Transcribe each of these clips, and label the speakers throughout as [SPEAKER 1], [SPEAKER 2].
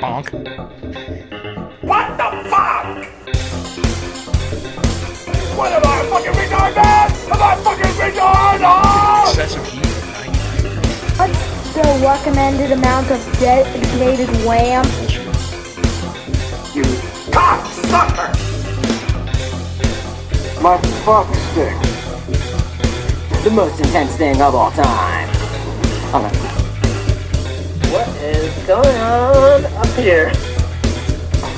[SPEAKER 1] honk.
[SPEAKER 2] What the fuck? What am I a fucking retard man? Am I a fucking retard? Ah!
[SPEAKER 1] Excessive heat at night.
[SPEAKER 3] What's the recommended amount of designated wham?
[SPEAKER 2] You cocksucker!
[SPEAKER 4] My fuck stick. The most intense thing of all time. Hold on. What is going on up here?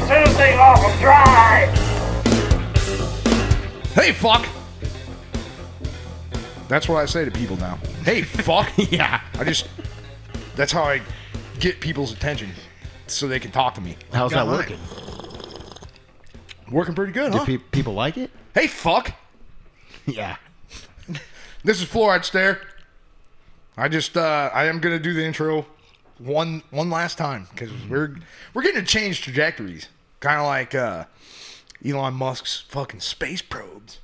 [SPEAKER 2] Turn this thing off, I'm dry!
[SPEAKER 1] Hey, fuck! That's what I say to people now. Hey, fuck!
[SPEAKER 5] Yeah.
[SPEAKER 1] I just. That's how I get people's attention so they can talk to me.
[SPEAKER 5] How's that
[SPEAKER 1] God.
[SPEAKER 5] working?
[SPEAKER 1] Working pretty good,
[SPEAKER 5] Do
[SPEAKER 1] huh?
[SPEAKER 5] pe- people like it?
[SPEAKER 1] hey, fuck!
[SPEAKER 5] Yeah.
[SPEAKER 1] This is Fluoride Stare. I just uh I am gonna do the intro one one last time because we're we're getting to change trajectories, kind of like uh Elon Musk's fucking space probes.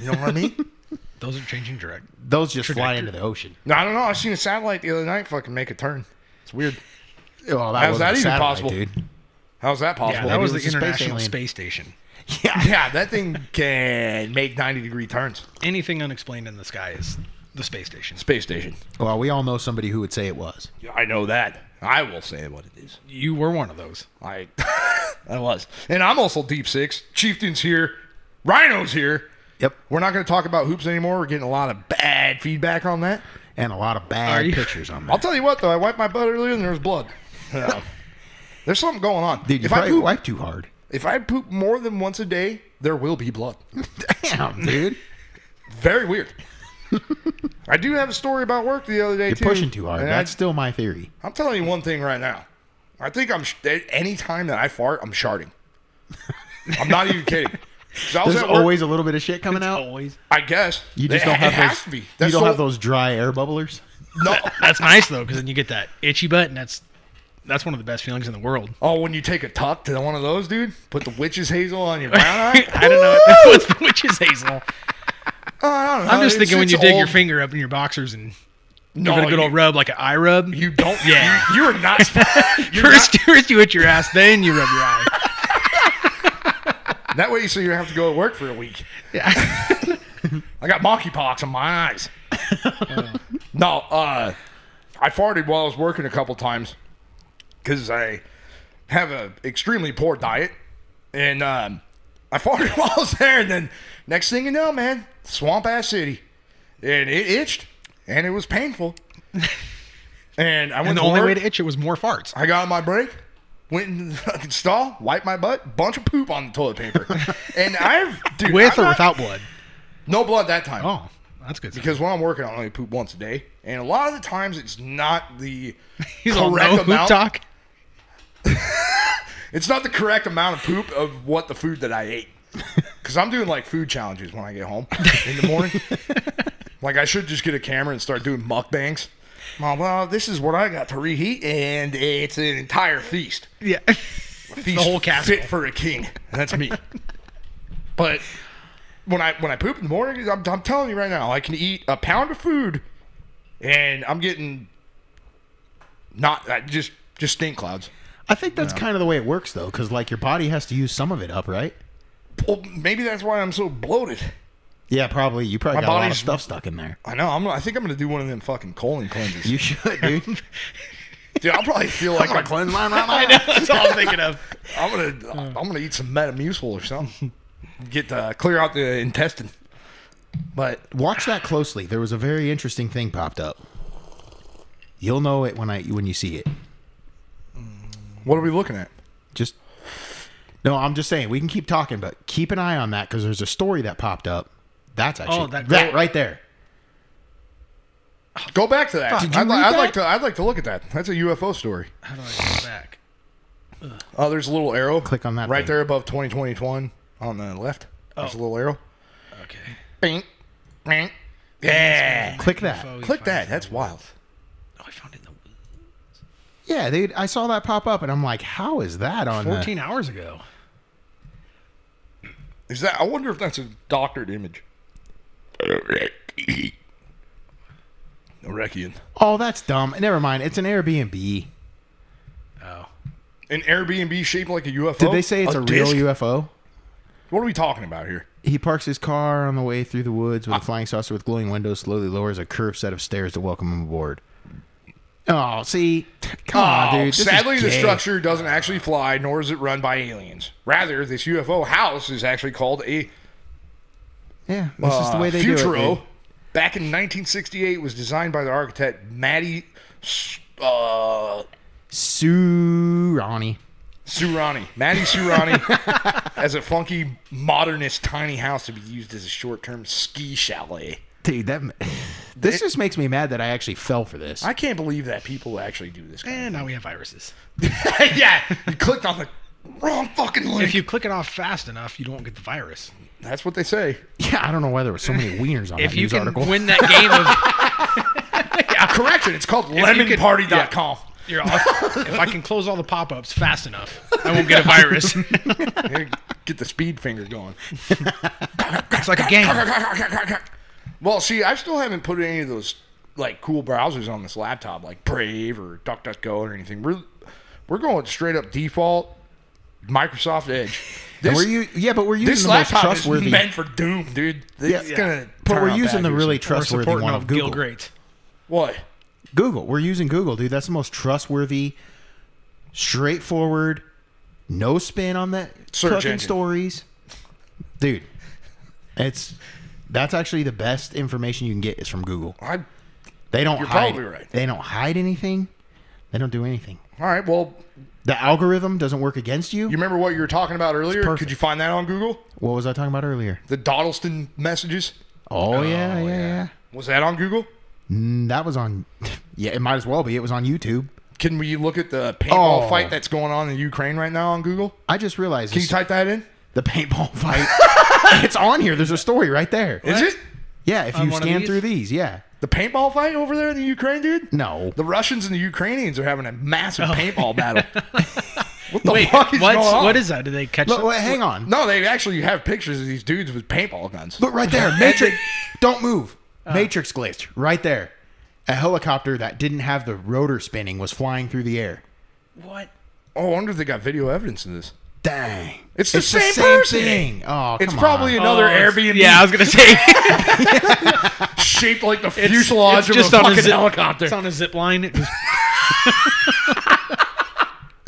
[SPEAKER 1] You know what I mean?
[SPEAKER 6] Those are changing direct.
[SPEAKER 5] Those just fly into the ocean.
[SPEAKER 1] no, I don't know. I seen a satellite the other night fucking make a turn. It's weird.
[SPEAKER 5] Well,
[SPEAKER 1] How's
[SPEAKER 5] wasn't
[SPEAKER 1] that
[SPEAKER 5] a
[SPEAKER 1] even
[SPEAKER 5] satellite,
[SPEAKER 1] possible?
[SPEAKER 5] dude.
[SPEAKER 1] How's that
[SPEAKER 6] Yeah,
[SPEAKER 1] possible?
[SPEAKER 6] that was
[SPEAKER 5] it
[SPEAKER 6] the
[SPEAKER 5] was a space
[SPEAKER 6] International
[SPEAKER 5] alien.
[SPEAKER 6] Space Station.
[SPEAKER 1] yeah, that thing can make ninety degree turns.
[SPEAKER 6] Anything unexplained in the sky is the space station.
[SPEAKER 1] Space station.
[SPEAKER 5] Well, we all know somebody who would say it was.
[SPEAKER 1] I know that. I will say what it is.
[SPEAKER 6] You were one of those.
[SPEAKER 1] I I was. And I'm also deep six. Chieftain's here. Rhino's here.
[SPEAKER 5] Yep.
[SPEAKER 1] We're not going to talk about hoops anymore. We're getting a lot of bad feedback on that.
[SPEAKER 5] And a lot of bad
[SPEAKER 6] Are you-
[SPEAKER 5] pictures on
[SPEAKER 1] I'll
[SPEAKER 5] that.
[SPEAKER 1] tell you what, though, I wiped my butt earlier and there was blood. Uh, there's something going on.
[SPEAKER 5] Dude, you
[SPEAKER 1] if, I
[SPEAKER 5] probably
[SPEAKER 1] poop,
[SPEAKER 5] wipe too hard.
[SPEAKER 1] if I poop more than once a day, there will be blood.
[SPEAKER 5] Damn, dude.
[SPEAKER 1] Very weird. I do have a story about work the other day
[SPEAKER 5] You're
[SPEAKER 1] too.
[SPEAKER 5] pushing too hard.
[SPEAKER 1] and I-
[SPEAKER 5] That's still my theory.
[SPEAKER 1] I'm telling you one thing right now. I think I'm sh- at any time that I fart, I'm sharding. I'm not even kidding. 'Cause I was
[SPEAKER 5] There's
[SPEAKER 1] at work-
[SPEAKER 5] always a little bit of shit coming out.
[SPEAKER 6] Always.
[SPEAKER 1] I guess
[SPEAKER 5] You just
[SPEAKER 1] It-
[SPEAKER 5] don't
[SPEAKER 1] it
[SPEAKER 5] have
[SPEAKER 1] has
[SPEAKER 5] those.
[SPEAKER 1] to be.
[SPEAKER 5] You
[SPEAKER 1] That's
[SPEAKER 5] don't
[SPEAKER 1] so-
[SPEAKER 5] have those dry air bubblers.
[SPEAKER 1] No.
[SPEAKER 6] That's nice though, because then you get that itchy butt, and that's that's one of the best feelings in the world.
[SPEAKER 1] Oh, when you take a tuck to one of those, dude, put the witch's hazel on your brown eye.
[SPEAKER 6] I don't know what that was, which is hazel.
[SPEAKER 1] Oh, I don't know.
[SPEAKER 6] I'm
[SPEAKER 1] It's-
[SPEAKER 6] just thinking when
[SPEAKER 1] it's
[SPEAKER 6] you dig your
[SPEAKER 1] old.
[SPEAKER 6] finger up in your boxers and
[SPEAKER 1] no,
[SPEAKER 6] give it a good
[SPEAKER 1] you,
[SPEAKER 6] old rub, like an eye rub.
[SPEAKER 1] You don't.
[SPEAKER 6] Yeah.
[SPEAKER 1] You, you are not. You're
[SPEAKER 6] first, first you hit your ass, then you rub your eye.
[SPEAKER 1] not- that way, so you have to go to work for a week.
[SPEAKER 6] Yeah.
[SPEAKER 1] I got monkeypox on my eyes. no, uh, I farted while I was working a couple times because I have a extremely poor diet, and um, I farted while I was there. And then next thing you know, man, swamp ass city, and it itched, and it was painful. and I went
[SPEAKER 6] And the
[SPEAKER 1] to
[SPEAKER 6] only
[SPEAKER 1] work,
[SPEAKER 6] way to itch it was more farts.
[SPEAKER 1] I got on my break, went in the fucking stall, wiped my butt, bunch of poop on the toilet paper, and I've dude,
[SPEAKER 6] With
[SPEAKER 1] I'm
[SPEAKER 6] or
[SPEAKER 1] not-
[SPEAKER 6] without blood.
[SPEAKER 1] no blood that time
[SPEAKER 6] Oh, that's good.
[SPEAKER 1] because when I'm working, I only poop once a day, and a lot of the times it's not the
[SPEAKER 6] he's on
[SPEAKER 1] correct
[SPEAKER 6] no hoop
[SPEAKER 1] amount.
[SPEAKER 6] talk.
[SPEAKER 1] It's not the correct amount of poop of what the food that I ate. Because I'm doing like food challenges when I get home in the morning. like I should just get a camera and start doing mukbangs. Mom, well, this is what I got to reheat, and it's an entire feast.
[SPEAKER 6] Yeah.
[SPEAKER 1] Feast
[SPEAKER 6] whole castle.
[SPEAKER 1] fit for a king. That's me. but when I when I poop in the morning, I'm, I'm telling you right now, I can eat a pound of food, and I'm getting not I just just stink clouds.
[SPEAKER 5] I think that's kind of the way it works though, because like your body has to use some of it up, right?
[SPEAKER 1] Well, maybe that's why I'm so bloated.
[SPEAKER 5] Yeah, probably. You probably
[SPEAKER 1] My
[SPEAKER 5] got a lot of
[SPEAKER 1] body's-
[SPEAKER 5] stuff stuck in there.
[SPEAKER 1] I know. I'm. I think I'm gonna do one of them fucking colon cleanses.
[SPEAKER 5] You should, dude.
[SPEAKER 1] Dude, I'll probably feel like I'm,
[SPEAKER 5] cleanse my mind.
[SPEAKER 6] That's all I'm thinking of.
[SPEAKER 1] I'm gonna. I'm gonna eat some Metamucil or something. Get uh, clear out the intestine. But
[SPEAKER 5] Watch that closely. There was a very interesting thing popped up. You'll know it when I when you see it.
[SPEAKER 1] what are we looking at?
[SPEAKER 5] Just no, I'm just saying we can keep talking, but keep an eye on that because there's a story that popped up. That's actually
[SPEAKER 6] Oh, that
[SPEAKER 5] that,
[SPEAKER 6] girl-
[SPEAKER 5] right there.
[SPEAKER 1] Go back to that.
[SPEAKER 5] Did you
[SPEAKER 1] I'd, li-
[SPEAKER 5] read
[SPEAKER 1] I'd
[SPEAKER 5] that?
[SPEAKER 1] like to. I'd like to look at that. That's a UFO story.
[SPEAKER 6] How do I go back?
[SPEAKER 1] Oh, there's a little arrow.
[SPEAKER 5] Click on that
[SPEAKER 1] right
[SPEAKER 5] thing.
[SPEAKER 1] there above 2021 on the left. There's a little arrow.
[SPEAKER 6] Okay.
[SPEAKER 1] Oh. Bing, bing. Yeah.
[SPEAKER 5] Click that.
[SPEAKER 1] Click that. That's wild.
[SPEAKER 6] Oh, I found it in the
[SPEAKER 5] Yeah, dude. I saw that pop up, and I'm like, how is that on? the-
[SPEAKER 6] 14 hours ago.
[SPEAKER 1] Is that? I wonder if that's a doctored image. Orekian.
[SPEAKER 5] Oh, that's dumb. Never mind. It's an Airbnb.
[SPEAKER 6] Oh.
[SPEAKER 1] An Airbnb shaped like Oh, a UFO.
[SPEAKER 5] Did they say it's a, real
[SPEAKER 1] disc?
[SPEAKER 5] UFO?
[SPEAKER 1] What are we talking about here?
[SPEAKER 5] He parks his car on the way through the woods
[SPEAKER 1] Ah.
[SPEAKER 5] with a flying saucer with glowing windows, slowly lowers a curved set of stairs to welcome him aboard. Oh, see? Come on,
[SPEAKER 1] Oh,
[SPEAKER 5] dude. This is
[SPEAKER 1] sadly, the
[SPEAKER 5] gay.
[SPEAKER 1] structure doesn't actually fly, nor is it run by aliens. Rather, this UFO house is actually called a
[SPEAKER 5] Yeah, this is the
[SPEAKER 1] uh,
[SPEAKER 5] way they do it.
[SPEAKER 1] Futuro.
[SPEAKER 5] dude.
[SPEAKER 1] back in 1968, was designed by the architect Matty S- uh,
[SPEAKER 5] Surani.
[SPEAKER 1] Surani. Matty Surani as a funky modernist tiny house to be used as a short-term ski chalet.
[SPEAKER 5] Dude, that this just makes me mad that I actually fell for this.
[SPEAKER 1] I can't believe that people actually do this. Kind
[SPEAKER 6] And now we have viruses.
[SPEAKER 5] Eh.
[SPEAKER 1] of- yeah, you clicked on the wrong fucking link.
[SPEAKER 6] If you click it off fast enough, you don't get the virus.
[SPEAKER 1] That's what they say.
[SPEAKER 5] yeah, I don't know why there were so many wieners on
[SPEAKER 6] If
[SPEAKER 5] that
[SPEAKER 6] you
[SPEAKER 5] news
[SPEAKER 6] can
[SPEAKER 5] article.
[SPEAKER 6] win that game of
[SPEAKER 1] Correction, it's called
[SPEAKER 6] you could-
[SPEAKER 1] lemonparty.com.
[SPEAKER 6] your, if I can close all the pop-ups fast enough, I won't get a virus.
[SPEAKER 1] Here, Get the speed finger going.
[SPEAKER 6] it's like a game.
[SPEAKER 1] Well, see, I still haven't put any of those like cool browsers on this laptop, like Brave or DuckDuckGo or anything. We're we're going straight up default Microsoft Edge.
[SPEAKER 5] And
[SPEAKER 1] This,
[SPEAKER 5] were you, yeah, but we're using
[SPEAKER 1] this
[SPEAKER 5] the most
[SPEAKER 1] laptop is
[SPEAKER 5] trustworthy.
[SPEAKER 1] meant for doom, dude. It's
[SPEAKER 5] Yeah.
[SPEAKER 1] gonna.
[SPEAKER 5] but
[SPEAKER 1] turn
[SPEAKER 5] we're
[SPEAKER 1] out
[SPEAKER 5] using
[SPEAKER 1] bad
[SPEAKER 5] the
[SPEAKER 1] here
[SPEAKER 5] really
[SPEAKER 1] soon.
[SPEAKER 6] We're
[SPEAKER 5] trustworthy
[SPEAKER 6] supporting
[SPEAKER 5] one
[SPEAKER 6] of
[SPEAKER 5] of
[SPEAKER 6] Gil
[SPEAKER 5] Google.
[SPEAKER 6] Great.
[SPEAKER 1] What?
[SPEAKER 5] Google. We're using Google, dude. That's the most trustworthy, straightforward, no spin on that
[SPEAKER 1] Search
[SPEAKER 5] fucking
[SPEAKER 1] engine.
[SPEAKER 5] stories, dude. It's that's actually the best information you can get is from Google.
[SPEAKER 1] I
[SPEAKER 5] They don't
[SPEAKER 1] You're
[SPEAKER 5] hide.
[SPEAKER 1] probably right.
[SPEAKER 5] They don't hide anything. They don't do anything.
[SPEAKER 1] all right. Well,
[SPEAKER 5] The algorithm doesn't work against you.
[SPEAKER 1] you remember what you were talking about earlier? Could
[SPEAKER 5] perfect.
[SPEAKER 1] you find that on Google?
[SPEAKER 5] What was I talking about earlier?
[SPEAKER 1] The Doddleston messages
[SPEAKER 5] Oh, yeah, yeah, yeah.
[SPEAKER 1] was that on Google?
[SPEAKER 5] Mm, That was on. Yeah, it might as well be. It was on YouTube.
[SPEAKER 1] Can we look at the paintball
[SPEAKER 5] Oh.
[SPEAKER 1] fight that's going on in Ukraine right now on Google?
[SPEAKER 5] I just realized
[SPEAKER 1] Can you
[SPEAKER 5] this-
[SPEAKER 1] type that in?
[SPEAKER 5] the paintball fight. it's on here. There's a story right there.
[SPEAKER 1] Is it
[SPEAKER 5] Yeah, if
[SPEAKER 6] On
[SPEAKER 5] you
[SPEAKER 6] one of
[SPEAKER 5] scan
[SPEAKER 6] these?
[SPEAKER 5] through these, yeah.
[SPEAKER 1] the paintball fight over there in the Ukraine, dude?
[SPEAKER 5] No,
[SPEAKER 1] The Russians and the Ukrainians are having a massive paintball battle. what the
[SPEAKER 6] Oh, Wait,
[SPEAKER 1] fuck is
[SPEAKER 6] what's,
[SPEAKER 1] going on?
[SPEAKER 6] what is that? Do they catch?
[SPEAKER 5] look,
[SPEAKER 6] them?
[SPEAKER 5] wait, hang on.
[SPEAKER 1] No, they actually have pictures of these dudes with paintball guns.
[SPEAKER 5] Look right there, Matrix. Don't move. Matrix glitch right there. A helicopter that didn't have the rotor spinning was flying through the air.
[SPEAKER 6] What?
[SPEAKER 1] Oh, I wonder if they got video evidence of this.
[SPEAKER 5] Dang!
[SPEAKER 1] It's the same person.
[SPEAKER 5] thing. Oh,
[SPEAKER 1] It's
[SPEAKER 5] come
[SPEAKER 1] probably
[SPEAKER 5] on.
[SPEAKER 1] another
[SPEAKER 6] Oh, it's-
[SPEAKER 1] Airbnb
[SPEAKER 6] Yeah, I was gonna say.
[SPEAKER 1] shaped like the fuselage
[SPEAKER 6] it's
[SPEAKER 1] of
[SPEAKER 6] just
[SPEAKER 1] a
[SPEAKER 6] on a
[SPEAKER 1] fucking
[SPEAKER 6] zip-
[SPEAKER 1] helicopter.
[SPEAKER 6] it's on a zip line. It just-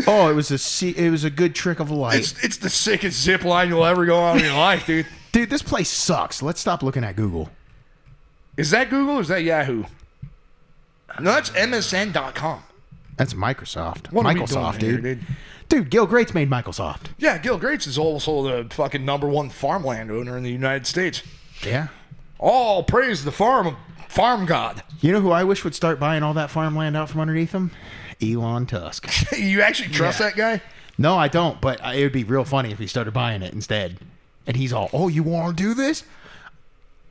[SPEAKER 5] Oh, it was a se- it was a good trick of light.
[SPEAKER 1] It's, it's the sickest zip line you'll ever go on in your life, dude.
[SPEAKER 5] Dude, this place sucks. Let's stop looking at Google.
[SPEAKER 1] Is that Google or is that Yahoo? No, that's MSN.com.
[SPEAKER 5] That's Microsoft.
[SPEAKER 1] What are we doing
[SPEAKER 5] Microsoft,
[SPEAKER 1] here,
[SPEAKER 5] dude. Dude, Gil Great's made Microsoft.
[SPEAKER 1] Yeah, Gil Greats is also the fucking number one farmland owner in the United States.
[SPEAKER 5] Yeah.
[SPEAKER 1] All praise the farm farm god.
[SPEAKER 5] You know who I wish would start buying all that farmland out from underneath him? Elon Tusk.
[SPEAKER 1] you actually trust
[SPEAKER 5] Yeah.
[SPEAKER 1] that guy?
[SPEAKER 5] no, I don't, but I, it would be real funny if he started buying it instead. And he's all, oh, you want to do this?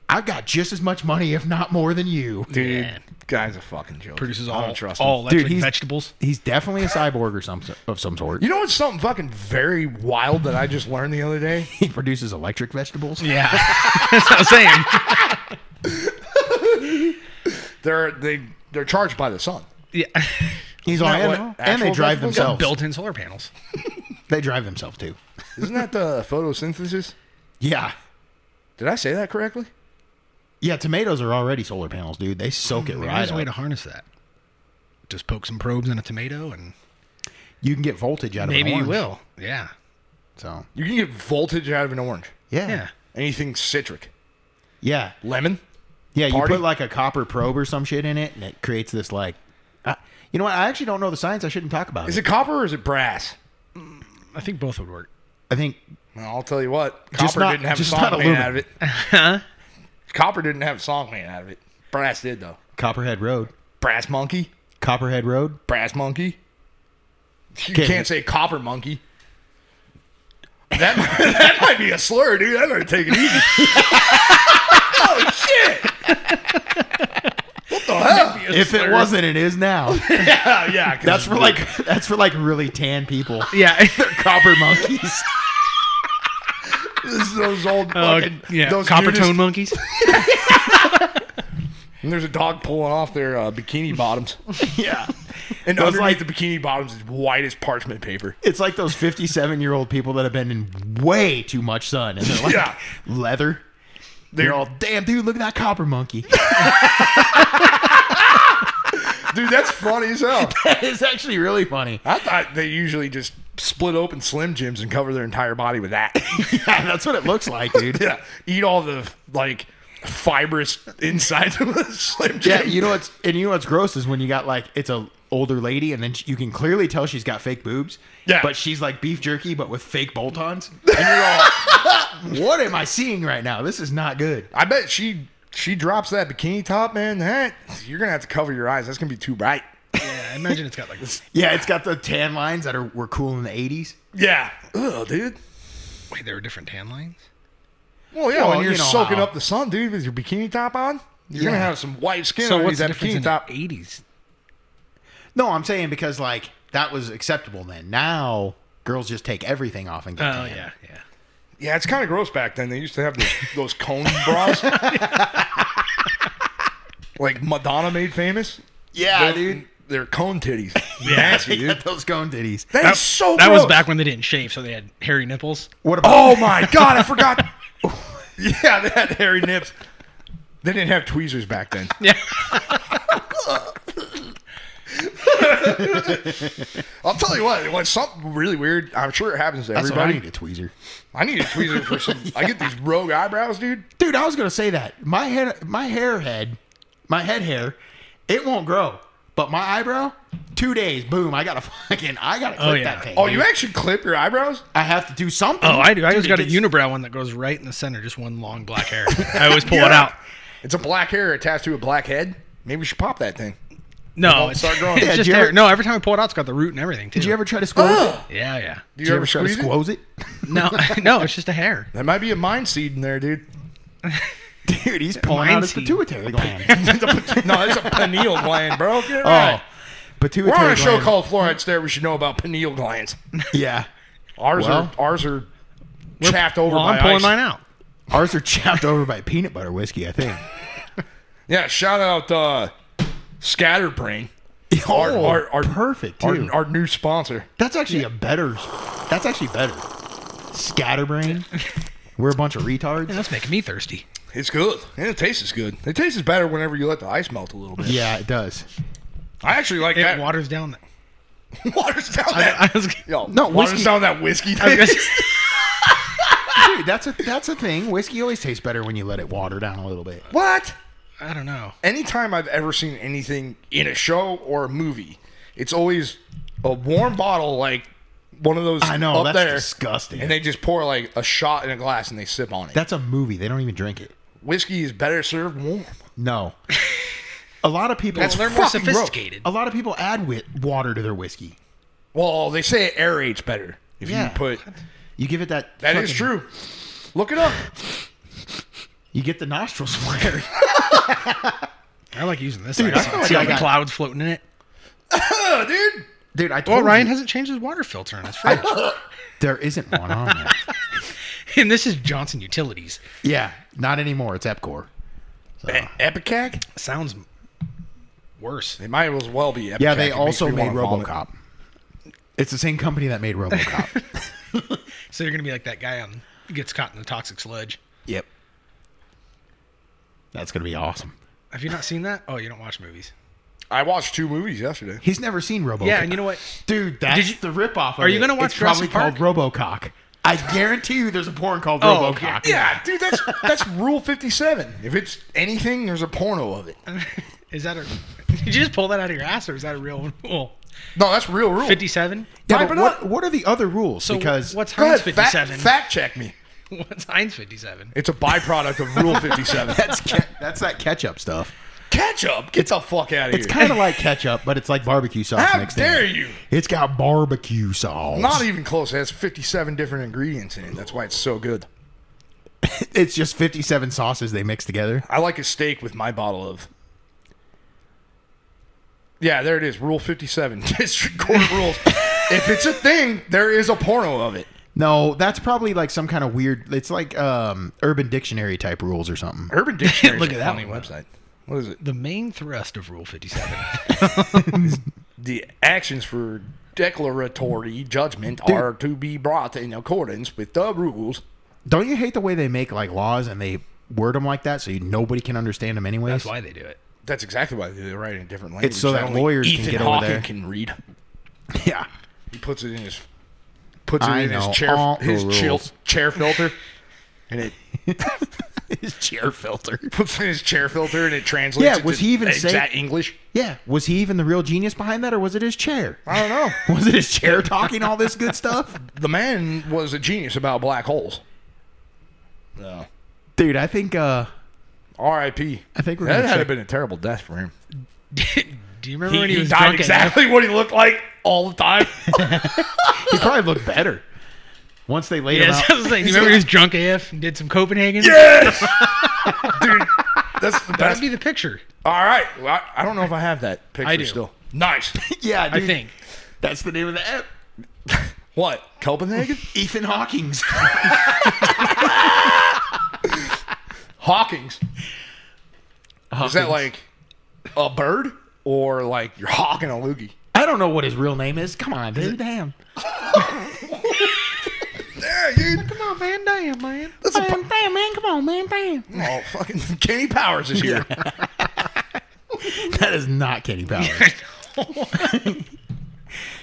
[SPEAKER 5] I've got just as much money, if not more than you.
[SPEAKER 1] Dude, guy's a fucking joke.
[SPEAKER 6] produces
[SPEAKER 1] I
[SPEAKER 6] all
[SPEAKER 1] don't trust him.
[SPEAKER 6] all electric
[SPEAKER 5] Dude, he's-
[SPEAKER 6] vegetables.
[SPEAKER 5] He's definitely a cyborg or some of some sort.
[SPEAKER 1] You know what's something fucking very wild that I just learned the other day?
[SPEAKER 5] He produces electric vegetables.
[SPEAKER 6] Yeah, that's what I'm saying.
[SPEAKER 1] They're they they're charged by the sun.
[SPEAKER 6] Yeah,
[SPEAKER 5] He's all,
[SPEAKER 1] that
[SPEAKER 5] and,
[SPEAKER 1] what
[SPEAKER 5] and they
[SPEAKER 1] actual
[SPEAKER 5] drive
[SPEAKER 1] vegetables
[SPEAKER 5] themselves.
[SPEAKER 6] built-in solar panels.
[SPEAKER 5] They drive themselves too.
[SPEAKER 1] Isn't that the photosynthesis?
[SPEAKER 5] Yeah.
[SPEAKER 1] Did I say that correctly?
[SPEAKER 5] Yeah, tomatoes are already solar panels, dude. They soak it right
[SPEAKER 6] There's a way
[SPEAKER 5] up.
[SPEAKER 6] to harness that. Just poke some probes in a tomato, and
[SPEAKER 5] You can get voltage out of
[SPEAKER 6] maybe
[SPEAKER 5] an
[SPEAKER 6] you
[SPEAKER 5] orange.
[SPEAKER 6] will. Yeah,
[SPEAKER 5] So
[SPEAKER 1] You can get voltage out of an orange.
[SPEAKER 5] yeah,
[SPEAKER 6] yeah.
[SPEAKER 5] yeah,
[SPEAKER 1] Anything citric.
[SPEAKER 5] yeah.
[SPEAKER 1] Lemon?
[SPEAKER 5] you
[SPEAKER 1] Party?
[SPEAKER 5] put like a copper probe or some shit in it, and it creates this like. I you know what? I actually don't know the science. I shouldn't talk about
[SPEAKER 1] Is
[SPEAKER 5] it.
[SPEAKER 1] it copper or is it brass?
[SPEAKER 6] I think both would work.
[SPEAKER 5] I think
[SPEAKER 1] Well, I'll tell you what,
[SPEAKER 5] Just
[SPEAKER 1] Copper
[SPEAKER 5] not-
[SPEAKER 1] didn't have a
[SPEAKER 5] just
[SPEAKER 1] song
[SPEAKER 5] not
[SPEAKER 1] made
[SPEAKER 5] aluminum.
[SPEAKER 1] out of it. Copper didn't have a song made out of it. Brass did though.
[SPEAKER 5] Copperhead Road,
[SPEAKER 1] Brass monkey,
[SPEAKER 5] Copperhead Road.
[SPEAKER 1] brass monkey. You
[SPEAKER 5] Okay.
[SPEAKER 1] can't say copper monkey. That that might be a slur, dude. I better take it easy. oh shit! What the hell?
[SPEAKER 5] If it wasn't, it is now.
[SPEAKER 1] Yeah, yeah. 'cause
[SPEAKER 5] That's for like that's for like really tan people.
[SPEAKER 6] Yeah,
[SPEAKER 5] Copper monkeys.
[SPEAKER 1] this is those old
[SPEAKER 6] Uh,
[SPEAKER 1] fucking
[SPEAKER 6] yeah.
[SPEAKER 1] those
[SPEAKER 6] Copper
[SPEAKER 1] nudist-
[SPEAKER 6] tone monkeys.
[SPEAKER 1] And there's a dog pulling off their uh, bikini bottoms.
[SPEAKER 5] yeah.
[SPEAKER 1] And
[SPEAKER 5] Those,
[SPEAKER 1] underneath
[SPEAKER 5] like-
[SPEAKER 1] the bikini bottoms is white as parchment paper.
[SPEAKER 5] It's like those 57 year old people that have been in way too much sun and they're like
[SPEAKER 1] Yeah.
[SPEAKER 5] leather.
[SPEAKER 1] They're-
[SPEAKER 5] They're all, damn, dude, look at that copper monkey.
[SPEAKER 1] Dude, that's funny as hell.
[SPEAKER 5] it's actually really funny.
[SPEAKER 1] I thought they usually just split open Slim Jims and cover their entire body with that.
[SPEAKER 5] Yeah, that's what it looks like, dude.
[SPEAKER 1] yeah, eat all the like fibrous insides of the Slim Jim.
[SPEAKER 5] yeah, you know what's and you know what's gross is when you got like it's a older lady and then she, you can clearly tell she's got fake boobs.
[SPEAKER 1] Yeah.
[SPEAKER 5] but she's like beef jerky but with fake bolt-ons. And you're all, what am I seeing right now? This is not good.
[SPEAKER 1] I bet she she drops that bikini top, man. That you're gonna have to cover your eyes. That's gonna be too bright.
[SPEAKER 6] Yeah, I imagine it's got like this.
[SPEAKER 5] Yeah, it's got the tan lines that are were cool in the '80s.
[SPEAKER 1] Yeah. Ugh, dude.
[SPEAKER 6] Wait, there were different tan lines.
[SPEAKER 1] Well, yeah,
[SPEAKER 5] Well,
[SPEAKER 1] when you're
[SPEAKER 5] you know
[SPEAKER 1] soaking
[SPEAKER 5] how.
[SPEAKER 1] up the sun, dude, with your bikini top on, you're gonna
[SPEAKER 5] Yeah.
[SPEAKER 1] have some white skin
[SPEAKER 6] So
[SPEAKER 1] underneath
[SPEAKER 6] what's the
[SPEAKER 1] that
[SPEAKER 6] difference
[SPEAKER 1] bikini
[SPEAKER 6] in
[SPEAKER 1] top.
[SPEAKER 6] the '80s?
[SPEAKER 5] No, I'm saying because like that was acceptable then. Now girls just take everything off and
[SPEAKER 6] Oh
[SPEAKER 5] get tan.
[SPEAKER 6] yeah, yeah.
[SPEAKER 1] Yeah, it's kind of gross back then. They used to have those, those cone bras, like Madonna made famous.
[SPEAKER 5] yeah,
[SPEAKER 1] They're-
[SPEAKER 5] dude.
[SPEAKER 1] They're cone titties.
[SPEAKER 6] Yeah,
[SPEAKER 1] Nasty,
[SPEAKER 5] They
[SPEAKER 1] dude.
[SPEAKER 5] got those cone titties.
[SPEAKER 1] That is so.
[SPEAKER 6] That was
[SPEAKER 1] gross.
[SPEAKER 6] back when they didn't shave, so they had hairy nipples.
[SPEAKER 5] What about?
[SPEAKER 1] Oh my god, I forgot. yeah, they had hairy nips. They didn't have tweezers back then.
[SPEAKER 6] Yeah.
[SPEAKER 1] I'll tell you what. It was something really weird. I'm sure it happens to
[SPEAKER 5] That's what I
[SPEAKER 1] everybody.
[SPEAKER 5] need a tweezer.
[SPEAKER 1] I need a tweezer for some. I get these rogue eyebrows, dude.
[SPEAKER 5] Dude, I was gonna say that. My head my hair head, my head hair, it won't grow. But my eyebrow, two days, boom, I gotta fucking I gotta clip
[SPEAKER 6] Oh, yeah.
[SPEAKER 5] that thing.
[SPEAKER 1] Oh, you actually clip your eyebrows?
[SPEAKER 5] I have to do something.
[SPEAKER 6] Oh, I do. I just
[SPEAKER 5] Dude,
[SPEAKER 6] got a
[SPEAKER 5] it's-
[SPEAKER 6] unibrow one that goes right in the center, just one long black hair. I always pull it
[SPEAKER 1] Yeah.
[SPEAKER 6] out.
[SPEAKER 1] It's a black hair attached to a black head. Maybe we should pop that thing.
[SPEAKER 6] No, it's,
[SPEAKER 1] start growing.
[SPEAKER 6] it's
[SPEAKER 5] Yeah,
[SPEAKER 6] just
[SPEAKER 5] do you ever-
[SPEAKER 6] hair. No, every time I pull it out, it's got the root and everything too.
[SPEAKER 5] Did you ever try to squoze it?
[SPEAKER 6] Yeah, yeah.
[SPEAKER 1] Do
[SPEAKER 5] Did
[SPEAKER 1] you ever
[SPEAKER 5] try to
[SPEAKER 1] squeeze it?
[SPEAKER 5] squoze it?
[SPEAKER 6] No, no, it's just a hair.
[SPEAKER 1] That might be a mine seed in there, dude.
[SPEAKER 5] Dude, he's pulling out his
[SPEAKER 6] Mine's-
[SPEAKER 5] pituitary gland.
[SPEAKER 1] No, it's a pineal gland, bro. Get it
[SPEAKER 5] oh,
[SPEAKER 1] right.
[SPEAKER 5] pituitary
[SPEAKER 1] We're on a show
[SPEAKER 5] gland.
[SPEAKER 1] called Florence There. We should know about pineal glands.
[SPEAKER 5] Yeah,
[SPEAKER 1] Ours
[SPEAKER 5] Well-
[SPEAKER 1] are ours are chapped over
[SPEAKER 6] Well,
[SPEAKER 1] by
[SPEAKER 6] I'm pulling
[SPEAKER 1] ice.
[SPEAKER 6] mine out.
[SPEAKER 5] ours are chopped over by peanut butter whiskey. I think.
[SPEAKER 1] Yeah, shout out uh, Scatterbrain, our,
[SPEAKER 5] Oh,
[SPEAKER 1] our, our,
[SPEAKER 5] perfect
[SPEAKER 1] our,
[SPEAKER 5] too.
[SPEAKER 1] our new sponsor.
[SPEAKER 5] that's actually a better. That's actually better. Scatterbrain. We're a bunch of retards.
[SPEAKER 6] That's making me thirsty.
[SPEAKER 1] It's good and it tastes good. It tastes better whenever you let the ice melt a little bit.
[SPEAKER 5] Yeah, it does.
[SPEAKER 1] I actually like
[SPEAKER 6] It
[SPEAKER 1] that.
[SPEAKER 6] waters down. The,
[SPEAKER 1] waters down that.
[SPEAKER 6] I, I was,
[SPEAKER 1] yo,
[SPEAKER 5] No,
[SPEAKER 1] waters
[SPEAKER 5] whiskey-
[SPEAKER 1] down that whiskey.
[SPEAKER 6] I was-
[SPEAKER 5] Dude, that's a that's a thing. Whiskey always tastes better when you let it water down a little bit.
[SPEAKER 1] what?
[SPEAKER 6] I don't know.
[SPEAKER 1] Anytime I've ever seen anything in a show or a movie, it's always a warm bottle, like one of those.
[SPEAKER 5] I know,
[SPEAKER 1] up
[SPEAKER 5] that's
[SPEAKER 1] there,
[SPEAKER 5] disgusting.
[SPEAKER 1] And they just pour like a shot in a glass and they sip on it.
[SPEAKER 5] That's a movie. They don't even drink it.
[SPEAKER 1] whiskey is better served warm.
[SPEAKER 5] No. A lot of people.
[SPEAKER 6] Well, they're more sophisticated.
[SPEAKER 5] A lot of people add wit- water to their whiskey.
[SPEAKER 1] Well, they say it aerates better if
[SPEAKER 5] Yeah.
[SPEAKER 1] you put.
[SPEAKER 5] You give it that.
[SPEAKER 1] That is
[SPEAKER 5] fucking-
[SPEAKER 1] true. Look it up.
[SPEAKER 5] You get the nostrils flared.
[SPEAKER 6] I like using this.
[SPEAKER 5] Dude,
[SPEAKER 6] I
[SPEAKER 5] I feel like
[SPEAKER 6] see
[SPEAKER 5] I
[SPEAKER 6] all the
[SPEAKER 5] got-
[SPEAKER 6] clouds floating in it.
[SPEAKER 1] Oh, dude.
[SPEAKER 5] Dude, I told
[SPEAKER 6] Well, Ryan
[SPEAKER 5] you,
[SPEAKER 6] hasn't changed his water filter on his fridge,
[SPEAKER 5] there isn't one on there.
[SPEAKER 6] and this is Johnson Utilities.
[SPEAKER 5] yeah, not anymore. It's Epcor. So.
[SPEAKER 1] E- Epicac?
[SPEAKER 6] Sounds worse.
[SPEAKER 1] It might as well be Epicac.
[SPEAKER 5] Yeah, they
[SPEAKER 1] It makes
[SPEAKER 5] also
[SPEAKER 1] me
[SPEAKER 5] made
[SPEAKER 1] wanna vomit.
[SPEAKER 5] RoboCop. It's the same company that made RoboCop.
[SPEAKER 6] So you're gonna be like that guy on gets caught in the toxic sludge.
[SPEAKER 5] yep. That's gonna be awesome.
[SPEAKER 6] Have you not seen that? Oh, you don't watch movies.
[SPEAKER 1] I watched two movies yesterday.
[SPEAKER 5] He's never seen RoboCop.
[SPEAKER 6] Yeah, and you know what?
[SPEAKER 5] Dude, that's
[SPEAKER 6] Did you-
[SPEAKER 5] the ripoff. Of
[SPEAKER 6] Are you
[SPEAKER 5] it.
[SPEAKER 6] gonna watch
[SPEAKER 5] It's probably
[SPEAKER 6] Jurassic
[SPEAKER 5] called RoboCock. I guarantee you, there's a porn called
[SPEAKER 6] Oh,
[SPEAKER 5] RoboCock.
[SPEAKER 1] Yeah, dude, that's that's Rule 57. If it's anything, there's a porno of it.
[SPEAKER 6] Is that a? Did you just pull that out of your ass, or is that a real rule?
[SPEAKER 1] No, that's real rule.
[SPEAKER 6] Fifty-seven.
[SPEAKER 5] Yeah,
[SPEAKER 1] Type
[SPEAKER 5] but
[SPEAKER 1] it
[SPEAKER 5] what,
[SPEAKER 1] up.
[SPEAKER 5] what are the other rules?
[SPEAKER 6] So
[SPEAKER 5] because
[SPEAKER 6] what's
[SPEAKER 1] Go ahead,
[SPEAKER 6] Heinz
[SPEAKER 1] fact,
[SPEAKER 6] fifty-seven?
[SPEAKER 1] fact check me.
[SPEAKER 6] What's Heinz fifty-seven?
[SPEAKER 1] It's a byproduct of Rule 57.
[SPEAKER 5] that's ke- that's that ketchup stuff.
[SPEAKER 1] Ketchup? Get the fuck out of here.
[SPEAKER 5] It's kind of like ketchup, but it's like barbecue sauce.
[SPEAKER 1] How
[SPEAKER 5] mixed
[SPEAKER 1] dare
[SPEAKER 5] in.
[SPEAKER 1] you?
[SPEAKER 5] It's got barbecue sauce.
[SPEAKER 1] Not even close. It has 57 different ingredients in it. That's why it's so good.
[SPEAKER 6] e-
[SPEAKER 5] it's just 57 sauces they mix together.
[SPEAKER 1] I like a steak with my bottle of. Yeah, there it is. Rule 57. District Court rules. if it's a thing, there is a porno of it.
[SPEAKER 5] No, that's probably like some kind of weird. It's like um, Urban Dictionary type rules or something.
[SPEAKER 1] Urban Dictionary.
[SPEAKER 6] Look
[SPEAKER 1] is
[SPEAKER 6] at
[SPEAKER 1] a
[SPEAKER 6] that
[SPEAKER 1] funny
[SPEAKER 6] one.
[SPEAKER 1] website. What is it?
[SPEAKER 6] The main thrust of Rule fifty-seven.
[SPEAKER 1] the actions for declaratory judgment are to be brought in accordance with the rules.
[SPEAKER 5] Don't you hate the way they make like laws and they word them like that so you, nobody can understand them anyways?
[SPEAKER 6] That's why they do it.
[SPEAKER 1] That's exactly why they write it in a different language.
[SPEAKER 5] so that
[SPEAKER 1] only
[SPEAKER 5] lawyers can
[SPEAKER 1] Ethan
[SPEAKER 5] get over
[SPEAKER 1] Hawking
[SPEAKER 5] there.
[SPEAKER 1] can read.
[SPEAKER 5] yeah.
[SPEAKER 1] He puts it in his puts it
[SPEAKER 5] I
[SPEAKER 1] in his
[SPEAKER 5] know all
[SPEAKER 1] chair
[SPEAKER 5] the
[SPEAKER 1] his chill,
[SPEAKER 5] rules.
[SPEAKER 1] chair filter, and it
[SPEAKER 5] His chair filter.
[SPEAKER 1] puts it in his chair filter and it translates.
[SPEAKER 5] Yeah,
[SPEAKER 1] it
[SPEAKER 5] was
[SPEAKER 1] to
[SPEAKER 5] he even
[SPEAKER 1] exact
[SPEAKER 5] saying-
[SPEAKER 1] English?
[SPEAKER 5] Yeah. Was he even the real genius behind that or was it his chair?
[SPEAKER 1] I don't know.
[SPEAKER 5] Was it his chair talking all this good stuff?
[SPEAKER 1] the man was a genius about black holes. No.
[SPEAKER 5] Dude, I think uh
[SPEAKER 1] R.I.P.
[SPEAKER 5] I think we're
[SPEAKER 1] that
[SPEAKER 5] gonna
[SPEAKER 1] had
[SPEAKER 5] check-
[SPEAKER 1] been a terrible death for him.
[SPEAKER 6] do you remember
[SPEAKER 1] He,
[SPEAKER 6] when he,
[SPEAKER 1] he
[SPEAKER 6] was
[SPEAKER 1] died
[SPEAKER 6] drunk
[SPEAKER 1] exactly what he looked like all the time.
[SPEAKER 5] he probably looked better. Once they laid
[SPEAKER 6] AF?
[SPEAKER 5] him
[SPEAKER 6] Yes, I
[SPEAKER 5] out.
[SPEAKER 6] was like, you remember he was drunk AF and did some Copenhagen?
[SPEAKER 1] yes, dude, that's the
[SPEAKER 6] That'd
[SPEAKER 1] best.
[SPEAKER 6] be the picture,
[SPEAKER 1] all right, well, I, I don't know if I have that picture
[SPEAKER 6] do.
[SPEAKER 1] still. Nice.
[SPEAKER 5] Yeah,
[SPEAKER 6] I
[SPEAKER 5] dude.
[SPEAKER 6] think.
[SPEAKER 5] That's the name of the app.
[SPEAKER 1] what Copenhagen?
[SPEAKER 5] Ethan Hawkins.
[SPEAKER 1] Hawking's. Is that like a bird or like you're hawking a loogie?
[SPEAKER 5] I don't know what his real name is. Come on, dude. Damn.
[SPEAKER 1] Yeah, dude. Come on.
[SPEAKER 6] Man, damn, man.
[SPEAKER 1] That's a pu-
[SPEAKER 5] Damn, man. Come on, man. Damn.
[SPEAKER 1] oh, fucking Kenny Powers is here.
[SPEAKER 5] That is not Kenny Powers.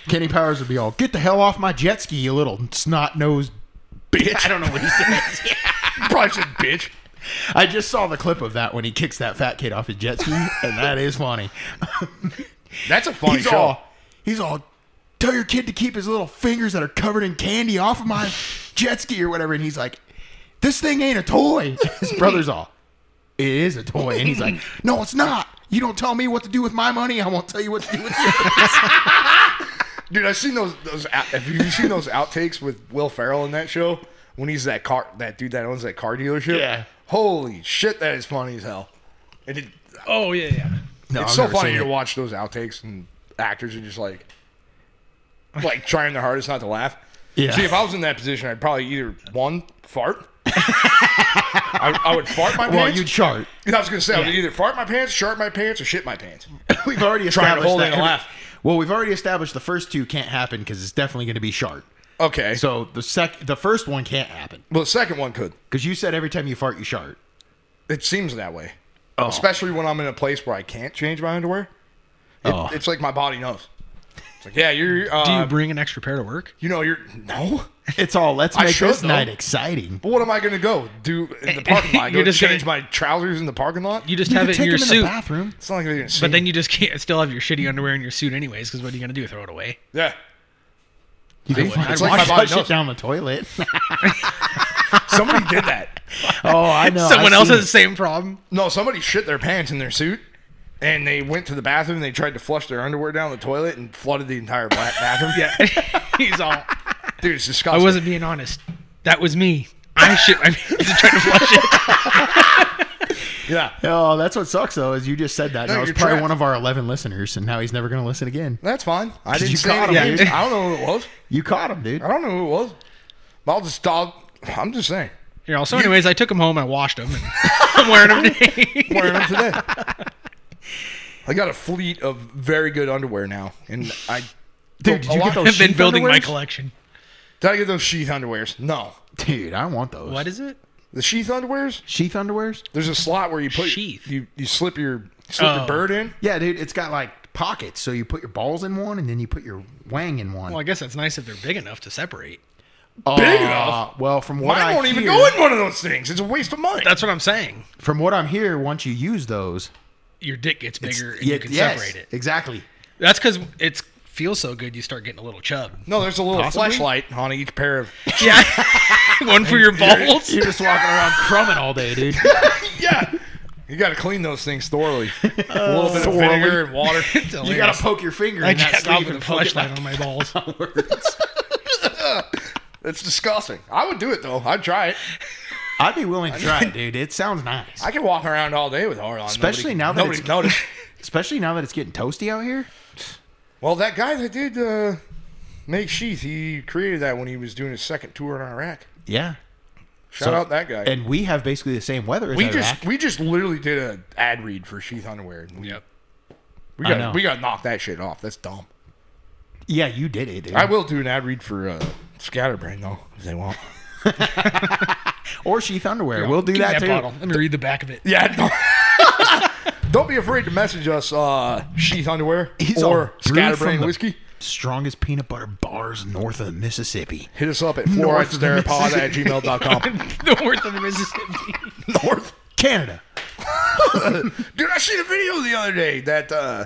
[SPEAKER 5] Kenny Powers would be all, get the hell off my jet ski, you little snot nosed bitch. I don't know what he says.
[SPEAKER 1] Probably said bitch.
[SPEAKER 5] I just saw the clip of that when he kicks that fat kid off his jet ski, and that is funny.
[SPEAKER 1] That's a funny
[SPEAKER 5] he's
[SPEAKER 1] show.
[SPEAKER 5] all, he's all, tell your kid to keep his little fingers that are covered in candy off of my jet ski or whatever. And he's like, this thing ain't a toy. His brother's all, it is a toy. And he's like, no, it's not. You don't tell me what to do with my money. I won't tell you what to do with yours.
[SPEAKER 1] Dude, I've seen those. Those out- have you seen those outtakes with Will Ferrell in that show when he's that car, that dude that owns that car dealership?
[SPEAKER 5] Yeah.
[SPEAKER 1] Holy shit, that is funny as hell. And it,
[SPEAKER 6] Oh yeah, yeah.
[SPEAKER 5] No,
[SPEAKER 1] it's so funny to watch those outtakes and actors are just like, like trying their hardest not to laugh.
[SPEAKER 5] Yeah.
[SPEAKER 1] See, if I was in that position, I'd probably either one fart. I, I would fart my
[SPEAKER 5] Well,
[SPEAKER 1] pants.
[SPEAKER 5] you chart.
[SPEAKER 1] I was gonna say I would either fart my pants, shart my pants, or shit my pants.
[SPEAKER 5] We've already
[SPEAKER 1] Trying to
[SPEAKER 5] established
[SPEAKER 1] hold
[SPEAKER 5] that
[SPEAKER 1] in a
[SPEAKER 5] every-
[SPEAKER 1] laugh.
[SPEAKER 5] Well, we've already established the first two can't happen because it's definitely going to be sharp.
[SPEAKER 1] Okay. So,
[SPEAKER 5] So the sec, the first one can't happen
[SPEAKER 1] well, the second one could.
[SPEAKER 5] because you said every time you fart you shart.
[SPEAKER 1] It seems that way. Especially when I'm in a place where I can't change my underwear. It-
[SPEAKER 5] Oh.
[SPEAKER 1] It's like my body knows. It's like, yeah, you're. Uh,
[SPEAKER 6] Do you
[SPEAKER 1] you,
[SPEAKER 6] bring an extra pair to work?
[SPEAKER 1] know, you're. No.
[SPEAKER 5] It's all. Let's
[SPEAKER 1] I
[SPEAKER 5] make
[SPEAKER 1] should,
[SPEAKER 5] this
[SPEAKER 1] though.
[SPEAKER 5] night exciting.
[SPEAKER 1] But what am I going to go do in the parking lot?
[SPEAKER 6] You're
[SPEAKER 1] Go
[SPEAKER 6] just
[SPEAKER 1] change
[SPEAKER 6] gonna-
[SPEAKER 1] my trousers in the parking lot?
[SPEAKER 6] You just
[SPEAKER 5] You
[SPEAKER 6] have
[SPEAKER 5] could
[SPEAKER 6] it in
[SPEAKER 5] take
[SPEAKER 6] your
[SPEAKER 5] them in
[SPEAKER 6] suit,
[SPEAKER 5] the bathroom.
[SPEAKER 1] it's not like they're going to see.
[SPEAKER 6] but then you just can't still have your shitty underwear and your suit anyways. Because what are you gonna do? Throw it away?
[SPEAKER 1] yeah.
[SPEAKER 5] You
[SPEAKER 1] See?
[SPEAKER 5] can fucking
[SPEAKER 1] It's like my
[SPEAKER 5] wash
[SPEAKER 1] body
[SPEAKER 5] that shit
[SPEAKER 1] knows.
[SPEAKER 5] down the toilet.
[SPEAKER 1] Somebody did that.
[SPEAKER 5] oh, I know.
[SPEAKER 6] Someone
[SPEAKER 5] I've
[SPEAKER 6] else
[SPEAKER 5] seen
[SPEAKER 6] has the same problem.
[SPEAKER 1] No, somebody shit their pants in their suit, and they went to the bathroom. and They tried to flush their underwear down the toilet and flooded the entire ba- bathroom. yeah,
[SPEAKER 6] He's all.
[SPEAKER 1] dude, it's
[SPEAKER 6] I
[SPEAKER 1] disgusting.
[SPEAKER 6] wasn't being honest. That was me. I shit. I mean, trying to flush it.
[SPEAKER 1] Yeah,
[SPEAKER 5] it. Oh, that's what sucks though is you just said that.
[SPEAKER 1] No,
[SPEAKER 5] No, was
[SPEAKER 1] you're
[SPEAKER 5] probably
[SPEAKER 1] trapped.
[SPEAKER 5] one of our eleven listeners, and now he's never going to listen again.
[SPEAKER 1] that's fine. I didn't
[SPEAKER 5] you
[SPEAKER 1] say
[SPEAKER 5] caught
[SPEAKER 1] anything.
[SPEAKER 5] him, dude.
[SPEAKER 1] I don't know who it was.
[SPEAKER 5] You caught him, dude.
[SPEAKER 1] I don't know who it was. But I'll just I'll, I'm just saying.
[SPEAKER 6] Here, also, anyways, I took them home. I washed them. And I'm wearing them today.
[SPEAKER 1] Wearing them today. I got a fleet of very good underwear now, and I
[SPEAKER 5] Dude, did you get those?
[SPEAKER 6] I've been
[SPEAKER 5] sheath
[SPEAKER 6] building my
[SPEAKER 5] underwears?
[SPEAKER 6] collection.
[SPEAKER 1] did I get those sheath underwears? No,
[SPEAKER 5] Dude, I want those.
[SPEAKER 6] What is it?
[SPEAKER 1] the sheath underwears.
[SPEAKER 5] sheath underwears?
[SPEAKER 1] There's a slot where you put
[SPEAKER 6] Sheath.
[SPEAKER 1] you you slip your slip
[SPEAKER 6] Oh.
[SPEAKER 1] your bird in.
[SPEAKER 5] Yeah, dude, it's got like pockets, so you put your balls in one, and then you put your wang in one.
[SPEAKER 6] Well, I guess that's nice if they're big enough to separate.
[SPEAKER 1] Big
[SPEAKER 5] Uh,
[SPEAKER 1] enough.
[SPEAKER 5] Well, from what
[SPEAKER 1] Mine
[SPEAKER 5] I
[SPEAKER 1] won't
[SPEAKER 5] hear,
[SPEAKER 1] even go in one of those things. It's a waste of money.
[SPEAKER 6] That's what I'm saying.
[SPEAKER 5] from what I'm here, once you use those,
[SPEAKER 6] Your dick gets bigger and
[SPEAKER 5] yeah,
[SPEAKER 6] you can
[SPEAKER 5] yes,
[SPEAKER 6] separate it.
[SPEAKER 5] Exactly.
[SPEAKER 6] That's because it feels so good. You start getting a little chub.
[SPEAKER 1] no, there's a little
[SPEAKER 5] Possibly?
[SPEAKER 1] flashlight on each pair of.
[SPEAKER 6] Yeah, one for your balls.
[SPEAKER 5] You're just walking around crumbing all day, dude.
[SPEAKER 1] yeah, you got to clean those things thoroughly. Uh, a little bit of vinegar and water.
[SPEAKER 5] You gotta poke your finger
[SPEAKER 6] I
[SPEAKER 5] in that
[SPEAKER 6] jacked off
[SPEAKER 5] sleeve
[SPEAKER 6] with a
[SPEAKER 5] and poke it
[SPEAKER 6] flashlight
[SPEAKER 5] like
[SPEAKER 6] on my balls.
[SPEAKER 1] That's disgusting. I would do it though. I'd try it.
[SPEAKER 5] I'd be willing to try it, dude. It sounds nice.
[SPEAKER 1] I can walk around all day with hard on. Nobody-
[SPEAKER 5] Especially now that
[SPEAKER 1] nobody
[SPEAKER 5] it's-
[SPEAKER 1] noticed.
[SPEAKER 5] Especially now that it's getting toasty out here.
[SPEAKER 1] Well, that guy that did uh, make sheath, he created that when he was doing his second tour in Iraq.
[SPEAKER 5] Yeah.
[SPEAKER 1] Shout out that guy.
[SPEAKER 5] And we have basically the same weather as
[SPEAKER 1] we
[SPEAKER 5] Iraq.
[SPEAKER 1] just we just literally did a ad read for sheath underwear. And we,
[SPEAKER 6] Yep.
[SPEAKER 1] We
[SPEAKER 5] I
[SPEAKER 1] got
[SPEAKER 5] know.
[SPEAKER 1] we got to knock that shit off. That's dumb.
[SPEAKER 5] Yeah, you did it, dude.
[SPEAKER 1] I will do an ad read for uh, Scatterbrain though, if they want.
[SPEAKER 5] or sheath underwear. We'll do
[SPEAKER 6] Give me
[SPEAKER 5] that, too.
[SPEAKER 6] bottle. Let me read the back of it.
[SPEAKER 1] Yeah. Don't, don't be afraid to message us uh, Sheath Underwear
[SPEAKER 5] He's all
[SPEAKER 1] or
[SPEAKER 5] brewed from
[SPEAKER 1] Scatterbrain
[SPEAKER 5] the
[SPEAKER 1] Whiskey.
[SPEAKER 5] Strongest peanut butter bars north of the Mississippi.
[SPEAKER 1] Hit us up at
[SPEAKER 5] North of the
[SPEAKER 1] fluoridesterapod at gmail.com.
[SPEAKER 6] North of the Mississippi.
[SPEAKER 5] North Canada.
[SPEAKER 1] Dude, I seen a video the other day that uh,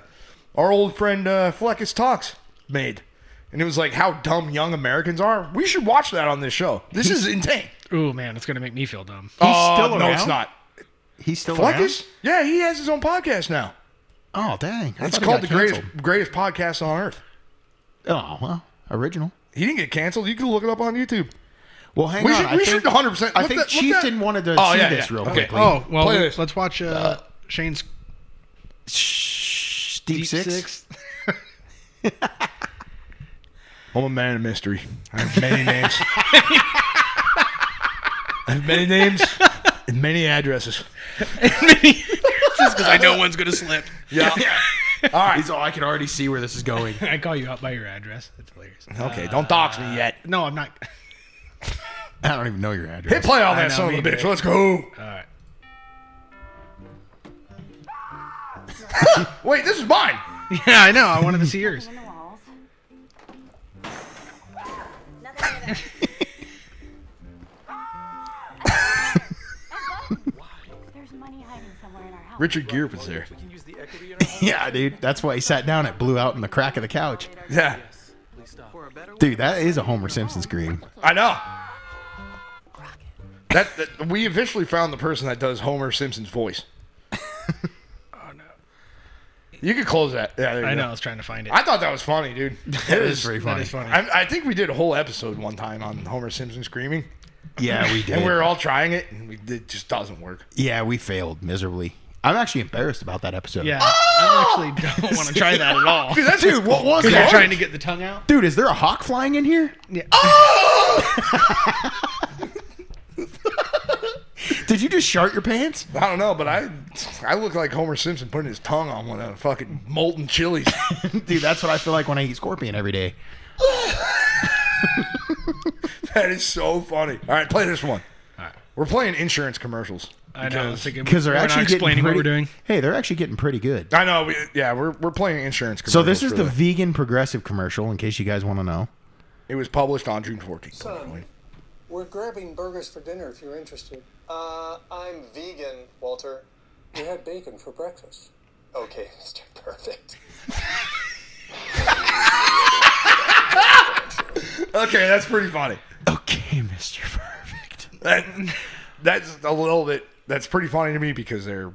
[SPEAKER 1] our old friend uh, Fleckus Talks made. And it was like how dumb young Americans are. We should watch that on this show. This is insane.
[SPEAKER 6] Ooh man, it's gonna make me feel dumb.
[SPEAKER 5] He's
[SPEAKER 1] Uh,
[SPEAKER 5] still
[SPEAKER 1] No,
[SPEAKER 5] around?
[SPEAKER 1] it's not.
[SPEAKER 5] He's still
[SPEAKER 1] Fleckus? Yeah, he has his own podcast now.
[SPEAKER 5] around. Oh dang! I
[SPEAKER 1] It's
[SPEAKER 5] thought he
[SPEAKER 1] called the
[SPEAKER 5] got
[SPEAKER 1] greatest,
[SPEAKER 5] canceled.
[SPEAKER 1] greatest podcast on earth.
[SPEAKER 5] Oh well, original.
[SPEAKER 1] He didn't get canceled. You can look it up on YouTube.
[SPEAKER 5] Well, hang
[SPEAKER 1] We
[SPEAKER 5] on.
[SPEAKER 1] should-
[SPEAKER 5] I
[SPEAKER 1] we
[SPEAKER 5] think,
[SPEAKER 1] should 100%
[SPEAKER 5] I
[SPEAKER 1] look
[SPEAKER 5] think
[SPEAKER 1] that- look
[SPEAKER 5] Chieftain
[SPEAKER 1] that-
[SPEAKER 5] wanted to
[SPEAKER 1] Oh,
[SPEAKER 5] see
[SPEAKER 1] yeah,
[SPEAKER 5] this
[SPEAKER 1] yeah.
[SPEAKER 5] real
[SPEAKER 1] Okay.
[SPEAKER 5] quickly.
[SPEAKER 6] Oh well,
[SPEAKER 1] Play this.
[SPEAKER 6] let's watch uh, Shane's
[SPEAKER 5] Shh, deep,
[SPEAKER 6] Deep
[SPEAKER 5] six.
[SPEAKER 6] Six.
[SPEAKER 1] I'm a man of mystery. I have many names. I have many names and many addresses.
[SPEAKER 6] Just because I know one's gonna slip.
[SPEAKER 1] Yeah. All right.
[SPEAKER 5] He's all I can already see where this is going.
[SPEAKER 6] I call you out by your address. That's hilarious.
[SPEAKER 1] Okay, don't dox me yet.
[SPEAKER 6] No, I'm not.
[SPEAKER 5] I don't even know your address.
[SPEAKER 1] Hit play on that
[SPEAKER 6] know,
[SPEAKER 1] son
[SPEAKER 6] me
[SPEAKER 1] of a bitch.
[SPEAKER 6] too.
[SPEAKER 1] Let's go.
[SPEAKER 6] All right.
[SPEAKER 1] Wait, this is mine.
[SPEAKER 6] Yeah, I know. I wanted to see yours.
[SPEAKER 7] There's money hiding somewhere in our house.
[SPEAKER 1] Richard Gere was there.
[SPEAKER 5] Yeah, dude. That's why he sat down. It blew out in the crack of the couch.
[SPEAKER 1] Yeah,
[SPEAKER 5] Dude, that is a Homer Simpson scream.
[SPEAKER 1] I know. That, that we officially found the person that does Homer Simpson's voice. oh no! You can close that. Yeah, there you
[SPEAKER 6] I
[SPEAKER 1] go.
[SPEAKER 6] know. I was trying to find it.
[SPEAKER 1] I thought that was funny, dude.
[SPEAKER 5] That is pretty
[SPEAKER 6] that
[SPEAKER 5] funny.
[SPEAKER 6] is funny.
[SPEAKER 1] I, I think we did a whole episode one time on Homer Simpson screaming,
[SPEAKER 5] Yeah, we did.
[SPEAKER 1] and we were all trying it, and we, it just doesn't work.
[SPEAKER 5] yeah, we failed miserably. I'm actually embarrassed about that episode.
[SPEAKER 6] yeah, I actually don't want to try that at all.
[SPEAKER 1] Dude, that's
[SPEAKER 5] Dude, what was
[SPEAKER 6] Because you're
[SPEAKER 5] that?
[SPEAKER 6] trying to get the tongue out.
[SPEAKER 5] Dude, is there a hawk flying in here?
[SPEAKER 6] Yeah.
[SPEAKER 5] Did you just shart your pants?
[SPEAKER 1] I don't know, but I I look like Homer Simpson putting his tongue on one of the fucking molten chilies.
[SPEAKER 5] Dude, that's what I feel like when I eat scorpion every day.
[SPEAKER 1] that is so funny. All right, play this one. We're playing insurance commercials.
[SPEAKER 6] I know. I was thinking
[SPEAKER 5] Because they're
[SPEAKER 6] we're
[SPEAKER 5] actually
[SPEAKER 6] not explaining
[SPEAKER 5] getting
[SPEAKER 6] what we're
[SPEAKER 5] pretty-
[SPEAKER 6] doing.
[SPEAKER 5] Hey, they're actually getting pretty good.
[SPEAKER 1] I know. We, yeah, we're, we're playing insurance commercials.
[SPEAKER 5] So this is
[SPEAKER 1] for
[SPEAKER 5] the vegan progressive commercial, in case you guys want to know.
[SPEAKER 1] It was published on June 14th. apparently.
[SPEAKER 8] We're grabbing burgers for dinner if you're interested. Uh, I'm vegan, Walter. We had bacon for breakfast. Okay, Mr. Perfect.
[SPEAKER 1] Okay, that's pretty funny.
[SPEAKER 5] Okay, Mr. Perfect.
[SPEAKER 1] That, that's a little bit. That's pretty funny to me because they're.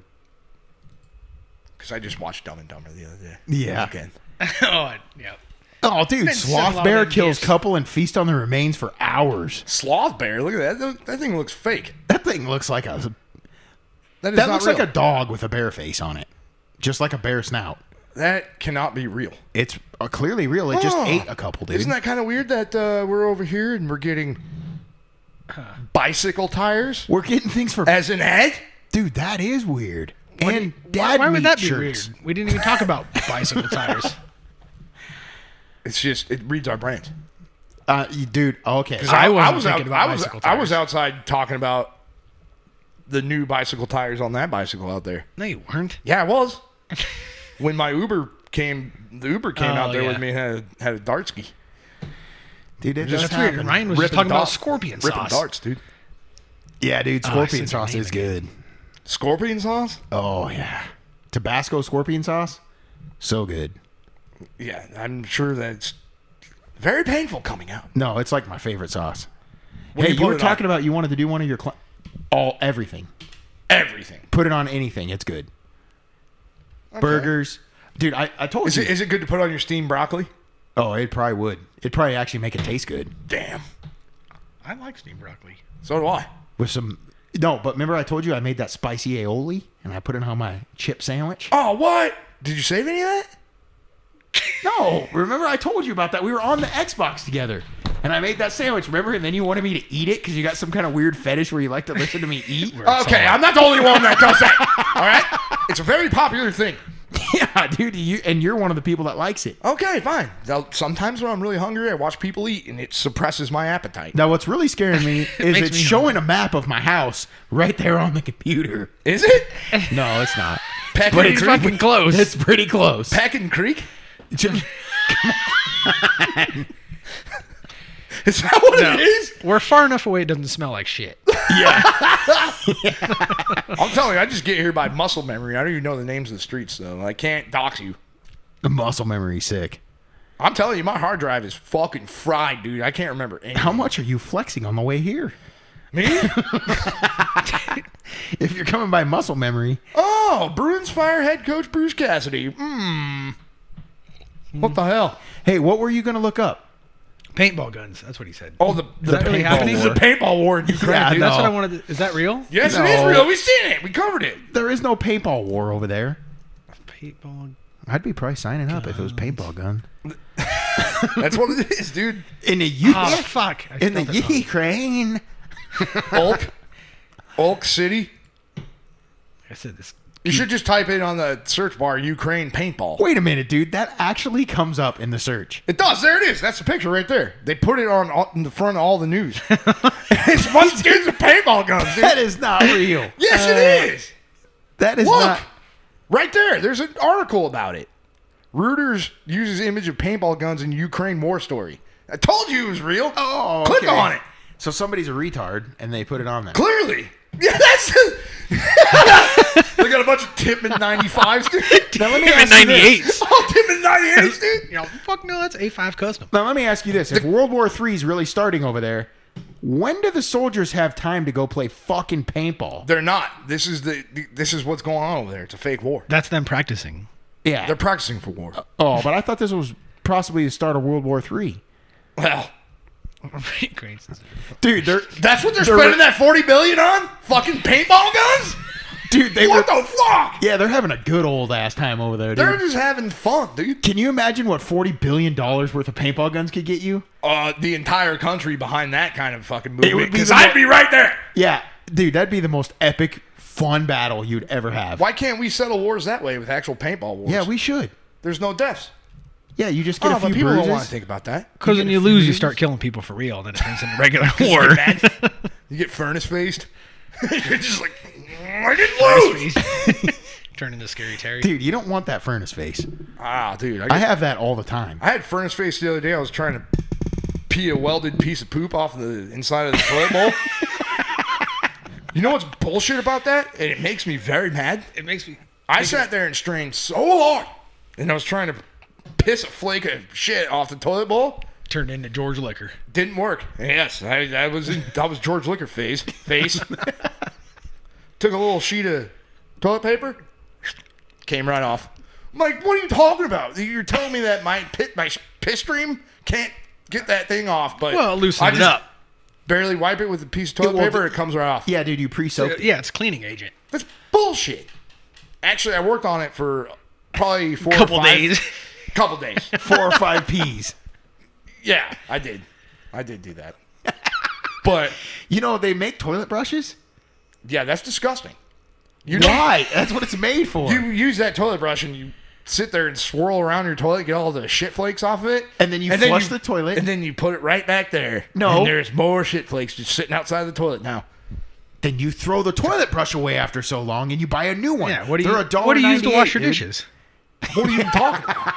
[SPEAKER 1] Because I just watched Dumb and Dumber the other day.
[SPEAKER 5] Yeah.
[SPEAKER 1] Again.
[SPEAKER 6] oh, I- yeah.
[SPEAKER 5] Oh, dude,
[SPEAKER 6] sent a lot
[SPEAKER 5] sloth
[SPEAKER 6] of
[SPEAKER 5] bear
[SPEAKER 6] them
[SPEAKER 5] kills
[SPEAKER 6] gifts.
[SPEAKER 5] couple and feast on the remains for hours.
[SPEAKER 1] Sloth bear. Look at that. That thing looks fake.
[SPEAKER 5] That thing looks like a
[SPEAKER 1] That is
[SPEAKER 5] that
[SPEAKER 1] not
[SPEAKER 5] looks
[SPEAKER 1] real.
[SPEAKER 5] like a dog with a bear face on it, just like a bear snout.
[SPEAKER 1] That cannot be real.
[SPEAKER 5] It's uh, clearly real. It just
[SPEAKER 1] Oh.
[SPEAKER 5] ate a couple, dude.
[SPEAKER 1] Isn't that kind of weird that uh, we're over here and we're getting bicycle tires
[SPEAKER 5] We're getting things for
[SPEAKER 1] as an ad?
[SPEAKER 5] dude. That is weird. and
[SPEAKER 6] Why,
[SPEAKER 5] dad
[SPEAKER 6] why would
[SPEAKER 5] meat
[SPEAKER 6] that be
[SPEAKER 5] shirts.
[SPEAKER 6] weird? We didn't even talk about bicycle tires.
[SPEAKER 1] It's just it reads our brands.
[SPEAKER 5] Uh, you- dude, okay.
[SPEAKER 6] I wasn't
[SPEAKER 1] was
[SPEAKER 6] thinking about
[SPEAKER 1] I was,
[SPEAKER 6] bicycle
[SPEAKER 1] I was
[SPEAKER 6] tires.
[SPEAKER 1] outside talking about the new bicycle tires on that bicycle out there.
[SPEAKER 6] no, you weren't.
[SPEAKER 1] Yeah, I was. when my Uber came, the Uber came out
[SPEAKER 6] Oh,
[SPEAKER 1] there
[SPEAKER 6] yeah.
[SPEAKER 1] with me and had a, had a dart ski.
[SPEAKER 5] Dude, it
[SPEAKER 1] Just
[SPEAKER 5] does
[SPEAKER 6] That's weird.
[SPEAKER 5] happen.
[SPEAKER 6] Ryan was just
[SPEAKER 1] Ripping
[SPEAKER 6] talking about
[SPEAKER 1] darts.
[SPEAKER 6] scorpion
[SPEAKER 1] Ripping
[SPEAKER 6] sauce.
[SPEAKER 1] darts, dude.
[SPEAKER 5] Yeah, dude,
[SPEAKER 6] Oh,
[SPEAKER 5] scorpion
[SPEAKER 6] said your
[SPEAKER 5] sauce
[SPEAKER 6] name
[SPEAKER 5] is good.
[SPEAKER 1] Scorpion sauce?
[SPEAKER 5] Oh yeah, Tabasco scorpion sauce, so good.
[SPEAKER 1] Yeah, I'm sure that's very painful coming out.
[SPEAKER 5] No, it's like my favorite sauce.
[SPEAKER 1] When
[SPEAKER 5] hey, you,
[SPEAKER 1] put
[SPEAKER 5] were
[SPEAKER 1] it on
[SPEAKER 5] talking about you wanted to do one of your cli- all everything.
[SPEAKER 1] everything.
[SPEAKER 5] Put it on anything. It's good. Burgers, dude. I, I told
[SPEAKER 1] Is
[SPEAKER 5] you.
[SPEAKER 1] it, is it good to put on your steamed broccoli?
[SPEAKER 5] oh, it probably would. It probably actually make it taste good
[SPEAKER 1] Damn.
[SPEAKER 6] I like steamed broccoli.
[SPEAKER 1] So do I.
[SPEAKER 5] with some. No, but remember I told you I made that spicy aioli and I put it on my chip sandwich.
[SPEAKER 1] Oh, what? Did you save any of that?
[SPEAKER 5] No, remember I told you about that. We were on the Xbox together. And I made that sandwich, remember? And then you wanted me to eat it because you got some kind of weird fetish where you like to listen to me eat.
[SPEAKER 1] Okay, I'm not the only one that does that. All right? It's a very popular thing.
[SPEAKER 5] Yeah, yeah, dude. You and you're one of the people that likes it.
[SPEAKER 1] Okay, fine. Now, sometimes when I'm really hungry, I watch people eat, and it suppresses my appetite.
[SPEAKER 5] Now, what's really scaring me is
[SPEAKER 6] Makes
[SPEAKER 5] it's
[SPEAKER 6] me
[SPEAKER 5] showing a map of my house right there on the computer.
[SPEAKER 1] Is it?
[SPEAKER 5] No, it's not.
[SPEAKER 1] Peck
[SPEAKER 5] But
[SPEAKER 1] and
[SPEAKER 5] it's
[SPEAKER 1] Creek.
[SPEAKER 5] fucking
[SPEAKER 6] close.
[SPEAKER 5] It's pretty close.
[SPEAKER 1] Peck and Creek.
[SPEAKER 5] Just-
[SPEAKER 1] Is that what
[SPEAKER 6] No.
[SPEAKER 1] it is?
[SPEAKER 6] We're far enough away; it doesn't smell like shit.
[SPEAKER 1] I'm telling you, I just get here by muscle memory. I don't even know the names of the streets, though. I can't dox you.
[SPEAKER 5] the muscle memory sick.
[SPEAKER 1] I'm telling you, my hard drive is fucking fried, dude. I can't remember anything.
[SPEAKER 5] How much are you flexing on the way here?
[SPEAKER 1] Me?
[SPEAKER 5] If you're coming by muscle memory,
[SPEAKER 1] oh, Bruins fire head coach Bruce Cassidy. Mmm. What the hell?
[SPEAKER 5] hey, what were you gonna look up?
[SPEAKER 6] Paintball guns—that's what he said.
[SPEAKER 1] Oh, the the,
[SPEAKER 6] that really
[SPEAKER 1] paintball
[SPEAKER 6] happening?
[SPEAKER 1] war. the paintball war in Ukraine.
[SPEAKER 5] Yeah,
[SPEAKER 1] dude.
[SPEAKER 6] Dude, that's what I
[SPEAKER 5] No.
[SPEAKER 6] wanted. To, is that real?
[SPEAKER 1] Yes, it is
[SPEAKER 5] No.
[SPEAKER 1] real. We've seen it. We covered it.
[SPEAKER 5] There is no paintball war over there.
[SPEAKER 6] Paintball.
[SPEAKER 5] I'd be probably signing up if it was paintball gun.
[SPEAKER 1] That's what it is, dude.
[SPEAKER 5] In the U-
[SPEAKER 6] Oh
[SPEAKER 5] yeah,
[SPEAKER 6] fuck! I
[SPEAKER 5] in the
[SPEAKER 6] spelled it wrong.
[SPEAKER 5] Ukraine.
[SPEAKER 1] Ulk. Ulk City.
[SPEAKER 6] I said this.
[SPEAKER 1] You should just type in on the search bar Ukraine paintball.
[SPEAKER 5] Wait a minute, dude. That actually comes up in the search.
[SPEAKER 1] It does. There it is. That's the picture right there. They put it on all, in the front of all the news. it's a bunch of dudes with paintball guns, dude.
[SPEAKER 5] That is not real.
[SPEAKER 1] Yes, it is.
[SPEAKER 5] That is
[SPEAKER 1] Look,
[SPEAKER 5] not.
[SPEAKER 1] right there. There's an article about it. Reuters uses image of paintball guns in Ukraine war story. I told you it was real.
[SPEAKER 5] Oh,
[SPEAKER 1] click
[SPEAKER 5] okay.
[SPEAKER 1] on it.
[SPEAKER 5] So somebody's a retard and they put it on there.
[SPEAKER 1] Clearly. Yeah, that's. they got a bunch of Tippmann 95s, dude. Oh,
[SPEAKER 5] Now let me
[SPEAKER 6] Him in
[SPEAKER 5] ask you this.
[SPEAKER 6] '98.
[SPEAKER 1] All Tippmann 98s, dude.
[SPEAKER 6] You know, fuck no, that's A5 custom.
[SPEAKER 5] Now let me ask you this: If World War III is really starting over there, when do the soldiers have time to go play fucking paintball?
[SPEAKER 1] They're not. This is the. This is what's going on over there. It's a fake war.
[SPEAKER 6] That's them practicing.
[SPEAKER 5] Yeah.
[SPEAKER 1] They're practicing for war.
[SPEAKER 5] oh, but I thought this was possibly the start of World War III.
[SPEAKER 1] Well,
[SPEAKER 6] Great.
[SPEAKER 5] Dude, they're
[SPEAKER 1] that's what they're,
[SPEAKER 5] They're-
[SPEAKER 1] spending that forty billion on. Fucking paintball guns.
[SPEAKER 5] dude, they
[SPEAKER 1] What
[SPEAKER 5] were.
[SPEAKER 1] the fuck?
[SPEAKER 5] Yeah, they're having a good old ass time over there, dude.
[SPEAKER 1] They're just having fun, dude.
[SPEAKER 5] Can you imagine what forty billion dollars worth of paintball guns could get you?
[SPEAKER 1] Uh, the entire country behind that kind of fucking movement.
[SPEAKER 5] would be
[SPEAKER 1] Because
[SPEAKER 5] the
[SPEAKER 1] I'd
[SPEAKER 5] mo-
[SPEAKER 1] be right there.
[SPEAKER 5] Yeah, dude, that'd be the most epic, fun battle you'd ever have.
[SPEAKER 1] Why can't we settle wars that way with actual paintball wars?
[SPEAKER 5] Yeah, we should.
[SPEAKER 1] There's no deaths.
[SPEAKER 5] Yeah, you just get
[SPEAKER 1] Oh,
[SPEAKER 5] a
[SPEAKER 1] but
[SPEAKER 5] few
[SPEAKER 1] people
[SPEAKER 5] bruises.
[SPEAKER 1] don't want to think about that.
[SPEAKER 6] Because when you lose, you start killing people for real. Then it turns into regular war.
[SPEAKER 1] You get furnace faced. You're just like, "Mm, I didn't lose.
[SPEAKER 6] Turn into scary Terry.
[SPEAKER 5] dude, you don't want that furnace face.
[SPEAKER 1] Ah, dude. I,
[SPEAKER 5] I
[SPEAKER 1] get-
[SPEAKER 5] have that all the time.
[SPEAKER 1] I had furnace face the other day. I was trying to pee a welded piece of poop off the inside of the toilet bowl. You know what's bullshit about that? And it makes me very mad.
[SPEAKER 6] It makes me.
[SPEAKER 1] I sat there and strained so hard, and I was trying to piss a flake of shit off the toilet bowl.
[SPEAKER 6] Turned into George Liquor.
[SPEAKER 1] Didn't work. Yes, I, I was in, I was George Liquor phase. Face. Took a little sheet of toilet paper, came right off. I'm like, what are you talking about? You're telling me that my pit my piss stream can't get that thing off, but
[SPEAKER 6] Well, loosen
[SPEAKER 1] I
[SPEAKER 6] it
[SPEAKER 1] just
[SPEAKER 6] up.
[SPEAKER 1] Barely wipe it with a piece of toilet
[SPEAKER 5] well,
[SPEAKER 1] paper,
[SPEAKER 5] the-
[SPEAKER 1] it comes right off.
[SPEAKER 5] Yeah, dude, you pre-soaked
[SPEAKER 6] uh, Yeah, it's cleaning agent.
[SPEAKER 1] That's bullshit. Actually, I worked on it for probably four or
[SPEAKER 6] Couple
[SPEAKER 1] five-
[SPEAKER 6] days.
[SPEAKER 1] Couple days.
[SPEAKER 5] four or five P's.
[SPEAKER 1] Yeah, I did. I did do that. But
[SPEAKER 5] You know they make toilet brushes.
[SPEAKER 1] yeah, that's disgusting. You don't-
[SPEAKER 5] Why? That's what it's made for.
[SPEAKER 1] you use that toilet brush and you sit there and swirl around your toilet, get all the shit flakes off of it,
[SPEAKER 5] And then you flush the toilet.
[SPEAKER 1] and then you put it right back there.
[SPEAKER 5] No.
[SPEAKER 1] and there's more shit flakes just sitting outside the toilet now.
[SPEAKER 5] then you throw the toilet brush away after so long, and you buy a new one.
[SPEAKER 6] Yeah. What do you?
[SPEAKER 5] They're $1.98,
[SPEAKER 6] What do you use to wash your
[SPEAKER 5] dude.
[SPEAKER 6] dishes?
[SPEAKER 1] What are you even talking about?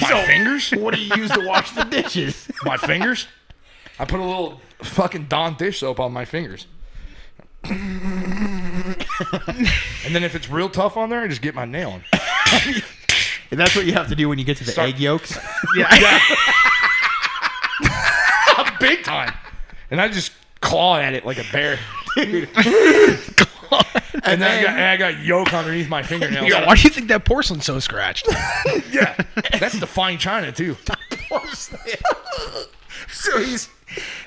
[SPEAKER 1] My fingers,
[SPEAKER 5] What do you use to wash the dishes?
[SPEAKER 1] my fingers. I put a little fucking Dawn dish soap on my fingers. and then if it's real tough on there, I just get my nail. in.
[SPEAKER 5] And that's what you have to do when you get to the
[SPEAKER 1] Start-
[SPEAKER 5] egg yolks.
[SPEAKER 1] big time. And I just claw at it like a bear. and, then I, got, and I got yolk underneath my fingernails.
[SPEAKER 6] Yo, why do you think that porcelain's so scratched?
[SPEAKER 1] yeah, that's the fine china too.
[SPEAKER 5] so he's,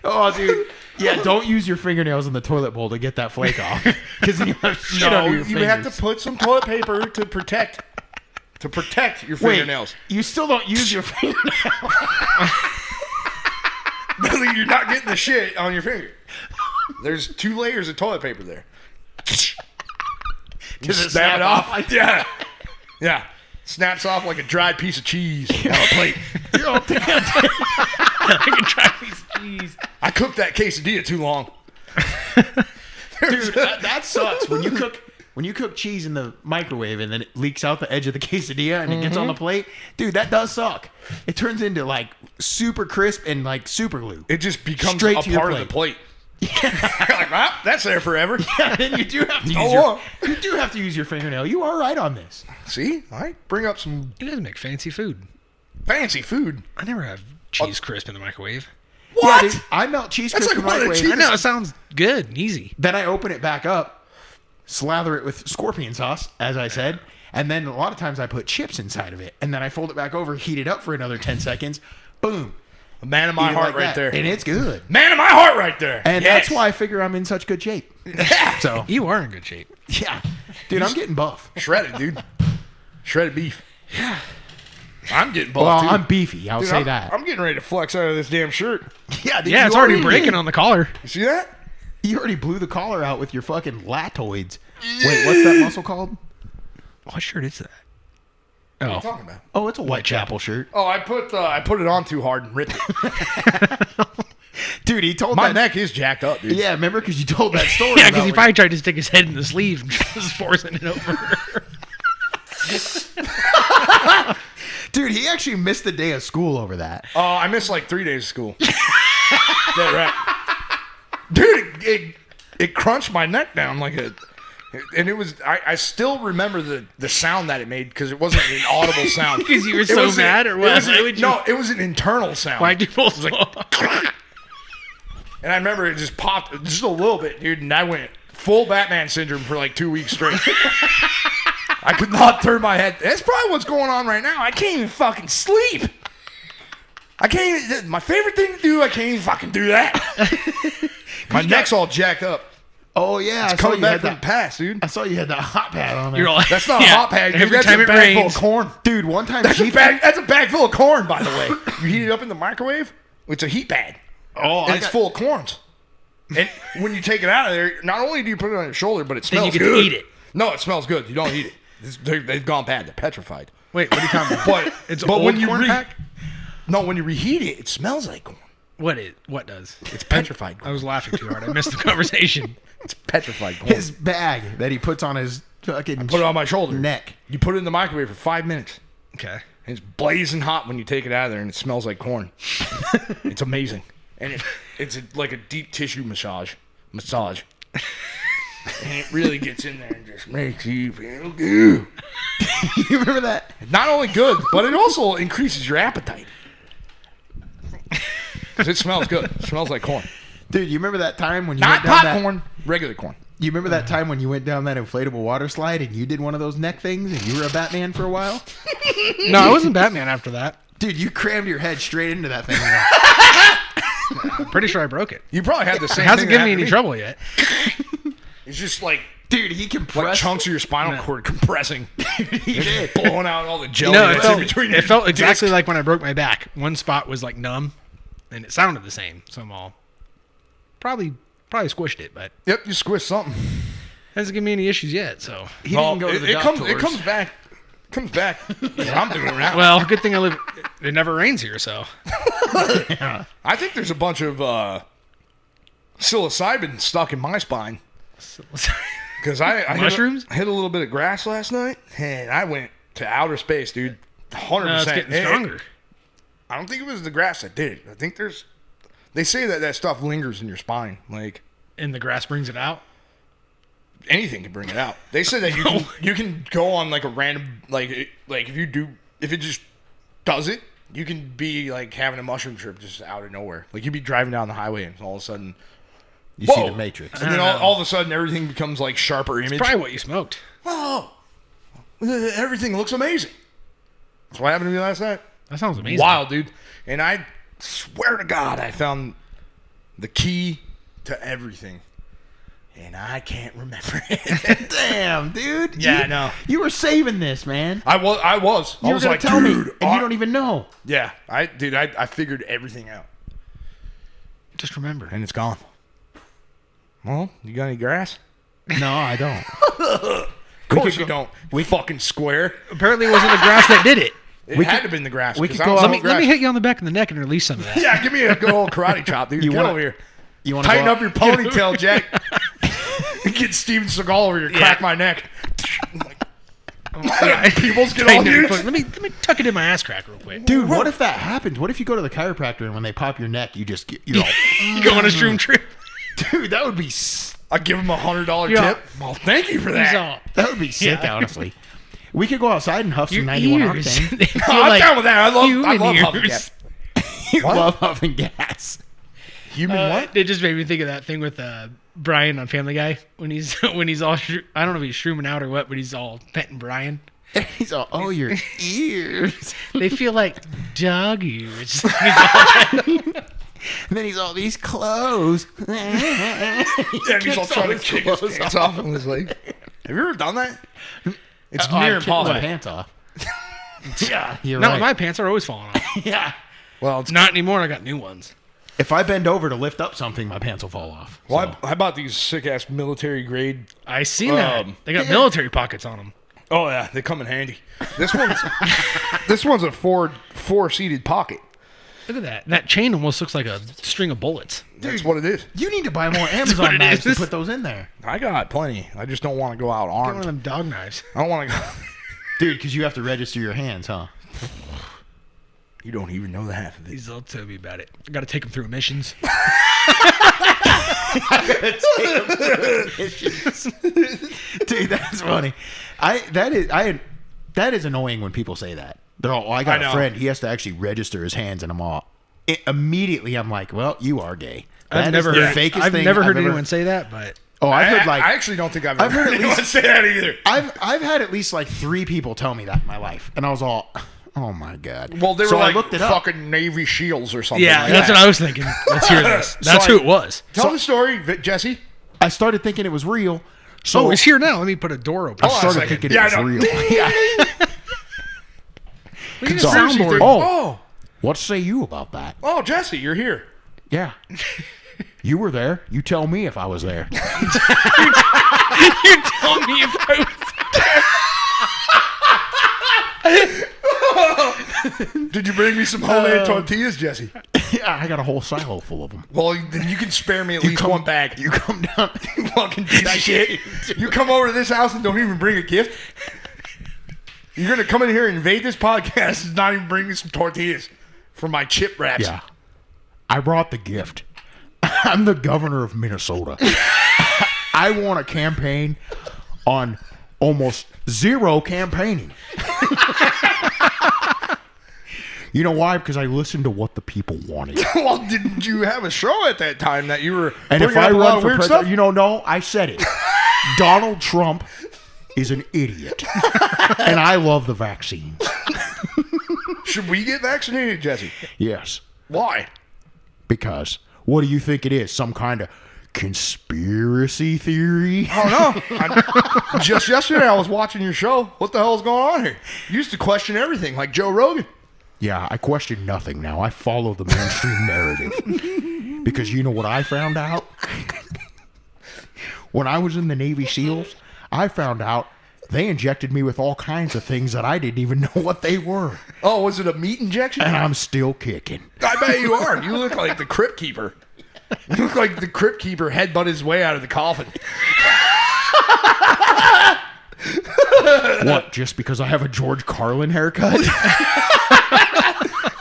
[SPEAKER 5] oh dude, yeah. Don't use your fingernails in the toilet bowl to get that flake off, because then you have shit
[SPEAKER 1] No,
[SPEAKER 5] under
[SPEAKER 1] you
[SPEAKER 5] your fingers.
[SPEAKER 1] have to put some toilet paper to protect to protect your
[SPEAKER 5] Wait,
[SPEAKER 1] fingernails.
[SPEAKER 5] You still don't use your fingernails.
[SPEAKER 1] You're not getting the shit on your finger. There's two layers of toilet paper there. Just
[SPEAKER 5] snap off?
[SPEAKER 1] Yeah. Yeah. Snaps off like a dried piece of cheese on a plate.
[SPEAKER 6] I can try these cheese.
[SPEAKER 1] I cooked that quesadilla too long.
[SPEAKER 5] Dude, that, that sucks when you cook when you cook cheese in the microwave and then it leaks out the edge of the quesadilla and it gets on
[SPEAKER 1] Mm-hmm.
[SPEAKER 5] the plate. Dude, that does suck. It turns into like super crisp and like super glue.
[SPEAKER 1] It just becomes
[SPEAKER 5] Straight
[SPEAKER 1] a
[SPEAKER 5] to your
[SPEAKER 1] part of the plate. like, well, that's there forever.
[SPEAKER 5] then you do have to use
[SPEAKER 1] Oh,
[SPEAKER 5] your, you do have to use your fingernail. You are right on this.
[SPEAKER 1] See? I bring up some
[SPEAKER 6] You guys make fancy food.
[SPEAKER 1] fancy food.
[SPEAKER 6] I never have cheese crisp in the microwave.
[SPEAKER 5] What? Yeah, dude, I melt cheese
[SPEAKER 1] That's like
[SPEAKER 5] crisp in the
[SPEAKER 1] one of the
[SPEAKER 5] microwave.
[SPEAKER 1] cheap-
[SPEAKER 6] I know it sounds good and easy.
[SPEAKER 5] Then I open it back up, slather it with scorpion sauce, as I said, and then a lot of times I put chips inside of it, and then I fold it back over, heat it up for another ten seconds, boom,
[SPEAKER 1] A man of
[SPEAKER 5] eat
[SPEAKER 1] my
[SPEAKER 5] it
[SPEAKER 1] heart
[SPEAKER 5] like
[SPEAKER 1] right
[SPEAKER 5] that,
[SPEAKER 1] there.
[SPEAKER 5] and it's good.
[SPEAKER 1] Man of my heart right there.
[SPEAKER 5] And
[SPEAKER 1] Yes.
[SPEAKER 5] that's why I figure I'm in such good shape. So
[SPEAKER 6] You are in good shape.
[SPEAKER 5] yeah, dude, I'm getting buff.
[SPEAKER 1] shredded, dude. Shredded beef. Yeah. I'm getting buff,
[SPEAKER 5] Well,
[SPEAKER 1] too.
[SPEAKER 5] I'm beefy. I'll
[SPEAKER 1] Dude,
[SPEAKER 5] say
[SPEAKER 1] I'm-
[SPEAKER 5] that.
[SPEAKER 1] I'm getting ready to flex out of this damn shirt.
[SPEAKER 5] yeah, dude,
[SPEAKER 6] Yeah,
[SPEAKER 5] you
[SPEAKER 6] it's already
[SPEAKER 5] did.
[SPEAKER 6] breaking on the collar.
[SPEAKER 1] You see that?
[SPEAKER 5] You already blew the collar out with your fucking latoids. Wait, what's that muscle called?
[SPEAKER 6] What shirt is that?
[SPEAKER 1] What are you
[SPEAKER 6] Oh,
[SPEAKER 1] talking about?
[SPEAKER 5] Oh, it's a Whitechapel shirt.
[SPEAKER 1] Oh, I put uh, I put it on too hard and ripped it.
[SPEAKER 5] Dude, he told
[SPEAKER 1] My
[SPEAKER 5] that.
[SPEAKER 1] neck is jacked up, dude.
[SPEAKER 5] Yeah, remember because you told that story.
[SPEAKER 6] yeah, because he
[SPEAKER 5] about
[SPEAKER 6] probably tried to stick his head in the sleeve and just forcing it over.
[SPEAKER 5] when- dude, he actually missed the day of school over that.
[SPEAKER 1] Oh, I missed like three days of school. yeah, right. Dude, it, it it crunched my neck down like a, and it was I, I still remember the the sound that it made because it wasn't an audible sound
[SPEAKER 6] 'Cause you were
[SPEAKER 1] It
[SPEAKER 6] so
[SPEAKER 1] was
[SPEAKER 6] mad or what?
[SPEAKER 1] It was
[SPEAKER 6] Why
[SPEAKER 1] an-
[SPEAKER 6] would you-
[SPEAKER 1] No, it was an internal sound.
[SPEAKER 6] Why'd you pull so hard?
[SPEAKER 1] And I remember it just popped just a little bit, dude, and I went full Batman syndrome for like two weeks straight. I could not turn my head. That's probably what's going on right now. I can't even fucking sleep. I can't even. th- My favorite thing to do, I can't even fucking do that. my neck's all jacked up.
[SPEAKER 5] Oh yeah, I saw
[SPEAKER 1] Coming
[SPEAKER 5] you had
[SPEAKER 1] back from the
[SPEAKER 5] that.
[SPEAKER 1] past, dude.
[SPEAKER 5] I saw you had that hot pad on there.
[SPEAKER 6] You're all-
[SPEAKER 1] That's not a
[SPEAKER 6] Yeah,
[SPEAKER 1] hot pad. Dude.
[SPEAKER 6] Every
[SPEAKER 1] that's
[SPEAKER 6] time
[SPEAKER 1] a
[SPEAKER 6] it
[SPEAKER 1] bag
[SPEAKER 6] rains.
[SPEAKER 1] full of Oh, corn.
[SPEAKER 5] dude, one time
[SPEAKER 1] That's a
[SPEAKER 5] Chief.
[SPEAKER 1] bag. That's a bag full of corn, by the way. You heat it up in the microwave. It's a heat bag.
[SPEAKER 5] oh,
[SPEAKER 1] and
[SPEAKER 5] I
[SPEAKER 1] it's
[SPEAKER 5] got-
[SPEAKER 1] full of corns. And when you take it out of there, not only do you put it on your shoulder, but it
[SPEAKER 6] you
[SPEAKER 1] smells
[SPEAKER 6] get to
[SPEAKER 1] good.
[SPEAKER 6] eat it.
[SPEAKER 1] No, it smells good. You don't eat it. It's- they're- they've gone bad. They're petrified.
[SPEAKER 6] Wait, what are you talking about?
[SPEAKER 1] But
[SPEAKER 6] It's
[SPEAKER 1] but
[SPEAKER 6] old
[SPEAKER 1] when you
[SPEAKER 6] corn
[SPEAKER 1] re-
[SPEAKER 6] pack?
[SPEAKER 1] no, when you reheat it, it smells like corn.
[SPEAKER 6] What it? What does?
[SPEAKER 1] It's petrified.
[SPEAKER 6] I
[SPEAKER 1] Corn.
[SPEAKER 6] was laughing too hard. I missed the conversation.
[SPEAKER 1] It's petrified corn.
[SPEAKER 5] His bag that he puts on his fucking
[SPEAKER 1] put it on my shoulder.
[SPEAKER 5] neck.
[SPEAKER 1] You put it in the microwave for five minutes.
[SPEAKER 6] Okay.
[SPEAKER 1] And it's blazing hot when you take it out of there, and it smells like corn. it's amazing, and it, it's a, like a deep tissue massage. Massage. and it really gets in there and just makes you feel good.
[SPEAKER 5] you remember that?
[SPEAKER 1] Not only good, but it also increases your appetite. 'Cause it smells good. It smells like corn.
[SPEAKER 5] Dude, you remember that time when you
[SPEAKER 1] Not
[SPEAKER 5] went down that,
[SPEAKER 1] popcorn, regular corn.
[SPEAKER 5] You remember that time when you went down that inflatable water slide and you did one of those neck things and you were a Batman for a while?
[SPEAKER 6] No, I wasn't Batman after that.
[SPEAKER 5] Dude, you crammed your head straight into that thing. and you're
[SPEAKER 6] I'm pretty sure I broke it.
[SPEAKER 1] You probably had the same.
[SPEAKER 6] It hasn't
[SPEAKER 1] thing that
[SPEAKER 6] given me any
[SPEAKER 1] happened to
[SPEAKER 6] trouble yet.
[SPEAKER 1] It's just like
[SPEAKER 5] like- Dude, he
[SPEAKER 1] like
[SPEAKER 5] compressed.
[SPEAKER 1] chunks of your spinal cord compressing,
[SPEAKER 5] he did.
[SPEAKER 1] blowing out all the jelly
[SPEAKER 6] no, it
[SPEAKER 1] that's
[SPEAKER 6] felt,
[SPEAKER 1] in between.
[SPEAKER 6] it
[SPEAKER 1] your
[SPEAKER 6] felt
[SPEAKER 1] discs.
[SPEAKER 6] exactly like when I broke my back. One spot was like numb, and it sounded the same. So I'm all probably probably squished it, but
[SPEAKER 1] Yep, you squished something.
[SPEAKER 6] hasn't given me any issues yet. So
[SPEAKER 5] He
[SPEAKER 1] Well,
[SPEAKER 5] didn't go to
[SPEAKER 1] Oh, it,
[SPEAKER 5] the
[SPEAKER 1] it comes. It
[SPEAKER 5] doctors.
[SPEAKER 1] comes back. Comes back. I'm doing it now.
[SPEAKER 6] well, good thing I live. It never rains here, so
[SPEAKER 1] I think there's a bunch of uh, psilocybin stuck in my spine because I, I hit a-
[SPEAKER 6] Mushrooms?
[SPEAKER 1] hit, a little bit of grass last night and I went to outer space, dude. Hundred
[SPEAKER 6] No, it's
[SPEAKER 1] percent.
[SPEAKER 6] getting stronger.
[SPEAKER 1] I don't think it was the grass that did it. I think there's. They say that that stuff lingers in your spine. Like
[SPEAKER 6] And the grass brings it out.
[SPEAKER 1] anything can bring it out. They said that you can, you can go on like a random like it- like if you do if it just does it, you can be like having a mushroom trip just out of nowhere. Like you'd be driving down the highway and all of a sudden
[SPEAKER 5] You see
[SPEAKER 1] Whoa.
[SPEAKER 5] the Matrix.
[SPEAKER 1] and then all, all of a sudden everything becomes like sharper image.
[SPEAKER 6] Probably what you smoked.
[SPEAKER 1] oh, everything looks amazing. That's what happened to me last night.
[SPEAKER 6] That sounds amazing.
[SPEAKER 1] Wild, dude. And I swear to God, I found the key to everything, and I can't remember it.
[SPEAKER 5] Damn, dude.
[SPEAKER 1] Yeah,
[SPEAKER 5] you,
[SPEAKER 1] I know.
[SPEAKER 5] You were saving this, man.
[SPEAKER 1] I was, I was,
[SPEAKER 5] You
[SPEAKER 1] I
[SPEAKER 5] were
[SPEAKER 1] was
[SPEAKER 5] gonna
[SPEAKER 1] like,
[SPEAKER 5] tell
[SPEAKER 1] dude,
[SPEAKER 5] me, and
[SPEAKER 1] I-
[SPEAKER 5] you don't e-, even know.
[SPEAKER 1] Yeah, I dude, I, I figured everything out,
[SPEAKER 6] Just remember.
[SPEAKER 1] and it's gone. Well, you got any grass?
[SPEAKER 5] No, I don't.
[SPEAKER 1] Of course
[SPEAKER 5] could
[SPEAKER 1] you
[SPEAKER 5] go-
[SPEAKER 1] don't. We fucking square.
[SPEAKER 6] Apparently, it wasn't the grass that did it.
[SPEAKER 1] It had to have been the grass.
[SPEAKER 5] we
[SPEAKER 1] 'cause
[SPEAKER 5] could
[SPEAKER 1] I
[SPEAKER 5] go
[SPEAKER 1] was
[SPEAKER 5] out-
[SPEAKER 6] Let
[SPEAKER 1] on
[SPEAKER 6] me
[SPEAKER 1] the
[SPEAKER 6] let me
[SPEAKER 1] grass.
[SPEAKER 6] hit you on the back of the neck and release some of that.
[SPEAKER 1] Yeah, give me a good old karate chop, dude.
[SPEAKER 5] You
[SPEAKER 1] Get
[SPEAKER 5] wanna-
[SPEAKER 1] over here.
[SPEAKER 5] You want to
[SPEAKER 1] Tighten up your ponytail, Jack. Get Steven Seagal over here. Crack my neck. oh People's get all
[SPEAKER 6] Tighten it
[SPEAKER 1] huge.
[SPEAKER 6] quick. Let me let me tuck it in my ass crack real quick.
[SPEAKER 5] Dude, what if that happens? What if you go to the chiropractor and when they pop your neck, you just get, you know,
[SPEAKER 6] You go on a shroom trip.
[SPEAKER 5] dude, that would be s-
[SPEAKER 1] I give him a hundred dollar
[SPEAKER 6] Yeah.
[SPEAKER 1] tip. Well, thank you for
[SPEAKER 6] He's
[SPEAKER 1] that.
[SPEAKER 6] all,
[SPEAKER 5] that would be sick, honestly. We could go outside and huff
[SPEAKER 6] your
[SPEAKER 5] some 91
[SPEAKER 6] ears.
[SPEAKER 5] octane.
[SPEAKER 6] They feel
[SPEAKER 1] I'm
[SPEAKER 6] like
[SPEAKER 1] down with that. I love- I
[SPEAKER 6] human
[SPEAKER 1] love Huffing
[SPEAKER 6] ears.
[SPEAKER 1] Gas.
[SPEAKER 5] You love huffing gas.
[SPEAKER 1] Human
[SPEAKER 6] Uh,
[SPEAKER 1] what?
[SPEAKER 6] It just made me think of that thing with uh, Brian on Family Guy when he's when he's all shro- I don't know if he's shrooming out or what, but he's all petting Brian.
[SPEAKER 5] He's all, oh, your ears.
[SPEAKER 6] They feel like dog ears.
[SPEAKER 5] And then he's all, these clothes.
[SPEAKER 1] And he's all trying to kick his pants off. and was like, Oh, Have you ever done that? It's near
[SPEAKER 5] My
[SPEAKER 1] impossible.
[SPEAKER 5] pants off. yeah, you're
[SPEAKER 6] no,
[SPEAKER 5] right.
[SPEAKER 6] my pants are always falling off.
[SPEAKER 5] yeah.
[SPEAKER 1] Well, it's
[SPEAKER 6] Not anymore. I got new ones.
[SPEAKER 5] If I bend over to lift up something, my pants will fall off.
[SPEAKER 1] Well, I, I bought these sick ass military grade.
[SPEAKER 6] I seen that.
[SPEAKER 1] Um,
[SPEAKER 6] They got military pockets on them.
[SPEAKER 1] Oh yeah, they come in handy. This one's this one's a four four seated pocket.
[SPEAKER 6] Look at that. That chain almost looks like a string of bullets.
[SPEAKER 1] That's what it is.
[SPEAKER 5] You need to buy more
[SPEAKER 6] what
[SPEAKER 5] Amazon
[SPEAKER 6] it
[SPEAKER 5] knives to
[SPEAKER 6] is.
[SPEAKER 5] put those in there.
[SPEAKER 1] I got plenty. I just don't want to go out
[SPEAKER 6] One of
[SPEAKER 1] armed.
[SPEAKER 6] them dog knives.
[SPEAKER 1] I don't want to go.
[SPEAKER 5] Dude, because you have to register your hands, huh?
[SPEAKER 1] You don't even know the half of it.
[SPEAKER 6] He's all tell me about it. I got to take him through missions.
[SPEAKER 5] Dude, that's funny. I that is I that is annoying when people say that. They're all, "Oh, I got
[SPEAKER 1] I
[SPEAKER 5] a
[SPEAKER 1] know.
[SPEAKER 5] friend. He has to actually register his hands, and I'm all it, immediately. I'm like, well, you are gay. That is the fakest
[SPEAKER 6] I've
[SPEAKER 5] thing
[SPEAKER 6] never heard
[SPEAKER 5] ever-
[SPEAKER 6] anyone say that, but
[SPEAKER 5] Oh, I've heard like
[SPEAKER 1] I actually don't think I've
[SPEAKER 5] I've
[SPEAKER 1] ever heard
[SPEAKER 5] heard at
[SPEAKER 1] anyone
[SPEAKER 5] least-
[SPEAKER 1] say that either.
[SPEAKER 5] I've I've had at least like three people tell me that in my life, and I was all, oh my god.
[SPEAKER 1] Well, they were
[SPEAKER 5] So I
[SPEAKER 1] like
[SPEAKER 5] looked it up.
[SPEAKER 1] fucking Navy SEALs or something.
[SPEAKER 6] yeah,
[SPEAKER 1] like
[SPEAKER 6] that's
[SPEAKER 1] that.
[SPEAKER 6] what I was thinking. Let's hear this. That's
[SPEAKER 1] Sorry.
[SPEAKER 6] who it was.
[SPEAKER 1] Tell the story, Vi- Jesse.
[SPEAKER 5] I started thinking it was real. So
[SPEAKER 6] Oh, it's here now. Let me put a door open.
[SPEAKER 5] I
[SPEAKER 1] on a
[SPEAKER 5] started
[SPEAKER 1] second.
[SPEAKER 5] thinking
[SPEAKER 1] Yeah,
[SPEAKER 5] it
[SPEAKER 1] Oh, I know.
[SPEAKER 5] was real. yeah.
[SPEAKER 6] We need a
[SPEAKER 5] Sorry.
[SPEAKER 6] soundboard.
[SPEAKER 5] Oh.
[SPEAKER 1] oh,
[SPEAKER 5] What say you about that?
[SPEAKER 1] oh, Jesse, you're here.
[SPEAKER 5] Yeah. You were there. You tell me if I was there.
[SPEAKER 6] you tell me if I was.
[SPEAKER 1] Did you bring me some homemade tortillas, Jesse?
[SPEAKER 5] yeah, I got a whole silo full of them.
[SPEAKER 1] Well, you- then you can spare me at least one bag.
[SPEAKER 5] You come down.
[SPEAKER 1] You fucking piece of shit. You come over to this house and don't even bring a gift. You're gonna come in here and invade this podcast and not even bring me some tortillas for my chip wraps.
[SPEAKER 5] Yeah. I brought the gift. I'm the governor of Minnesota. I want a campaign on almost zero campaigning. you know why? Because I listened to what the people wanted.
[SPEAKER 1] Well, didn't you have a show at that time that you were
[SPEAKER 5] And if
[SPEAKER 1] bringing
[SPEAKER 5] I
[SPEAKER 1] up a lot
[SPEAKER 5] run
[SPEAKER 1] of
[SPEAKER 5] for
[SPEAKER 1] weird
[SPEAKER 5] president,
[SPEAKER 1] stuff?
[SPEAKER 5] you know, no, I said it. Donald Trump is an idiot. and I love the vaccine.
[SPEAKER 1] Should we get vaccinated, Jesse?
[SPEAKER 5] Yes.
[SPEAKER 1] Why?
[SPEAKER 5] Because what do you think it is? Some kind of conspiracy theory?
[SPEAKER 1] I don't know. I- just yesterday, I was watching your show. What the hell is going on here? You used to question everything, like Joe Rogan.
[SPEAKER 5] Yeah, I question nothing now. I follow the mainstream narrative. Because you know what I found out? when I was in the Navy SEALs, I found out they injected me with all kinds of things that I didn't even know what they were.
[SPEAKER 1] Oh, was it a meat injection?
[SPEAKER 5] And I'm still kicking.
[SPEAKER 1] I bet you are. You look like the Crypt Keeper. You look like the Crypt Keeper headbutt his way out of the coffin.
[SPEAKER 5] What, just because I have a George Carlin haircut?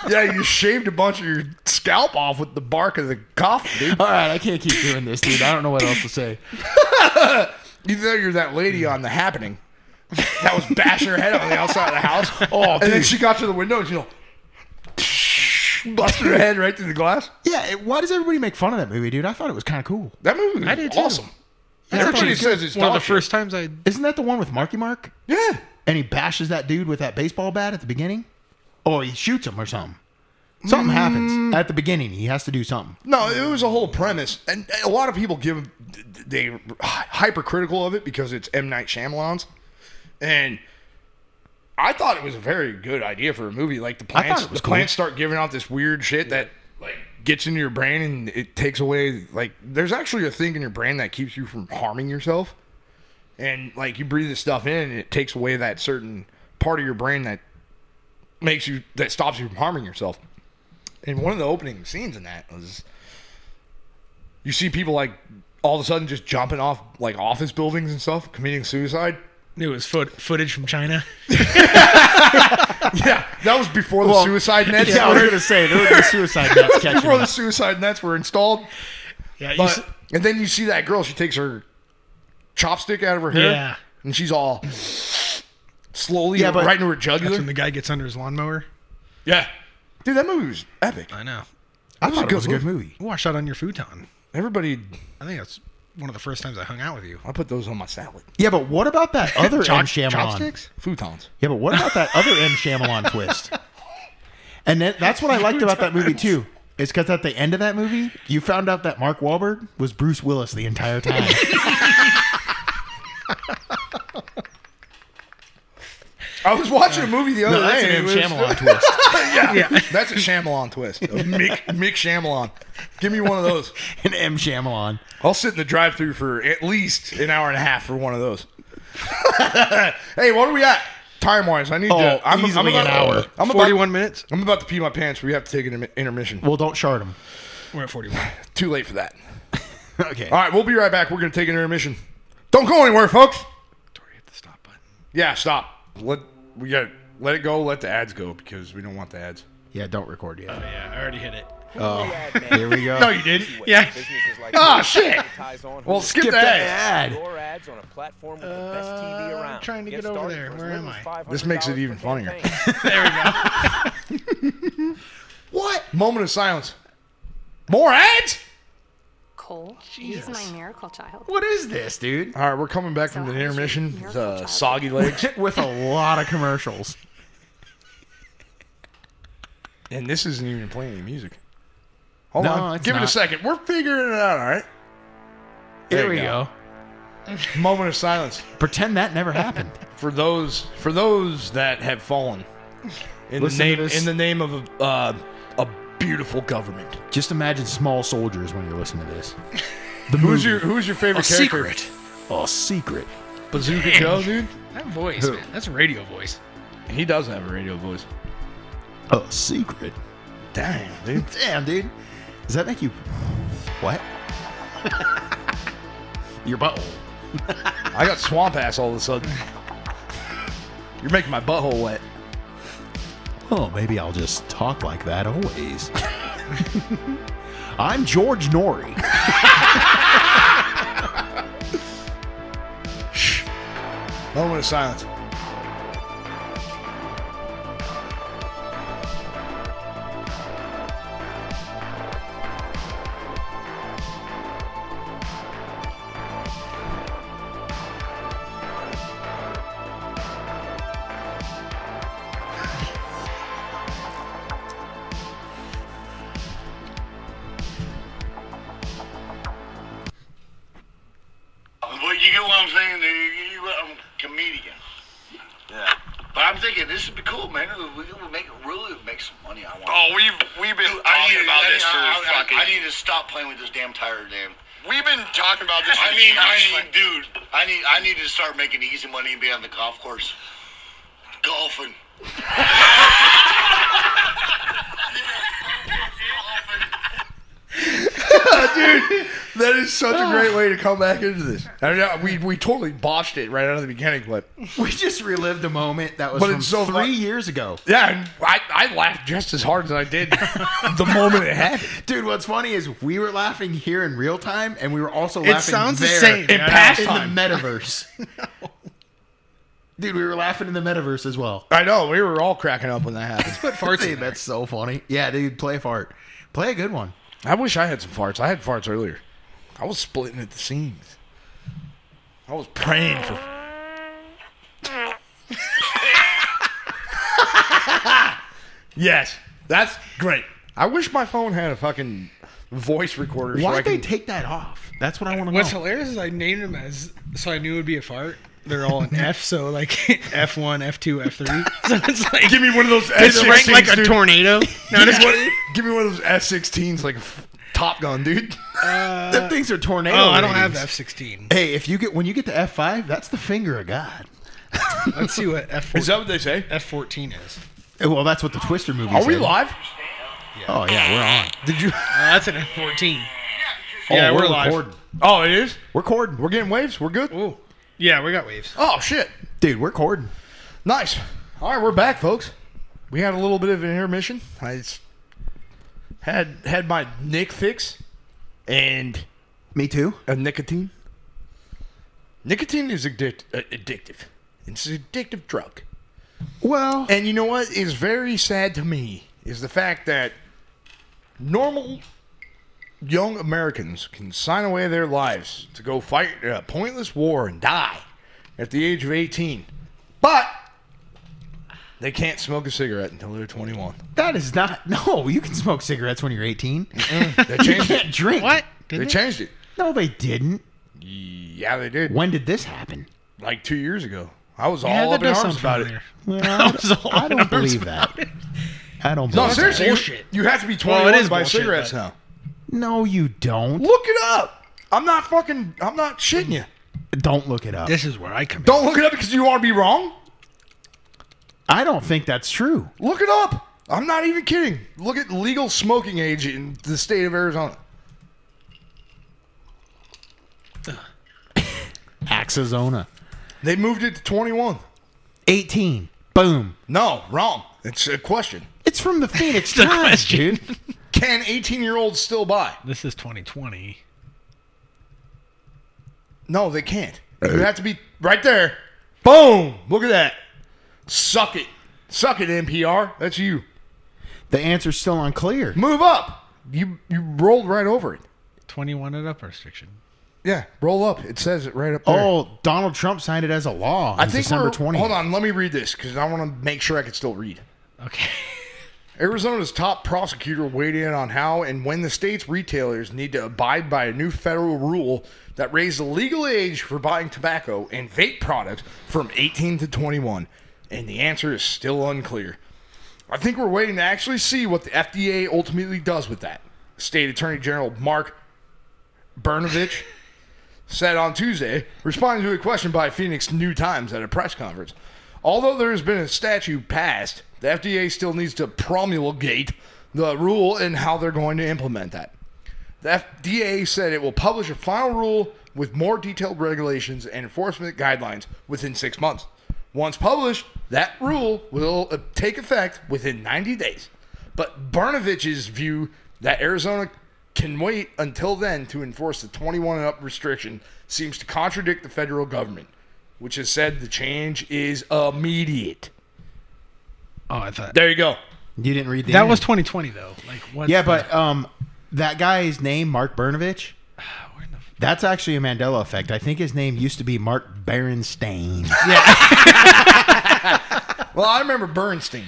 [SPEAKER 1] Yeah, you shaved a bunch of your scalp off with the bark of the coffin, dude.
[SPEAKER 5] All right, I can't keep doing this, dude. I don't know what else to say.
[SPEAKER 1] You know you're that lady on The Happening that was bashing her head on the outside of the house. Oh, and then
[SPEAKER 5] dude.
[SPEAKER 1] she got to the window and she like, busted her head right through the glass.
[SPEAKER 5] Yeah, it- why does everybody make fun of that movie, dude? I thought it was kind of cool.
[SPEAKER 1] That movie was
[SPEAKER 6] I did too.
[SPEAKER 1] awesome.
[SPEAKER 5] I thought
[SPEAKER 1] Everybody
[SPEAKER 5] it was
[SPEAKER 1] says it's
[SPEAKER 6] One of the
[SPEAKER 1] dog shit.
[SPEAKER 6] first times I
[SPEAKER 5] Isn't that the one with Marky Mark?
[SPEAKER 1] Yeah.
[SPEAKER 5] And he bashes that dude with that baseball bat at the beginning? Or he shoots him or something. Something happens at the beginning. He has to do something.
[SPEAKER 1] No, it was a whole premise, and a lot of people give they hypercritical of it because it's M Night Shyamalan's, and I thought it was a very good idea for a movie. Like the
[SPEAKER 5] I thought
[SPEAKER 1] plants,
[SPEAKER 5] it was
[SPEAKER 1] the plants
[SPEAKER 5] cool.
[SPEAKER 1] start giving out this weird shit that like gets into your brain and it takes away. Like there's actually a thing in your brain that keeps you from harming yourself. and like you breathe this stuff in, and it takes away that certain part of your brain that makes you that stops you from harming yourself. And one of the opening scenes in that was you see people like all of a sudden just jumping off like office buildings and stuff, committing suicide.
[SPEAKER 6] It was foot, footage from China.
[SPEAKER 1] Yeah, that was before the suicide nets
[SPEAKER 5] Yeah, I was
[SPEAKER 1] were,
[SPEAKER 5] gonna say there were the suicide nets catching.
[SPEAKER 1] before the
[SPEAKER 5] up.
[SPEAKER 1] suicide nets were installed.
[SPEAKER 6] Yeah, you s-
[SPEAKER 1] But, and then you see that girl, she takes her chopstick out of her hair
[SPEAKER 6] Yeah.
[SPEAKER 1] and she's all slowly
[SPEAKER 5] Yeah, but-
[SPEAKER 1] right into her
[SPEAKER 6] that's
[SPEAKER 1] jugular.
[SPEAKER 6] when the guy gets under his lawnmower.
[SPEAKER 1] yeah. Dude, that movie was epic.
[SPEAKER 6] I know.
[SPEAKER 5] I thought it was a good movie.
[SPEAKER 6] Oh, I shot on your futon.
[SPEAKER 1] Everybody,
[SPEAKER 6] I think that's one of the first times I hung out with you.
[SPEAKER 1] I put those on my salad.
[SPEAKER 5] Yeah, but what about that other
[SPEAKER 6] Chop-
[SPEAKER 5] M Shyamalan?
[SPEAKER 6] chopsticks?
[SPEAKER 1] Futons.
[SPEAKER 5] Yeah, but what about that other M Shyamalan twist? And that, that's what I liked about that movie too. Is because at the end of that movie, you found out that Mark Wahlberg was Bruce Willis the entire time.
[SPEAKER 1] I was watching a movie the other
[SPEAKER 5] No, that's
[SPEAKER 1] day.
[SPEAKER 5] an M
[SPEAKER 1] and it was-
[SPEAKER 5] Shyamalan twist.
[SPEAKER 1] yeah, that's a Shyamalan twist. A Mick, Mick Shyamalan. Give me one of those.
[SPEAKER 5] An M Shyamalan.
[SPEAKER 1] I'll sit in the drive-through for at least an hour and a half for one of those. hey, what are we at time-wise? I need
[SPEAKER 5] Oh,
[SPEAKER 1] to. I'm, I'm
[SPEAKER 5] easily
[SPEAKER 1] about,
[SPEAKER 5] an hour.
[SPEAKER 1] I'm about,
[SPEAKER 6] Forty-one minutes.
[SPEAKER 1] I'm about to pee my pants. We have to take an intermi- intermission.
[SPEAKER 5] Well, don't shard him.
[SPEAKER 6] We're at forty-one.
[SPEAKER 1] Too late for that.
[SPEAKER 5] Okay.
[SPEAKER 1] All right, we'll be right back. We're gonna take an intermission. Don't go anywhere, folks.
[SPEAKER 6] Tori, hit the stop button.
[SPEAKER 1] Yeah, stop. Let we got let it go. Let the ads go because we don't want the ads.
[SPEAKER 5] Oh, Yeah, don't record yet.
[SPEAKER 6] Yeah, I already hit it.
[SPEAKER 5] Here we go.
[SPEAKER 1] No, you didn't.
[SPEAKER 6] Yeah.
[SPEAKER 9] Businesses like
[SPEAKER 6] Oh,
[SPEAKER 1] Ah, shit. Well,
[SPEAKER 9] well,
[SPEAKER 1] skip,
[SPEAKER 5] Skip
[SPEAKER 1] the
[SPEAKER 5] that
[SPEAKER 1] ads.
[SPEAKER 5] ad.
[SPEAKER 9] your ads on a platform with the best TV around.
[SPEAKER 6] Uh, trying to get over
[SPEAKER 9] started
[SPEAKER 6] there.
[SPEAKER 9] for as
[SPEAKER 6] Where
[SPEAKER 9] little
[SPEAKER 6] am
[SPEAKER 9] as
[SPEAKER 6] I?
[SPEAKER 9] $500
[SPEAKER 1] This makes it
[SPEAKER 9] per
[SPEAKER 1] even funnier.
[SPEAKER 9] campaign.
[SPEAKER 6] There we go.
[SPEAKER 1] What? Moment of silence. More ads?
[SPEAKER 7] Cole, he's my miracle child.
[SPEAKER 5] What is this, dude?
[SPEAKER 1] All right, we're coming back from the intermission. with, uh, soggy legs,
[SPEAKER 5] With a lot of commercials.
[SPEAKER 1] and this isn't even playing any music. Hold
[SPEAKER 5] No,
[SPEAKER 1] on,
[SPEAKER 5] it's
[SPEAKER 1] give it
[SPEAKER 5] not.
[SPEAKER 1] a second. We're figuring it out. All right.
[SPEAKER 5] There,
[SPEAKER 1] you
[SPEAKER 5] we
[SPEAKER 1] go.
[SPEAKER 5] go.
[SPEAKER 1] Moment of silence
[SPEAKER 5] Pretend that never happened.
[SPEAKER 1] for those for those that have fallen in
[SPEAKER 5] Listen
[SPEAKER 1] the
[SPEAKER 5] to
[SPEAKER 1] name
[SPEAKER 5] this.
[SPEAKER 1] in the name of a, uh, a beautiful government.
[SPEAKER 5] Just imagine small soldiers when you're listening to this. The
[SPEAKER 1] Who's
[SPEAKER 5] movie.
[SPEAKER 1] your Who's your favorite character?
[SPEAKER 6] Secret.
[SPEAKER 5] a secret?
[SPEAKER 1] Bazooka
[SPEAKER 6] Dang.
[SPEAKER 1] Joe, dude.
[SPEAKER 6] That voice, man. That's a radio voice.
[SPEAKER 1] He does have a radio voice.
[SPEAKER 5] A secret.
[SPEAKER 1] Damn, dude.
[SPEAKER 5] Damn, dude. Does that make you what? Your butthole.
[SPEAKER 1] I got swamp ass all of a sudden. You're making my butthole wet.
[SPEAKER 5] Oh, maybe I'll just talk like that always. I'm George Nori.
[SPEAKER 1] Moment of silence.
[SPEAKER 10] But you get what I'm saying? dude? You, I'm a comedian. Yeah. But I'm thinking this would be cool, man. We would make really make some money. I want. Oh, we've we've been talking about this for fucking. I, need to stop playing with this damn tire, damn. We've been talking about this. I mean, I need, dude. I need I need to start making easy money and be on the golf course, golfing.
[SPEAKER 1] That is such a great way to come back into this. I know, we we totally botched it right out of the beginning, but
[SPEAKER 5] We just relived a moment that was
[SPEAKER 1] But
[SPEAKER 5] from
[SPEAKER 1] it's so
[SPEAKER 5] three
[SPEAKER 1] fun-
[SPEAKER 5] years ago.
[SPEAKER 1] yeah, and I, I laughed just as hard as I did the moment it happened.
[SPEAKER 5] Dude, what's funny is we were laughing here in real time, and we were also laughing
[SPEAKER 6] sounds the
[SPEAKER 5] there
[SPEAKER 6] same.
[SPEAKER 5] in
[SPEAKER 6] Yeah, I
[SPEAKER 5] past
[SPEAKER 1] know.
[SPEAKER 5] in the metaverse. Dude, we were laughing in the metaverse as well.
[SPEAKER 1] I know we were all cracking up when that happened.
[SPEAKER 6] Put farts
[SPEAKER 5] Dude,
[SPEAKER 6] in there.
[SPEAKER 5] that's so funny. Yeah, dude, play a fart. Play a good one.
[SPEAKER 1] I wish I had some farts. I had farts earlier. I was splitting at the seams. I was praying for. yes, that's great. I wish my phone had a fucking voice recorder. so I
[SPEAKER 5] Why'd they
[SPEAKER 1] can-
[SPEAKER 5] take that off? That's what I want to know.
[SPEAKER 6] What's hilarious is I named them as so I knew it would be a fart. They're all an F, so like F one, F two, F three. So it's like
[SPEAKER 1] Give me one of those
[SPEAKER 6] it's ranked
[SPEAKER 1] S16s,
[SPEAKER 6] like a
[SPEAKER 1] dude.
[SPEAKER 6] tornado. No,
[SPEAKER 1] Give
[SPEAKER 6] it's
[SPEAKER 1] me one- give me one of those S16s, like a f-
[SPEAKER 5] Top Gun, dude. Them things are tornado.
[SPEAKER 6] Uh, Oh, I don't have the
[SPEAKER 5] ratings.
[SPEAKER 6] F-16.
[SPEAKER 5] Hey, if you get when you get to F five, that's the finger of God.
[SPEAKER 6] Let's see what F-14,
[SPEAKER 1] Is that what they say?
[SPEAKER 6] F-14 is.
[SPEAKER 5] Eh, Well, that's what the Twister movie.
[SPEAKER 1] Are we
[SPEAKER 5] said.
[SPEAKER 1] live?
[SPEAKER 5] Oh yeah, we're on. Did you?
[SPEAKER 6] Uh, that's an F-14.
[SPEAKER 5] Oh,
[SPEAKER 6] Yeah, we're live.
[SPEAKER 5] recording.
[SPEAKER 1] Oh, it is.
[SPEAKER 5] We're cording.
[SPEAKER 1] We're getting waves. We're good.
[SPEAKER 6] Ooh. Yeah, we got waves.
[SPEAKER 1] Oh shit.
[SPEAKER 5] Dude, we're cording.
[SPEAKER 1] Nice. All right, we're back, folks. We had a little bit of an intermission. I s- had had my Nick fix and
[SPEAKER 5] Me too.
[SPEAKER 1] a nicotine. Nicotine is addict- uh, addictive. It's an addictive drug.
[SPEAKER 5] Well,
[SPEAKER 1] And you know what is very sad to me is the fact that normal young Americans can sign away their lives to go fight a pointless war and die at the age of 18. But they can't smoke a cigarette until they're 21.
[SPEAKER 5] that is not. No, you can smoke cigarettes when you're 18.
[SPEAKER 1] They changed
[SPEAKER 5] Can't
[SPEAKER 1] it.
[SPEAKER 5] drink.
[SPEAKER 6] What?
[SPEAKER 1] They changed it.
[SPEAKER 5] No, they didn't.
[SPEAKER 1] Yeah, they did.
[SPEAKER 5] When did this happen?
[SPEAKER 1] Like two years ago. I was
[SPEAKER 6] Yeah,
[SPEAKER 1] all
[SPEAKER 6] that
[SPEAKER 1] up in
[SPEAKER 6] does
[SPEAKER 1] arms
[SPEAKER 6] sound
[SPEAKER 1] about it.
[SPEAKER 6] familiar.
[SPEAKER 5] Well, I
[SPEAKER 6] was all
[SPEAKER 5] don't- I
[SPEAKER 6] up in
[SPEAKER 5] don't
[SPEAKER 6] arms
[SPEAKER 5] believe
[SPEAKER 6] about
[SPEAKER 5] that. I don't.
[SPEAKER 1] No,
[SPEAKER 5] believe
[SPEAKER 1] seriously, you-
[SPEAKER 6] bullshit.
[SPEAKER 1] You, have to be
[SPEAKER 6] Well,
[SPEAKER 1] 21
[SPEAKER 6] it is
[SPEAKER 1] to buy
[SPEAKER 6] bullshit,
[SPEAKER 1] cigarettes
[SPEAKER 6] but-
[SPEAKER 1] now.
[SPEAKER 5] that. No, you don't.
[SPEAKER 1] Look it up. I'm not fucking. I'm not shitting you.
[SPEAKER 5] Don't look it up.
[SPEAKER 6] This is where I come in.
[SPEAKER 1] Don't look it up because you want to be wrong.
[SPEAKER 5] I don't think that's true.
[SPEAKER 1] Look it up. I'm not even kidding. Look at legal smoking age in the state of Arizona.
[SPEAKER 5] Axazona.
[SPEAKER 1] They moved it to 21.
[SPEAKER 5] 18. Boom.
[SPEAKER 1] No, wrong. It's a question.
[SPEAKER 5] It's from the Phoenix
[SPEAKER 6] a
[SPEAKER 5] Times,
[SPEAKER 6] question.
[SPEAKER 5] dude.
[SPEAKER 1] Can 18 year olds still buy?
[SPEAKER 6] This is 2020.
[SPEAKER 1] No, they can't. You have to be right there. Boom. Look at that. Suck it. Suck it, NPR. That's you.
[SPEAKER 5] The answer's still unclear.
[SPEAKER 1] Move up. You you rolled right over it.
[SPEAKER 6] 21 and up restriction.
[SPEAKER 1] Yeah, roll up. It says it right up there.
[SPEAKER 5] Oh, Donald Trump signed it as a law on
[SPEAKER 1] I think
[SPEAKER 5] December
[SPEAKER 1] we're-
[SPEAKER 5] 20th.
[SPEAKER 1] Hold on, let me read this because I want to make sure I can still read.
[SPEAKER 6] Okay.
[SPEAKER 1] Arizona's top prosecutor weighed in on how and when the state's retailers need to abide by a new federal rule that raised the legal age for buying tobacco and vape products from 18 to 21, and the answer is still unclear. I think we're waiting to actually see what the FDA ultimately does with that. State Attorney General Mark Bernovich said on Tuesday, responding to a question by Phoenix New Times at a press conference. Although there has been a statute passed, the FDA still needs to promulgate the rule and how they're going to implement that. The FDA said it will publish a final rule with more detailed regulations and enforcement guidelines within six months. Once published, that rule will uh, take effect within 90 days. But Bernovich's view that Arizona can wait until then to enforce the 21 and up restriction seems to contradict the federal government, which has said the change is immediate.
[SPEAKER 6] Oh, I thought
[SPEAKER 1] There you go.
[SPEAKER 5] You didn't read the
[SPEAKER 6] that
[SPEAKER 5] end.
[SPEAKER 6] was 2020 though. Like what?
[SPEAKER 5] Yeah,
[SPEAKER 6] the-
[SPEAKER 5] but um, that guy's name, Mark Bernovich,
[SPEAKER 6] Where in the f-
[SPEAKER 5] that's actually a Mandela effect. I think his name used to be Mark Berenstain.
[SPEAKER 1] Well, I remember Bernstein.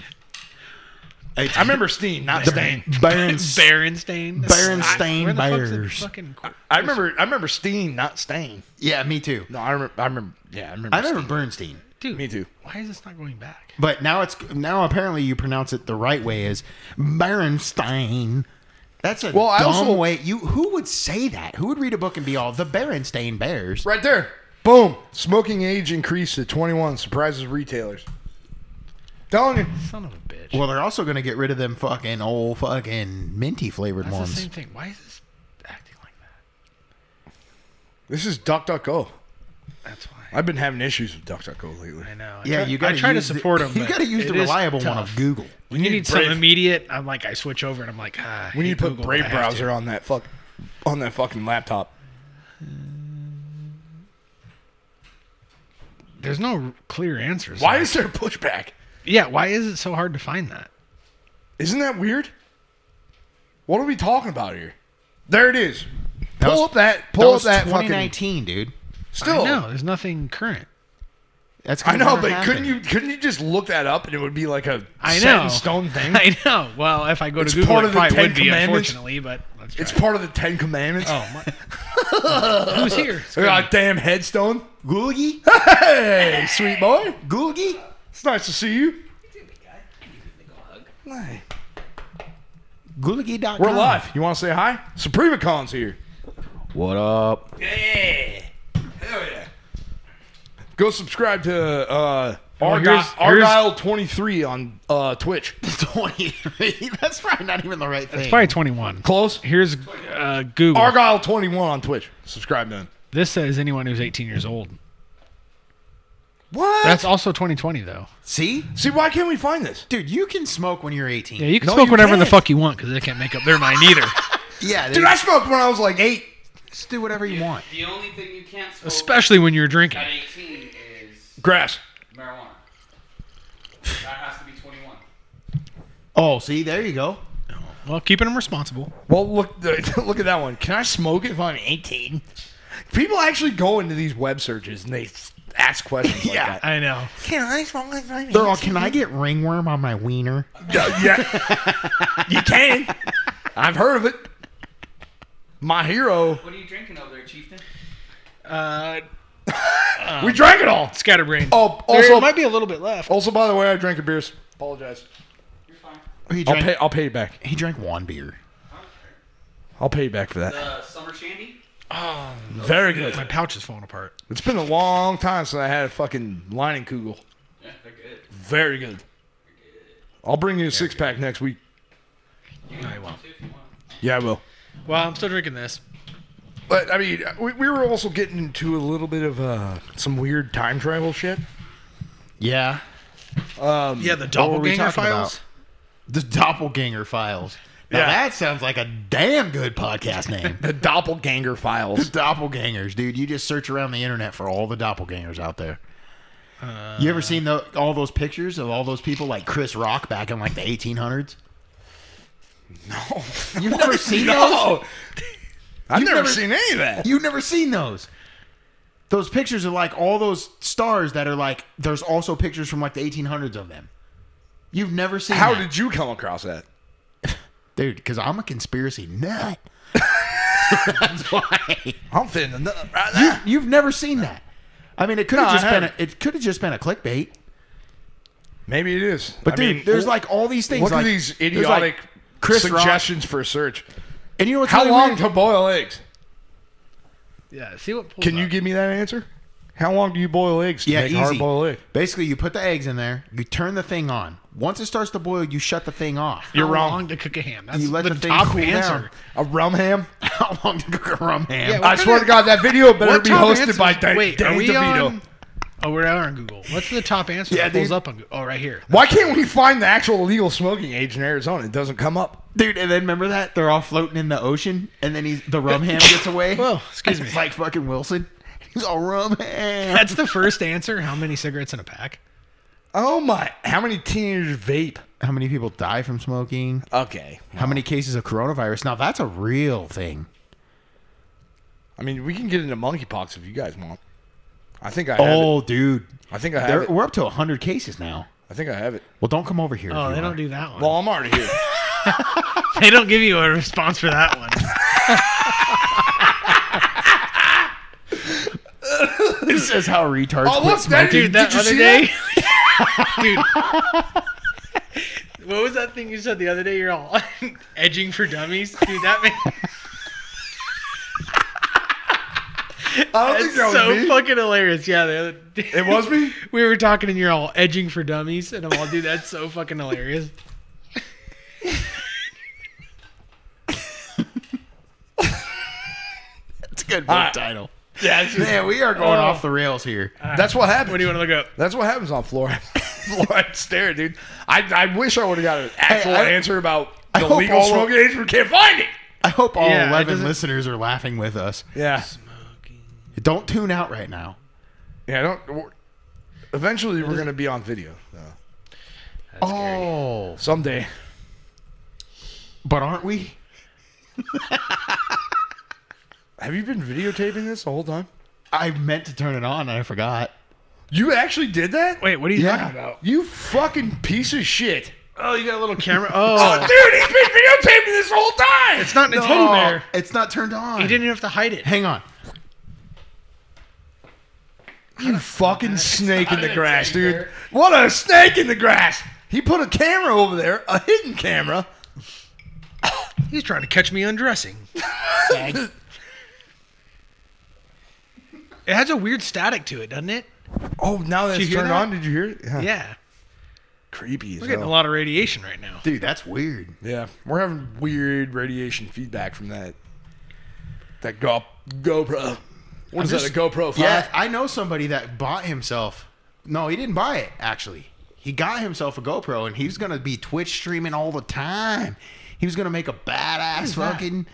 [SPEAKER 1] I remember Steen, not Stain.
[SPEAKER 5] Berens-
[SPEAKER 6] Berenstain.
[SPEAKER 5] Berenstain
[SPEAKER 6] Where the fuck's
[SPEAKER 5] Bears.
[SPEAKER 6] the fucking-
[SPEAKER 1] I remember I remember Steen, not Stain.
[SPEAKER 5] yeah, me too.
[SPEAKER 1] No, I remember I remember yeah, I remember
[SPEAKER 5] I remember Bernstein.
[SPEAKER 6] Dude,
[SPEAKER 1] Me too.
[SPEAKER 6] Why is this not going back?
[SPEAKER 5] But now it's now apparently you pronounce it the right way as Berenstain. That's a
[SPEAKER 1] Well, I
[SPEAKER 5] dumb
[SPEAKER 1] also-
[SPEAKER 5] way. You who would say that? Who would read a book and be all the Berenstain Bears?
[SPEAKER 1] Right there. Boom. Smoking age increased to 21 surprises retailers. Telling you.
[SPEAKER 6] Son of a bitch.
[SPEAKER 5] Well, they're also going to get rid of them fucking old fucking minty flavored
[SPEAKER 6] That's the
[SPEAKER 5] ones.
[SPEAKER 6] same thing. Why is this acting like that?
[SPEAKER 1] This is DuckDuckGo.
[SPEAKER 6] That's why.
[SPEAKER 1] I've been having issues with DuckDuckGo lately.
[SPEAKER 6] I know. I
[SPEAKER 5] Yeah,
[SPEAKER 6] try,
[SPEAKER 5] you
[SPEAKER 6] got
[SPEAKER 5] got
[SPEAKER 6] to try to support them.
[SPEAKER 5] You got to use the reliable one of Google.
[SPEAKER 6] When you
[SPEAKER 1] need
[SPEAKER 6] need, some
[SPEAKER 1] Brave.
[SPEAKER 6] immediate, I'm like, I switch over and I'm like, ah, I
[SPEAKER 1] We need
[SPEAKER 6] hate
[SPEAKER 1] to put
[SPEAKER 6] Google, but
[SPEAKER 1] Brave
[SPEAKER 6] I have
[SPEAKER 1] browser
[SPEAKER 6] to.
[SPEAKER 1] on that fuck on that fucking laptop.
[SPEAKER 6] There's no clear answers.
[SPEAKER 1] Why
[SPEAKER 6] Like,
[SPEAKER 1] is there pushback?
[SPEAKER 6] yeah? Why is it so hard to find that?
[SPEAKER 1] Isn't that weird? What are we talking about here? There it is. Pull
[SPEAKER 5] was-
[SPEAKER 1] up that
[SPEAKER 5] that
[SPEAKER 1] pull
[SPEAKER 5] was
[SPEAKER 1] up that fucking
[SPEAKER 5] 2019, dude.
[SPEAKER 1] still.
[SPEAKER 6] No, there's nothing current.
[SPEAKER 5] That's
[SPEAKER 1] I know,
[SPEAKER 5] gonna never
[SPEAKER 1] but
[SPEAKER 5] happen.
[SPEAKER 1] couldn't you couldn't you just look that up and it would be like a
[SPEAKER 6] I
[SPEAKER 1] set
[SPEAKER 6] know.
[SPEAKER 1] in stone thing?
[SPEAKER 6] I know. Well, if I go
[SPEAKER 1] It's
[SPEAKER 6] to Google,
[SPEAKER 1] part
[SPEAKER 6] it
[SPEAKER 1] of the
[SPEAKER 6] probably
[SPEAKER 1] Ten
[SPEAKER 6] would be,
[SPEAKER 1] Commandments.
[SPEAKER 6] unfortunately. But let's try.
[SPEAKER 1] It's part of the Ten Commandments.
[SPEAKER 6] Oh my! Who's here?
[SPEAKER 1] Look at that damn headstone.
[SPEAKER 5] Googie?
[SPEAKER 1] Hey, sweet boy.
[SPEAKER 5] Googie?
[SPEAKER 1] It's nice to see you. Hey.
[SPEAKER 5] Gulagi.com.
[SPEAKER 1] We're live. You want to say hi? Supremacon's here.
[SPEAKER 5] What up?
[SPEAKER 1] Go subscribe to uh, Argy-
[SPEAKER 6] here's- here's-
[SPEAKER 1] Argyle23 on uh, Twitch.
[SPEAKER 5] 23. That's probably not even the right thing.
[SPEAKER 6] It's probably 21.
[SPEAKER 1] Close.
[SPEAKER 6] Here's uh, Google.
[SPEAKER 1] Argyle21 on Twitch. Subscribe to him.
[SPEAKER 6] this says anyone who's 18 years old.
[SPEAKER 1] What?
[SPEAKER 6] That's also 2020 though.
[SPEAKER 5] See?
[SPEAKER 1] See, why can't we find this?
[SPEAKER 5] Dude, you can smoke when you're 18.
[SPEAKER 6] Yeah, you can
[SPEAKER 1] No,
[SPEAKER 6] smoke
[SPEAKER 1] you
[SPEAKER 6] whatever the
[SPEAKER 1] can't.
[SPEAKER 6] fuck you want because they can't make up their mind either.
[SPEAKER 5] Yeah, dude,
[SPEAKER 1] Dude, I smoked when I was like eight.
[SPEAKER 5] just do whatever you want.
[SPEAKER 11] The only thing you can't smoke
[SPEAKER 6] Especially when you're drinking.
[SPEAKER 11] at 18 is
[SPEAKER 1] Grass.
[SPEAKER 11] marijuana. That has to be 21.
[SPEAKER 5] Oh, see, there you go.
[SPEAKER 6] Well, keeping them responsible.
[SPEAKER 1] Well, look look at that one. Can I smoke if I'm 18? People actually go into these web searches and they ask questions like
[SPEAKER 5] Yeah.
[SPEAKER 1] that.
[SPEAKER 6] I know.
[SPEAKER 1] Can I smoke if I'm
[SPEAKER 5] They're all, can I get ringworm on my wiener?
[SPEAKER 1] yeah. you can. I've heard of it. My hero.
[SPEAKER 11] What are you drinking over there, Chieftain?
[SPEAKER 6] Uh,
[SPEAKER 1] we drank it all.
[SPEAKER 6] scatterbrain.
[SPEAKER 1] Oh,
[SPEAKER 6] there
[SPEAKER 1] also,
[SPEAKER 6] might be a little bit left.
[SPEAKER 1] also, by the way, I drank a beer. Apologize.
[SPEAKER 11] You're fine.
[SPEAKER 5] He
[SPEAKER 1] I'll
[SPEAKER 5] drank,
[SPEAKER 1] pay. I'll pay you back.
[SPEAKER 5] he drank one beer.
[SPEAKER 1] I'll pay you back for that.
[SPEAKER 11] The Uh, summer shandy?
[SPEAKER 1] Very good.
[SPEAKER 6] My pouch is falling apart.
[SPEAKER 1] It's been a long time since I had a fucking lining kugel.
[SPEAKER 11] Yeah, they're good.
[SPEAKER 1] Very good. I'll bring you a six pack next week.
[SPEAKER 6] No, I won't.
[SPEAKER 11] If you want.
[SPEAKER 1] Yeah, I will.
[SPEAKER 6] Well, I'm still drinking this.
[SPEAKER 1] But I mean, we, we were also getting into a little bit of uh, some weird time travel shit.
[SPEAKER 5] Yeah.
[SPEAKER 6] Yeah,
[SPEAKER 5] Um, What
[SPEAKER 6] the
[SPEAKER 5] were we talking
[SPEAKER 6] doppelganger
[SPEAKER 5] about?
[SPEAKER 6] files.
[SPEAKER 5] The Doppelganger Files. Now
[SPEAKER 1] Yeah.
[SPEAKER 5] that sounds like a damn good podcast name.
[SPEAKER 1] The doppelganger files.
[SPEAKER 5] doppelgangers, dude. You just search around the internet for all the doppelgangers out there. you
[SPEAKER 1] Uh.
[SPEAKER 5] ever seen the, all those pictures of all those people like Chris Rock back in like the 1800s? No, you've never seen those.
[SPEAKER 1] no, I've
[SPEAKER 5] You've
[SPEAKER 1] never,
[SPEAKER 5] never-
[SPEAKER 1] seen any of that.
[SPEAKER 5] You've never seen those. Those pictures of like all those stars that are like. There's also pictures from like the 1800s of them. You've never seen
[SPEAKER 1] How
[SPEAKER 5] that.
[SPEAKER 1] did you come across that?
[SPEAKER 5] dude? Because I'm a conspiracy nut.
[SPEAKER 1] I'm fitting another right now.
[SPEAKER 5] You've never seen that. I mean, it could have
[SPEAKER 1] No, I
[SPEAKER 5] just been a,
[SPEAKER 1] haven't.
[SPEAKER 5] it could have just been a clickbait.
[SPEAKER 1] Maybe it is.
[SPEAKER 5] But
[SPEAKER 1] I
[SPEAKER 5] dude,
[SPEAKER 1] mean,
[SPEAKER 5] there's
[SPEAKER 1] wh-
[SPEAKER 5] like all these things.
[SPEAKER 1] look
[SPEAKER 5] like-
[SPEAKER 1] at these
[SPEAKER 5] there's, like,
[SPEAKER 1] idiotic
[SPEAKER 5] Chris Rock-
[SPEAKER 1] suggestions for a search.
[SPEAKER 5] and you know what's
[SPEAKER 1] How
[SPEAKER 5] really
[SPEAKER 1] long
[SPEAKER 5] weird?
[SPEAKER 1] to boil eggs?
[SPEAKER 6] Yeah, see what pulls
[SPEAKER 1] Can you
[SPEAKER 6] up.
[SPEAKER 1] give me that answer? How long do you boil eggs to
[SPEAKER 5] Yeah,
[SPEAKER 1] make
[SPEAKER 5] easy.
[SPEAKER 1] hard boiled egg?
[SPEAKER 5] Basically, you put the eggs in there. You turn the thing on. Once it starts to boil, you shut the thing off.
[SPEAKER 6] You're wrong. to cook a ham. That's
[SPEAKER 5] You let
[SPEAKER 6] the,
[SPEAKER 5] the thing
[SPEAKER 6] top
[SPEAKER 5] cool
[SPEAKER 6] answer.
[SPEAKER 5] down.
[SPEAKER 1] A rum ham?
[SPEAKER 5] How long to cook a rum ham?
[SPEAKER 6] Yeah,
[SPEAKER 1] I swear to God, that video better
[SPEAKER 6] What
[SPEAKER 1] be
[SPEAKER 6] top
[SPEAKER 1] hosted
[SPEAKER 6] answers-
[SPEAKER 1] by Dan,
[SPEAKER 6] Wait,
[SPEAKER 1] Dan
[SPEAKER 6] are we
[SPEAKER 1] DeVito.
[SPEAKER 6] on? Oh, we are on Google. What's the top answer
[SPEAKER 5] Yeah,
[SPEAKER 6] that pulls
[SPEAKER 5] dude.
[SPEAKER 6] up on Google? Oh, right here.
[SPEAKER 1] Why can't we find the actual legal smoking age in Arizona? It doesn't come up.
[SPEAKER 5] dude. And then remember that they're all floating in the ocean, and then he's the rum ham gets away.
[SPEAKER 6] Whoa, excuse me.
[SPEAKER 5] It's like fucking Wilson. He's all rum ham.
[SPEAKER 6] That's the first answer. How many cigarettes in a pack?
[SPEAKER 1] Oh my! How many teenagers vape?
[SPEAKER 5] How many people die from smoking?
[SPEAKER 1] Okay.
[SPEAKER 5] How many cases of coronavirus? Now that's a real thing.
[SPEAKER 1] I mean, we can get into monkeypox if you guys want. I think I have it.
[SPEAKER 5] Oh, dude,
[SPEAKER 1] I think I have
[SPEAKER 5] There-
[SPEAKER 1] it.
[SPEAKER 5] we're up to hundred cases now.
[SPEAKER 1] I think I have it.
[SPEAKER 5] Well, don't come over here.
[SPEAKER 6] Oh,
[SPEAKER 5] if you
[SPEAKER 6] they
[SPEAKER 5] want.
[SPEAKER 6] don't do that one.
[SPEAKER 1] Well, I'm already here.
[SPEAKER 6] they don't give you a response for that one.
[SPEAKER 5] This is how retards
[SPEAKER 1] Oh,
[SPEAKER 5] quit
[SPEAKER 1] look, that
[SPEAKER 5] smoking.
[SPEAKER 1] dude, that other day.
[SPEAKER 6] dude. What was that thing you said the other day? You're all edging for dummies, dude. That man,
[SPEAKER 1] I don't
[SPEAKER 6] that's
[SPEAKER 1] think that was
[SPEAKER 6] so
[SPEAKER 1] me.
[SPEAKER 6] fucking hilarious. Yeah, the other day,
[SPEAKER 1] It was me.
[SPEAKER 6] we were talking and you're all edging for dummies, and I'm all, dude, that's so fucking hilarious.
[SPEAKER 5] That's a good
[SPEAKER 1] right.
[SPEAKER 5] title.
[SPEAKER 1] Yeah,
[SPEAKER 5] Man, we are
[SPEAKER 6] Oh.
[SPEAKER 5] going off the rails here.
[SPEAKER 6] Uh,
[SPEAKER 1] that's what happens.
[SPEAKER 6] What do you want to look up?
[SPEAKER 1] That's what happens on Florida. Florida stare, dude. I, I wish I would have got an actual
[SPEAKER 5] I-
[SPEAKER 1] answer about
[SPEAKER 5] I
[SPEAKER 1] the
[SPEAKER 5] hope
[SPEAKER 1] legal
[SPEAKER 5] all-
[SPEAKER 1] smoking age. We can't find it.
[SPEAKER 5] I hope all
[SPEAKER 6] Yeah, it
[SPEAKER 5] 11
[SPEAKER 6] doesn't-
[SPEAKER 5] listeners are laughing with us.
[SPEAKER 1] Yeah.
[SPEAKER 5] Don't tune out right now.
[SPEAKER 1] Yeah. I Don't. we're- Eventually, we're gonna be on video. though.
[SPEAKER 5] oh,
[SPEAKER 1] Someday.
[SPEAKER 5] but aren't we?
[SPEAKER 1] Have you been videotaping this the whole time?
[SPEAKER 5] I meant to turn it on and I forgot.
[SPEAKER 1] You actually did that?
[SPEAKER 6] Wait, what are you
[SPEAKER 5] Yeah.
[SPEAKER 6] talking about?
[SPEAKER 1] You fucking piece of shit.
[SPEAKER 6] Oh, you got a little camera.
[SPEAKER 1] Oh,
[SPEAKER 6] Oh,
[SPEAKER 1] dude, he's been videotaping this whole time.
[SPEAKER 6] it's not a teddy bear.
[SPEAKER 5] it's not turned on.
[SPEAKER 6] You didn't have to hide it.
[SPEAKER 5] Hang on.
[SPEAKER 1] You fucking snake in the grass, dude. What a snake in the grass. He put a camera over there, a hidden camera.
[SPEAKER 6] He's trying to catch me undressing. it has a weird static to it, doesn't it?
[SPEAKER 1] Oh, now that
[SPEAKER 6] Did you
[SPEAKER 1] it's
[SPEAKER 6] hear
[SPEAKER 1] turned
[SPEAKER 6] that?
[SPEAKER 1] on, did you hear it?
[SPEAKER 6] Yeah.
[SPEAKER 1] Creepy as
[SPEAKER 6] We're getting a
[SPEAKER 1] hell.
[SPEAKER 6] lot of radiation right now.
[SPEAKER 5] Dude, that's weird.
[SPEAKER 1] Yeah, we're having weird radiation feedback from that. That Go GoPro. What is
[SPEAKER 5] I'm
[SPEAKER 1] that?
[SPEAKER 5] just-
[SPEAKER 1] A GoPro Five?
[SPEAKER 5] Yeah, I know somebody that bought himself. No, he didn't buy it. Actually, he got himself a GoPro, and he was gonna be Twitch streaming all the time. He was gonna make a badass
[SPEAKER 6] Who's that?
[SPEAKER 5] fucking.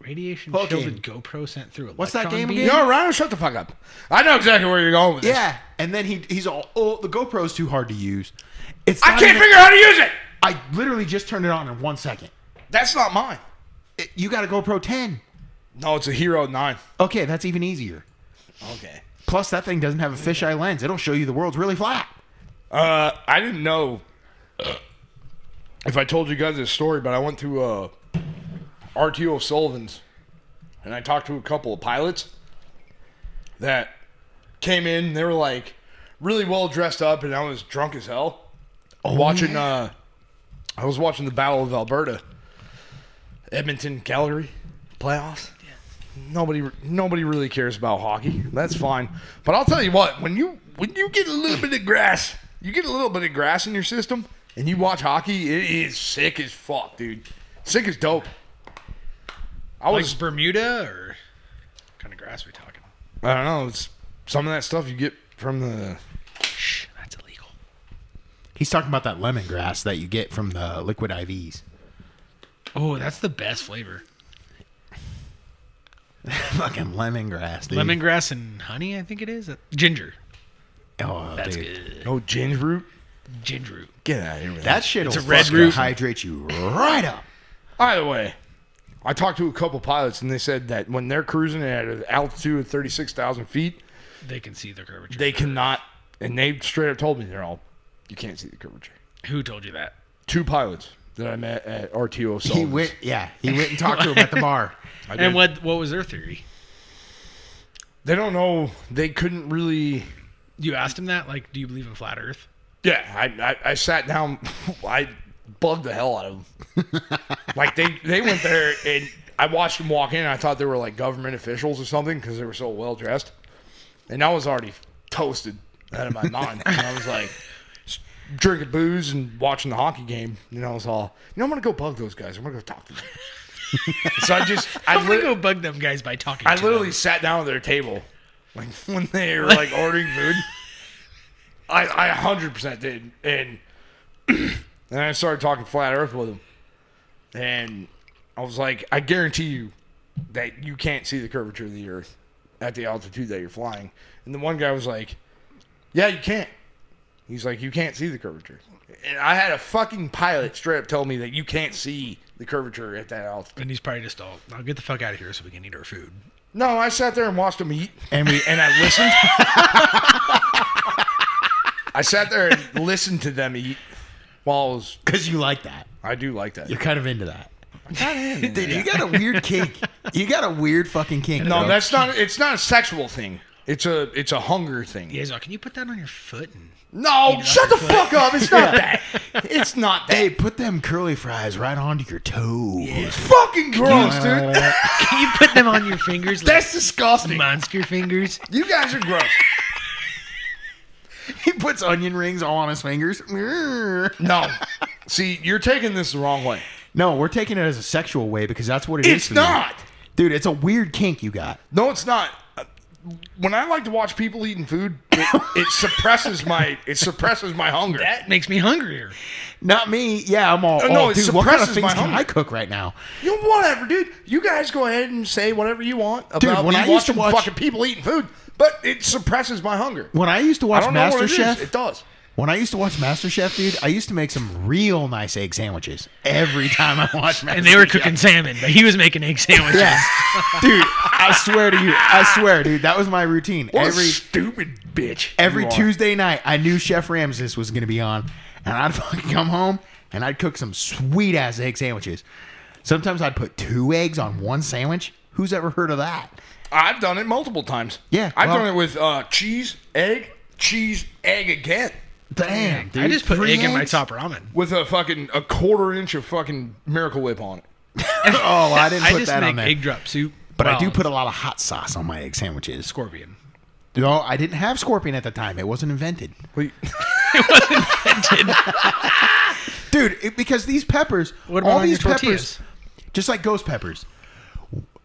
[SPEAKER 6] Radiation
[SPEAKER 5] Fucking-
[SPEAKER 6] shielded GoPro sent through.
[SPEAKER 5] What's that
[SPEAKER 6] electron
[SPEAKER 5] game
[SPEAKER 6] beam?
[SPEAKER 5] again?
[SPEAKER 1] Yo, Ryan, shut the fuck up. I know exactly where you're going with this.
[SPEAKER 5] Yeah, and then he he's all, oh, the GoPro's too hard to use. It's
[SPEAKER 1] I
[SPEAKER 5] not
[SPEAKER 1] can't
[SPEAKER 5] even-
[SPEAKER 1] figure out how to use it.
[SPEAKER 5] I literally just turned it on in one second.
[SPEAKER 1] That's not mine.
[SPEAKER 5] It- you got a GoPro 10.
[SPEAKER 1] No, it's a Hero Nine.
[SPEAKER 5] Okay, that's even easier.
[SPEAKER 1] Okay.
[SPEAKER 5] Plus, that thing doesn't have a fisheye lens. It'll show you the world's really flat.
[SPEAKER 1] Uh, I didn't know uh, if I told you guys this story, but I went to uh, RTO Sullivan's and I talked to a couple of pilots that came in. and They were like really well dressed up, and I was drunk as hell. watching, uh, I was watching the Battle of Alberta, Edmonton, Calgary playoffs. Nobody, nobody really cares about hockey. That's fine. But I'll tell you what: when you when you get a little bit of grass, you get a little bit of grass in your system, and you watch hockey, it is sick as fuck, dude. Sick as dope. I
[SPEAKER 6] Like
[SPEAKER 1] was,
[SPEAKER 6] Bermuda or what kind of grass are we talking?
[SPEAKER 1] I don't know, it's some of that stuff you get from the
[SPEAKER 6] Shh, that's illegal.
[SPEAKER 5] He's talking about that lemongrass that you get from the liquid IVs.
[SPEAKER 6] Oh, that's the best flavor.
[SPEAKER 5] Fucking lemongrass, dude.
[SPEAKER 6] Lemongrass and honey, I think it is. Uh, Ginger.
[SPEAKER 5] Oh,
[SPEAKER 6] That's
[SPEAKER 5] dude.
[SPEAKER 6] good.
[SPEAKER 1] oh ginger root.
[SPEAKER 6] Ginger root.
[SPEAKER 1] Get out of here. With
[SPEAKER 5] That shit
[SPEAKER 6] It's
[SPEAKER 5] will
[SPEAKER 6] a red
[SPEAKER 5] fucking
[SPEAKER 6] root.
[SPEAKER 5] hydrate you right up.
[SPEAKER 1] Either way, I talked to a couple pilots and they said that when they're cruising at an altitude of 36,000 feet,
[SPEAKER 6] They can see the curvature.
[SPEAKER 1] they cannot, and they straight up told me they're all, you can't see the curvature.
[SPEAKER 6] Who told you that?
[SPEAKER 1] Two pilots that I met at RTO. Sullivan's.
[SPEAKER 5] He went, yeah, he went and talked to him at the bar.
[SPEAKER 6] And what what was their theory?
[SPEAKER 1] They don't know. They couldn't really.
[SPEAKER 6] You asked him that? Like, do you believe in flat Earth?
[SPEAKER 1] Yeah, I, I, I sat down. I bugged the hell out of them. like they, they went there and I watched them walk in. And I thought they were like government officials or something because they were so well dressed. And I was already toasted out of my mind. And I was like s- drinking booze and watching the hockey game. And I was all, you know, I'm gonna go bug those guys. I'm gonna go talk to them. so I just, I,
[SPEAKER 6] I'm gonna
[SPEAKER 1] lit-
[SPEAKER 6] go bug them guys by talking.
[SPEAKER 1] I
[SPEAKER 6] to
[SPEAKER 1] literally
[SPEAKER 6] them.
[SPEAKER 1] sat down at their table, like when they were like ordering food. I I hundred percent did, and and I started talking flat Earth with them, and I was like, I guarantee you that you can't see the curvature of the Earth at the altitude that you're flying. And the one guy was like, Yeah, you can't. He's like, You can't see the curvature. And I had a fucking pilot straight up tell me that you can't see the curvature at that altitude.
[SPEAKER 6] And he's probably just all, now get the fuck out of here so we can eat our food.
[SPEAKER 1] No, I sat there and watched him eat.
[SPEAKER 5] And we,
[SPEAKER 1] and I listened. I sat there and listened to them eat while I was.
[SPEAKER 5] because you like that.
[SPEAKER 1] I do like that.
[SPEAKER 5] You're kind of into that. Dude, you got a weird kink. You got a weird fucking kink.
[SPEAKER 1] No,
[SPEAKER 5] bro.
[SPEAKER 1] that's not. It's not a sexual thing. It's a. It's a hunger thing.
[SPEAKER 6] Yeah, he's like, can you put that on your foot? And
[SPEAKER 1] No, shut the fuck up. It's not that. It's not that.
[SPEAKER 5] Hey, put them curly fries right onto your toes.
[SPEAKER 1] fucking gross, dude.
[SPEAKER 6] can you put them on your fingers? like
[SPEAKER 1] That's disgusting.
[SPEAKER 6] monster fingers.
[SPEAKER 1] You guys are gross.
[SPEAKER 5] He puts onion rings all on his fingers.
[SPEAKER 1] No. See, you're taking this the wrong way.
[SPEAKER 5] No, we're taking it as a sexual way because that's what it is
[SPEAKER 1] It's
[SPEAKER 5] for you.
[SPEAKER 1] not.
[SPEAKER 5] Dude, it's a weird kink you got.
[SPEAKER 1] No, it's not. Uh, When I like to watch people eating food, it, it suppresses my it suppresses my hunger.
[SPEAKER 6] That makes me hungrier.
[SPEAKER 5] Not me. Yeah, I'm all.
[SPEAKER 1] Oh,
[SPEAKER 5] Oh,
[SPEAKER 1] no, it
[SPEAKER 5] dude, what kind of
[SPEAKER 1] suppresses
[SPEAKER 5] things
[SPEAKER 1] my
[SPEAKER 5] can
[SPEAKER 1] hunger.
[SPEAKER 5] I cook right now?
[SPEAKER 1] You know, whatever, dude. You guys go ahead and say whatever you want about
[SPEAKER 5] when
[SPEAKER 1] me
[SPEAKER 5] I used to
[SPEAKER 1] watching
[SPEAKER 5] watch-
[SPEAKER 1] fucking people eating food, but it suppresses my hunger.
[SPEAKER 5] When I used to
[SPEAKER 1] I
[SPEAKER 5] watch
[SPEAKER 1] don't know what it is. It
[SPEAKER 5] MasterChef,
[SPEAKER 1] does.
[SPEAKER 5] when I used to watch MasterChef, dude, I used to make some real nice egg sandwiches every time I watched MasterChef.
[SPEAKER 6] And they were cooking salmon, but he was making egg sandwiches.
[SPEAKER 5] Yeah. dude, I swear to you, I swear, dude, that was my routine.
[SPEAKER 1] What
[SPEAKER 5] every
[SPEAKER 1] a stupid bitch.
[SPEAKER 5] every
[SPEAKER 1] you are.
[SPEAKER 5] Tuesday night, I knew Chef Ramses was going to be on, and I'd fucking come home and I'd cook some sweet ass egg sandwiches. Sometimes I'd put two eggs on one sandwich. Who's ever heard of that?
[SPEAKER 1] I've done it multiple times.
[SPEAKER 5] Yeah,
[SPEAKER 1] I've
[SPEAKER 5] well-
[SPEAKER 1] done it with uh, cheese, egg, cheese, egg again.
[SPEAKER 5] Damn, dude.
[SPEAKER 6] I just put
[SPEAKER 5] Three
[SPEAKER 6] egg in my
[SPEAKER 5] eggs?
[SPEAKER 6] top ramen.
[SPEAKER 1] With a fucking a quarter inch of fucking Miracle Whip on it.
[SPEAKER 5] oh, I didn't
[SPEAKER 6] I
[SPEAKER 5] put
[SPEAKER 6] just
[SPEAKER 5] that
[SPEAKER 6] make
[SPEAKER 5] on there.
[SPEAKER 6] egg drop soup.
[SPEAKER 5] But I
[SPEAKER 6] Well,
[SPEAKER 5] do put a lot of hot sauce on my egg sandwiches.
[SPEAKER 6] Scorpion.
[SPEAKER 5] No, I didn't have scorpion at the time. It wasn't invented. it wasn't invented. Dude, it- because these peppers,
[SPEAKER 6] What about
[SPEAKER 5] all
[SPEAKER 6] on
[SPEAKER 5] these
[SPEAKER 6] your
[SPEAKER 5] peppers,
[SPEAKER 6] tortillas?
[SPEAKER 5] just like ghost peppers.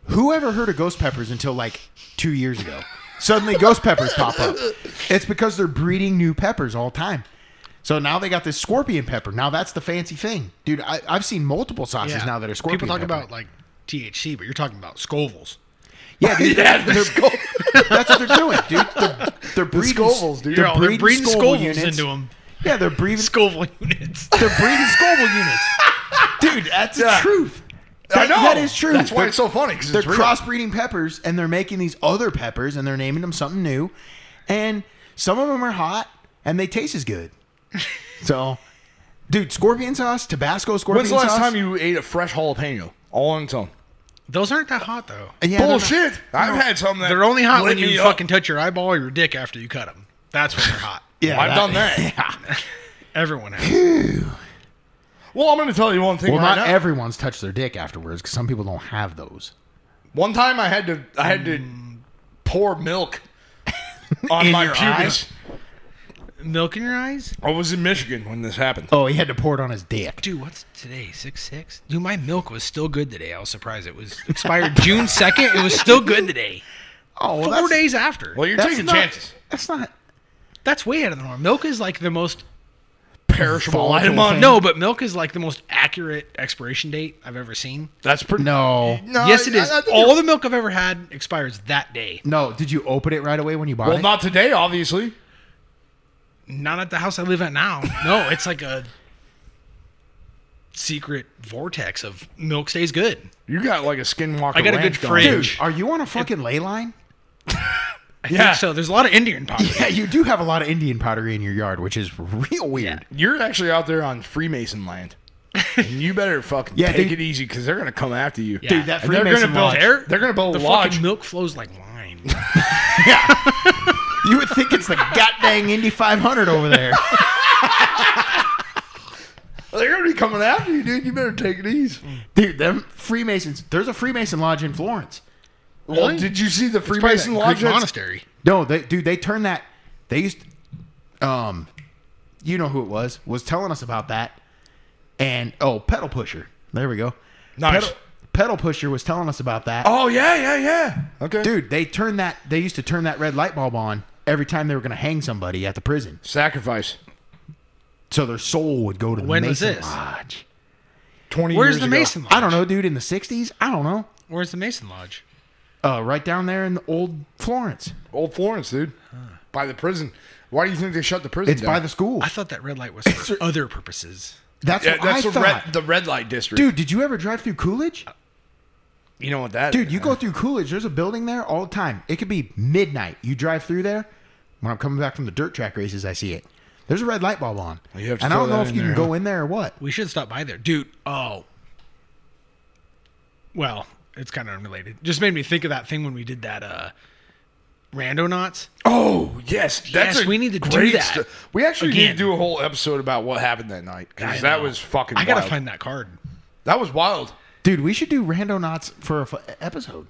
[SPEAKER 5] Who ever heard of ghost peppers until like two years ago? Suddenly, ghost peppers pop up. It's because they're breeding new peppers all the time. So now they got this scorpion pepper. Now that's the fancy thing, dude. I, I've seen multiple sauces
[SPEAKER 6] Yeah.
[SPEAKER 5] now that are scorpion.
[SPEAKER 6] People talk
[SPEAKER 5] pepper.
[SPEAKER 6] about like THC, but you're talking about Scoville's.
[SPEAKER 5] Yeah, dude, that's, that's what they're doing, dude. They're, they're breeding
[SPEAKER 6] Scovilles, dude.
[SPEAKER 5] They're
[SPEAKER 6] Yeah, they're
[SPEAKER 5] breeding,
[SPEAKER 6] breeding
[SPEAKER 5] Scoville
[SPEAKER 6] Scovilles
[SPEAKER 5] units.
[SPEAKER 6] into 'em.
[SPEAKER 5] Yeah, they're breeding.
[SPEAKER 6] Scoville units.
[SPEAKER 5] they're breeding Scoville units, dude. That's the truth.
[SPEAKER 1] I
[SPEAKER 5] That-
[SPEAKER 1] know.
[SPEAKER 5] that is true.
[SPEAKER 1] That's why
[SPEAKER 5] They're-
[SPEAKER 1] it's so funny, 'cause it's
[SPEAKER 5] They're
[SPEAKER 1] real.
[SPEAKER 5] crossbreeding peppers, and they're making these other peppers, and they're naming them something new, and some of them are hot, and they taste as good. so, dude, scorpion sauce, Tabasco scorpion
[SPEAKER 1] When's the last
[SPEAKER 5] sauce.
[SPEAKER 1] time you ate a fresh jalapeno? All on its own.
[SPEAKER 6] Those aren't that hot though.
[SPEAKER 5] Yeah, they're not-
[SPEAKER 1] Bullshit. I've had some that
[SPEAKER 6] They're only hot
[SPEAKER 1] lit
[SPEAKER 6] when
[SPEAKER 1] me
[SPEAKER 6] you
[SPEAKER 1] up.
[SPEAKER 6] fucking touch your eyeball or your dick after you cut them. That's when they're hot.
[SPEAKER 5] Yeah,
[SPEAKER 1] I've done that.
[SPEAKER 6] Everyone has.
[SPEAKER 1] Well, I'm going to tell you one thing
[SPEAKER 5] Well,
[SPEAKER 1] right
[SPEAKER 5] not
[SPEAKER 1] now.
[SPEAKER 5] everyone's touched their dick afterwards because some people don't have those.
[SPEAKER 1] One time I had to I had to
[SPEAKER 6] Mm.
[SPEAKER 1] pour milk on
[SPEAKER 5] In
[SPEAKER 1] my
[SPEAKER 5] your
[SPEAKER 1] pubis.
[SPEAKER 6] Milk in your eyes?
[SPEAKER 1] I was in Michigan when this happened.
[SPEAKER 5] Oh, he had to pour it on his dick.
[SPEAKER 6] Dude, what's today? Six six? Dude, my milk was still good today. I was surprised it was expired June second. It was still good today.
[SPEAKER 5] Oh, well,
[SPEAKER 6] Four
[SPEAKER 5] that's-
[SPEAKER 6] days after.
[SPEAKER 1] Well, you're
[SPEAKER 5] that's
[SPEAKER 1] taking
[SPEAKER 5] not-
[SPEAKER 1] chances.
[SPEAKER 5] That's not
[SPEAKER 6] That's way out of the norm. Milk is like the most
[SPEAKER 1] Perishable item on.
[SPEAKER 6] no, but milk is like the most accurate expiration date I've ever seen.
[SPEAKER 1] that's pretty.
[SPEAKER 5] no.
[SPEAKER 1] No,
[SPEAKER 6] yes, it
[SPEAKER 1] Uh, I-
[SPEAKER 6] is.
[SPEAKER 1] I think
[SPEAKER 6] All
[SPEAKER 1] you're-
[SPEAKER 6] the milk I've ever had expires that day.
[SPEAKER 5] No, did you open it right away when you bought
[SPEAKER 1] well,
[SPEAKER 5] it?
[SPEAKER 1] not today, obviously.
[SPEAKER 6] Not at the house I live at now. No, it's like a secret vortex of milk stays good.
[SPEAKER 1] You got like a skinwalker.
[SPEAKER 6] I got a
[SPEAKER 1] ranch
[SPEAKER 6] good
[SPEAKER 1] going.
[SPEAKER 5] Dude,
[SPEAKER 6] fridge.
[SPEAKER 5] are you on a fucking ley line?
[SPEAKER 6] I
[SPEAKER 1] Yeah.
[SPEAKER 6] think so. There's a lot of Indian powder.
[SPEAKER 5] Yeah, you do have a lot of Indian pottery in your yard, which is real weird.
[SPEAKER 1] You're actually out there on Freemason land. and you better fucking
[SPEAKER 5] Yeah,
[SPEAKER 1] take
[SPEAKER 5] dude.
[SPEAKER 1] it easy because they're gonna come after you.
[SPEAKER 6] Yeah. Dude, that
[SPEAKER 1] And they're
[SPEAKER 5] Freemason
[SPEAKER 1] gonna build.
[SPEAKER 5] lodge-
[SPEAKER 1] They're, they're gonna build
[SPEAKER 6] The
[SPEAKER 1] a lodge.
[SPEAKER 6] fucking milk flows like wine.
[SPEAKER 5] You would think it's the goddamn Indy 500 over there.
[SPEAKER 1] They're gonna be coming after you, dude. You better take it easy.
[SPEAKER 6] Mm.
[SPEAKER 5] Dude, them Freemasons. There's a Freemason lodge in Florence.
[SPEAKER 1] Well, did you see the Freemason
[SPEAKER 6] Greek
[SPEAKER 1] lodge? that's-
[SPEAKER 6] monastery.
[SPEAKER 5] No, they, dude, they turned that. They used, um, you know who it was was telling us about that, and oh, pedal pusher. There we go.
[SPEAKER 1] Nice.
[SPEAKER 5] Pedal, pedal pusher was telling us about that.
[SPEAKER 1] Oh yeah, yeah, yeah. Okay,
[SPEAKER 5] Dude, they turned that. They used to turn that red light bulb on every time they were going to hang somebody at the prison,
[SPEAKER 1] Sacrifice.
[SPEAKER 5] so their soul would go to the
[SPEAKER 6] When was
[SPEAKER 5] Mason
[SPEAKER 6] this?
[SPEAKER 5] lodge.
[SPEAKER 1] Twenty.
[SPEAKER 6] Where's
[SPEAKER 1] years
[SPEAKER 6] the
[SPEAKER 1] ago.
[SPEAKER 6] Mason Lodge?
[SPEAKER 5] I don't know, dude. In the '60s, I don't know.
[SPEAKER 6] Where's the Mason Lodge?
[SPEAKER 5] Uh, right down there in the old Florence.
[SPEAKER 1] Old Florence, dude. By the prison. Why do you think they shut the prison?
[SPEAKER 5] It's by the school.
[SPEAKER 6] I thought that red light was for other purposes.
[SPEAKER 5] That's
[SPEAKER 1] Yeah,
[SPEAKER 5] what
[SPEAKER 1] that's
[SPEAKER 5] I
[SPEAKER 1] the
[SPEAKER 5] thought.
[SPEAKER 1] red, the red light district.
[SPEAKER 5] dude, did you ever drive through Coolidge?
[SPEAKER 1] you know what that?
[SPEAKER 5] Dude, you go through Coolidge. There's a building there all the time. It could be midnight. You drive through there. When I'm coming back from the dirt track races, I see it. There's a red light bulb on,
[SPEAKER 1] You have to
[SPEAKER 5] and I
[SPEAKER 1] throw
[SPEAKER 5] don't know
[SPEAKER 1] that
[SPEAKER 5] if
[SPEAKER 1] in
[SPEAKER 5] you can
[SPEAKER 1] there,
[SPEAKER 5] go
[SPEAKER 1] huh?
[SPEAKER 5] in there or what.
[SPEAKER 6] We should stop by there, dude. Oh, well, it's kind of unrelated. Just made me think of that thing when we did that uh, rando knots.
[SPEAKER 1] Oh yes, that's
[SPEAKER 6] Yes,
[SPEAKER 1] a
[SPEAKER 6] we need to do
[SPEAKER 1] great
[SPEAKER 6] that.
[SPEAKER 1] sto- we actually need
[SPEAKER 6] Again.
[SPEAKER 1] to do a whole episode about what happened that night because that was fucking.
[SPEAKER 6] I gotta
[SPEAKER 1] wild.
[SPEAKER 6] find that card.
[SPEAKER 1] That was wild.
[SPEAKER 5] Dude, we should do rando knots for a f- episode.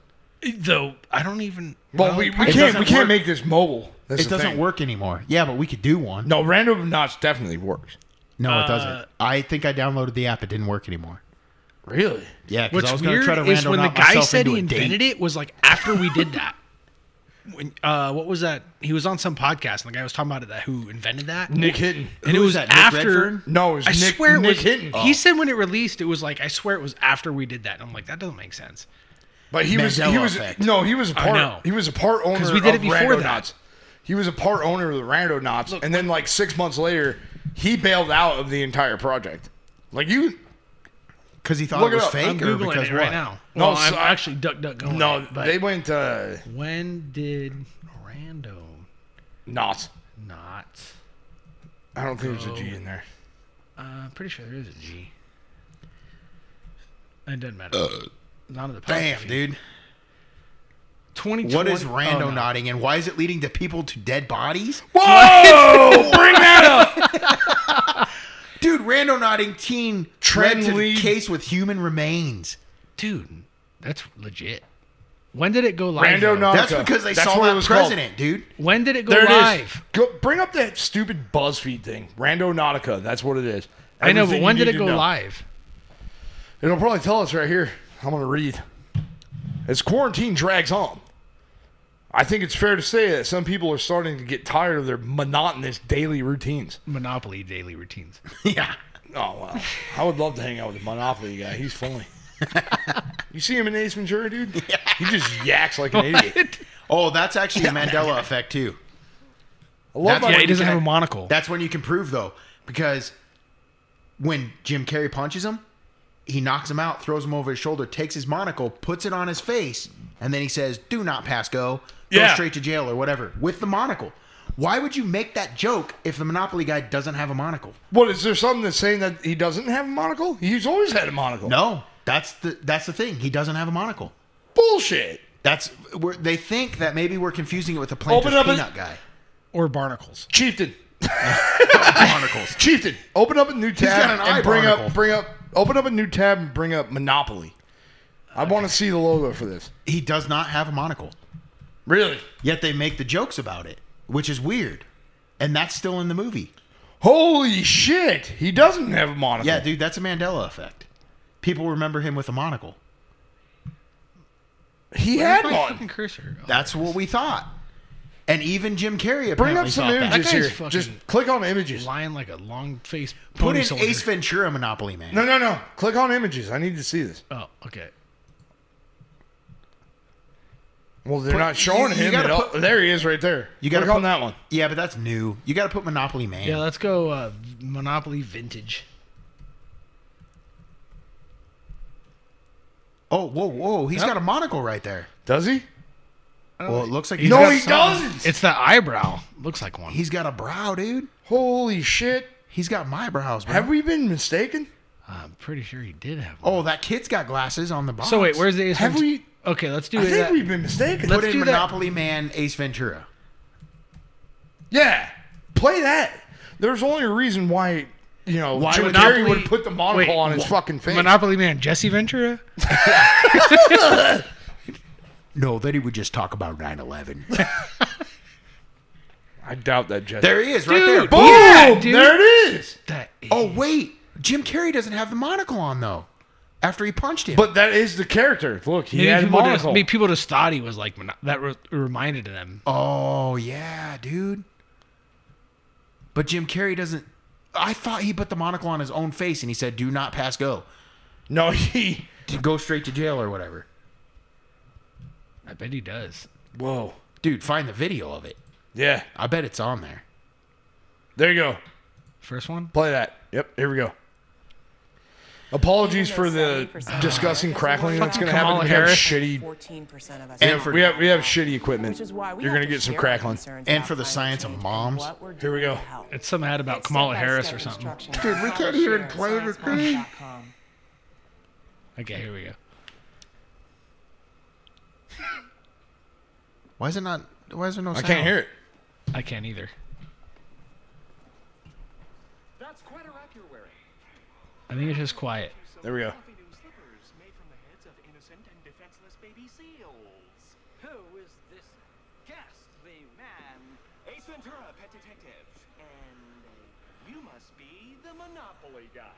[SPEAKER 6] Though I don't even.
[SPEAKER 1] Well, we, we
[SPEAKER 6] it
[SPEAKER 1] can't
[SPEAKER 6] doesn't
[SPEAKER 1] we can't
[SPEAKER 6] work.
[SPEAKER 1] make this mobile. That's
[SPEAKER 5] it
[SPEAKER 1] the
[SPEAKER 5] doesn't
[SPEAKER 1] thing.
[SPEAKER 5] work anymore. Yeah, but we could do one.
[SPEAKER 1] No, random knots definitely works.
[SPEAKER 5] No, it doesn't. I think I downloaded the app. It didn't work anymore.
[SPEAKER 1] Really?
[SPEAKER 5] Yeah, because
[SPEAKER 6] What's
[SPEAKER 5] I was going
[SPEAKER 6] weird
[SPEAKER 5] to try to
[SPEAKER 6] is
[SPEAKER 5] rando
[SPEAKER 6] when the
[SPEAKER 5] knot
[SPEAKER 6] guy
[SPEAKER 5] myself
[SPEAKER 6] said
[SPEAKER 5] into
[SPEAKER 6] he
[SPEAKER 5] a date.
[SPEAKER 6] invented it was like after we did that. When, uh, what was that? He was on some podcast and the guy was talking about it. That who invented that?
[SPEAKER 1] Nick Hidden.
[SPEAKER 6] And
[SPEAKER 5] Who
[SPEAKER 6] it
[SPEAKER 5] is
[SPEAKER 6] was
[SPEAKER 5] that, Nick
[SPEAKER 6] after.
[SPEAKER 5] Redfern?
[SPEAKER 1] No, it was
[SPEAKER 6] I
[SPEAKER 1] Nick,
[SPEAKER 6] swear
[SPEAKER 1] Nick
[SPEAKER 6] it was.
[SPEAKER 1] Hinton. Oh.
[SPEAKER 6] He said when it released, it was like I swear it was after we did that. And I'm like, that doesn't make sense.
[SPEAKER 1] But he was he
[SPEAKER 5] Mandela
[SPEAKER 1] was
[SPEAKER 5] effect.
[SPEAKER 1] no he was a
[SPEAKER 6] know.
[SPEAKER 1] part he was a part owner
[SPEAKER 6] 'Cause we did
[SPEAKER 1] of
[SPEAKER 6] it before
[SPEAKER 1] Rando
[SPEAKER 6] that.
[SPEAKER 1] Knots. He was a part owner of the Rando Knots, and then like six months later, he bailed out of the entire project. Like you,
[SPEAKER 5] because he thought
[SPEAKER 1] Look
[SPEAKER 5] it was
[SPEAKER 1] it up.
[SPEAKER 5] fake
[SPEAKER 1] I'm
[SPEAKER 5] or
[SPEAKER 6] Googling
[SPEAKER 5] because
[SPEAKER 6] it
[SPEAKER 5] what?
[SPEAKER 6] right now.
[SPEAKER 1] No,
[SPEAKER 6] No, I'm
[SPEAKER 1] so I-
[SPEAKER 6] actually duck duck going.
[SPEAKER 1] no,
[SPEAKER 6] it, but
[SPEAKER 1] they went uh,
[SPEAKER 6] when did Rando
[SPEAKER 1] Knots.
[SPEAKER 6] not?
[SPEAKER 1] I don't think there's a G in there.
[SPEAKER 6] Uh, I'm pretty sure there is a G. It doesn't matter. None of the
[SPEAKER 5] Uh, Damn, dude.
[SPEAKER 6] 2020.
[SPEAKER 5] What is rando
[SPEAKER 6] oh, no.
[SPEAKER 5] knotting and why is it leading to people to dead bodies?
[SPEAKER 1] Whoa! Bring that up.
[SPEAKER 5] Dude, rando knotting teen
[SPEAKER 1] Trend
[SPEAKER 5] led to
[SPEAKER 1] lead.
[SPEAKER 5] case with human remains.
[SPEAKER 6] dude, that's legit. When did it go live?
[SPEAKER 1] Rando
[SPEAKER 6] though?
[SPEAKER 1] Nautica. That's what it was called.
[SPEAKER 6] When did it go
[SPEAKER 1] there
[SPEAKER 6] live?
[SPEAKER 1] It is. Go, bring up that stupid BuzzFeed thing. Rando Nautica. That's what it is.
[SPEAKER 6] I know,
[SPEAKER 1] Everything
[SPEAKER 6] but when
[SPEAKER 1] you
[SPEAKER 6] did it
[SPEAKER 1] need
[SPEAKER 6] go
[SPEAKER 1] to know.
[SPEAKER 6] live?
[SPEAKER 1] It'll probably tell us right here. I'm going to read. As quarantine drags on, I think it's fair to say that some people are starting to get tired of their monotonous daily routines.
[SPEAKER 6] Monopoly daily routines.
[SPEAKER 1] yeah. Oh, wow. I would love to hang out with the Monopoly guy. He's funny. you see him in Ace Ventura, dude? He just yaks like an idiot.
[SPEAKER 5] Oh, that's actually a Mandela effect too.
[SPEAKER 1] I love my- Yeah, he doesn't have a
[SPEAKER 6] monocle.
[SPEAKER 5] That's when you can prove though, because when Jim Carrey punches him, he knocks him out, throws him over his shoulder, takes his monocle, puts it on his face, and then he says, "Do not pass go. Go
[SPEAKER 1] Yeah.
[SPEAKER 5] straight to jail or whatever." With the monocle. Why would you make that joke if the Monopoly guy doesn't have a monocle?
[SPEAKER 1] What is there something that's saying that he doesn't have a monocle? He's always had a monocle.
[SPEAKER 5] No, that's the that's the thing. He doesn't have a monocle.
[SPEAKER 1] Bullshit.
[SPEAKER 5] That's we're, they think that maybe we're confusing it with the Planters
[SPEAKER 1] up his-
[SPEAKER 5] peanut guy.
[SPEAKER 6] Or barnacles.
[SPEAKER 1] Chieftain. barnacles. Chieftain, open up a new
[SPEAKER 5] got
[SPEAKER 1] tab
[SPEAKER 5] an eye
[SPEAKER 1] and bring
[SPEAKER 5] barnacle.
[SPEAKER 1] up bring up open up a new tab and bring up Monopoly. I want to see the logo for this.
[SPEAKER 5] He does not have a monocle.
[SPEAKER 1] Really?
[SPEAKER 5] Yet they make the jokes about it, which is weird. And that's still in the movie.
[SPEAKER 1] Holy shit. He doesn't have a monocle.
[SPEAKER 5] Yeah, dude, that's a Mandela effect. People remember him with a monocle.
[SPEAKER 1] He
[SPEAKER 6] Where's
[SPEAKER 1] had
[SPEAKER 6] my
[SPEAKER 1] one.
[SPEAKER 6] fucking cursor? Oh,
[SPEAKER 5] That's what we thought. And even Jim Carrey apparently
[SPEAKER 1] Bring up some
[SPEAKER 5] thought that.
[SPEAKER 1] images
[SPEAKER 6] guy's
[SPEAKER 1] here.
[SPEAKER 6] fucking-
[SPEAKER 1] Just click on images.
[SPEAKER 6] lying like a long face.
[SPEAKER 5] Put
[SPEAKER 6] pony
[SPEAKER 5] in
[SPEAKER 6] soldier.
[SPEAKER 5] Ace Ventura Monopoly Man.
[SPEAKER 1] No, no, no. Click on images. I need to see this.
[SPEAKER 6] Oh, okay.
[SPEAKER 1] Well, they're
[SPEAKER 5] Put-
[SPEAKER 1] not showing
[SPEAKER 5] you- you
[SPEAKER 1] him
[SPEAKER 5] gotta
[SPEAKER 1] at all.
[SPEAKER 5] put-
[SPEAKER 1] there he is right there.
[SPEAKER 5] You gotta
[SPEAKER 1] click
[SPEAKER 5] put-
[SPEAKER 1] on that one.
[SPEAKER 5] Yeah, but that's new. You got to put Monopoly Man.
[SPEAKER 6] Yeah, let's go uh, Monopoly Vintage.
[SPEAKER 5] oh, whoa, whoa. he's got a monocle right there.
[SPEAKER 1] Does he?
[SPEAKER 5] Well, it looks like
[SPEAKER 1] Oh. No,
[SPEAKER 5] got
[SPEAKER 1] he
[SPEAKER 5] something.
[SPEAKER 1] doesn't.
[SPEAKER 6] It's the eyebrow. Looks like one.
[SPEAKER 5] He's got a brow, dude.
[SPEAKER 1] Holy shit.
[SPEAKER 5] He's got my brows, bro.
[SPEAKER 1] Have we been mistaken?
[SPEAKER 6] I'm pretty sure he did have one.
[SPEAKER 5] oh, that kid's got glasses on the box.
[SPEAKER 6] so wait, where's the Ace
[SPEAKER 1] Have
[SPEAKER 6] Ventura-
[SPEAKER 1] we-
[SPEAKER 6] Okay, let's do
[SPEAKER 1] I
[SPEAKER 6] it.
[SPEAKER 1] think
[SPEAKER 6] that-
[SPEAKER 1] we've been mistaken.
[SPEAKER 5] Put
[SPEAKER 6] uh, Let's
[SPEAKER 5] in
[SPEAKER 6] do that.
[SPEAKER 5] Monopoly Man, Ace Ventura.
[SPEAKER 1] Yeah, play that. There's only a reason why you know why Jim
[SPEAKER 6] Monopoly-
[SPEAKER 1] Carrey would put the monocle
[SPEAKER 6] wait,
[SPEAKER 1] on his
[SPEAKER 6] wha-
[SPEAKER 1] fucking face.
[SPEAKER 6] Monopoly Man, Jesse Ventura.
[SPEAKER 5] No, then he would just talk about 9 11.
[SPEAKER 1] I doubt that, Jesse.
[SPEAKER 5] there he is, right there.
[SPEAKER 6] Dude.
[SPEAKER 1] Boom!
[SPEAKER 6] Oh, Yeah, dude.
[SPEAKER 1] there it is.
[SPEAKER 6] That is
[SPEAKER 5] Oh, wait. Jim Carrey doesn't have the monocle on, though, after he punched him.
[SPEAKER 1] But that is the character. Look, he
[SPEAKER 6] maybe,
[SPEAKER 1] had a
[SPEAKER 6] people just,
[SPEAKER 1] monocle.
[SPEAKER 6] maybe people just thought he was like Mono- that. Re- reminded them.
[SPEAKER 5] oh, yeah, dude. But Jim Carrey doesn't. I thought he put the monocle on his own face and he said, do not pass go.
[SPEAKER 1] no, he.
[SPEAKER 5] To go straight to jail or whatever.
[SPEAKER 6] I bet he does.
[SPEAKER 1] Whoa.
[SPEAKER 5] Dude, find the video of it.
[SPEAKER 1] Yeah.
[SPEAKER 5] I bet it's on there.
[SPEAKER 1] There you go.
[SPEAKER 6] First one.
[SPEAKER 1] Play that. Yep. Here we go. Apologies
[SPEAKER 12] Even
[SPEAKER 1] for
[SPEAKER 12] though
[SPEAKER 1] the
[SPEAKER 12] 70%
[SPEAKER 1] disgusting crackling that's going to
[SPEAKER 6] Fucking
[SPEAKER 1] happen.
[SPEAKER 6] Kamala
[SPEAKER 1] We have
[SPEAKER 6] Harris.
[SPEAKER 1] shitty.
[SPEAKER 12] 14% of us
[SPEAKER 5] And
[SPEAKER 12] are
[SPEAKER 5] for-
[SPEAKER 1] We have, we have
[SPEAKER 12] now,
[SPEAKER 1] shitty equipment.
[SPEAKER 12] which is why we
[SPEAKER 1] You're
[SPEAKER 12] have
[SPEAKER 1] going to get some
[SPEAKER 12] share our
[SPEAKER 1] crackling.
[SPEAKER 12] concerns
[SPEAKER 5] And
[SPEAKER 12] about
[SPEAKER 5] for the
[SPEAKER 12] climate
[SPEAKER 5] science of
[SPEAKER 12] change and
[SPEAKER 5] moms.
[SPEAKER 12] what we're
[SPEAKER 1] Here we
[SPEAKER 12] doing to
[SPEAKER 1] go.
[SPEAKER 12] help.
[SPEAKER 6] It's some ad about
[SPEAKER 12] It's
[SPEAKER 6] Kamala Harris
[SPEAKER 12] step-by-step
[SPEAKER 6] or something.
[SPEAKER 12] instructions
[SPEAKER 5] Dude,
[SPEAKER 12] on
[SPEAKER 5] we
[SPEAKER 12] how
[SPEAKER 5] can't
[SPEAKER 12] to
[SPEAKER 5] even
[SPEAKER 12] share
[SPEAKER 5] play the
[SPEAKER 12] science-bomb
[SPEAKER 5] thing.
[SPEAKER 12] dot com.
[SPEAKER 6] Okay, here we go.
[SPEAKER 5] Why is it not? Why is there no
[SPEAKER 1] I
[SPEAKER 5] sound?
[SPEAKER 1] can't hear it.
[SPEAKER 6] I can't either.
[SPEAKER 11] That's quite a wrap you're wearing.
[SPEAKER 6] I think it's just quiet.
[SPEAKER 1] There we go.
[SPEAKER 11] New slippers made from the heads of innocent and defenseless baby seals. Who is this ghastly man? Ace Ventura, pet detective. And you must be the Monopoly guy.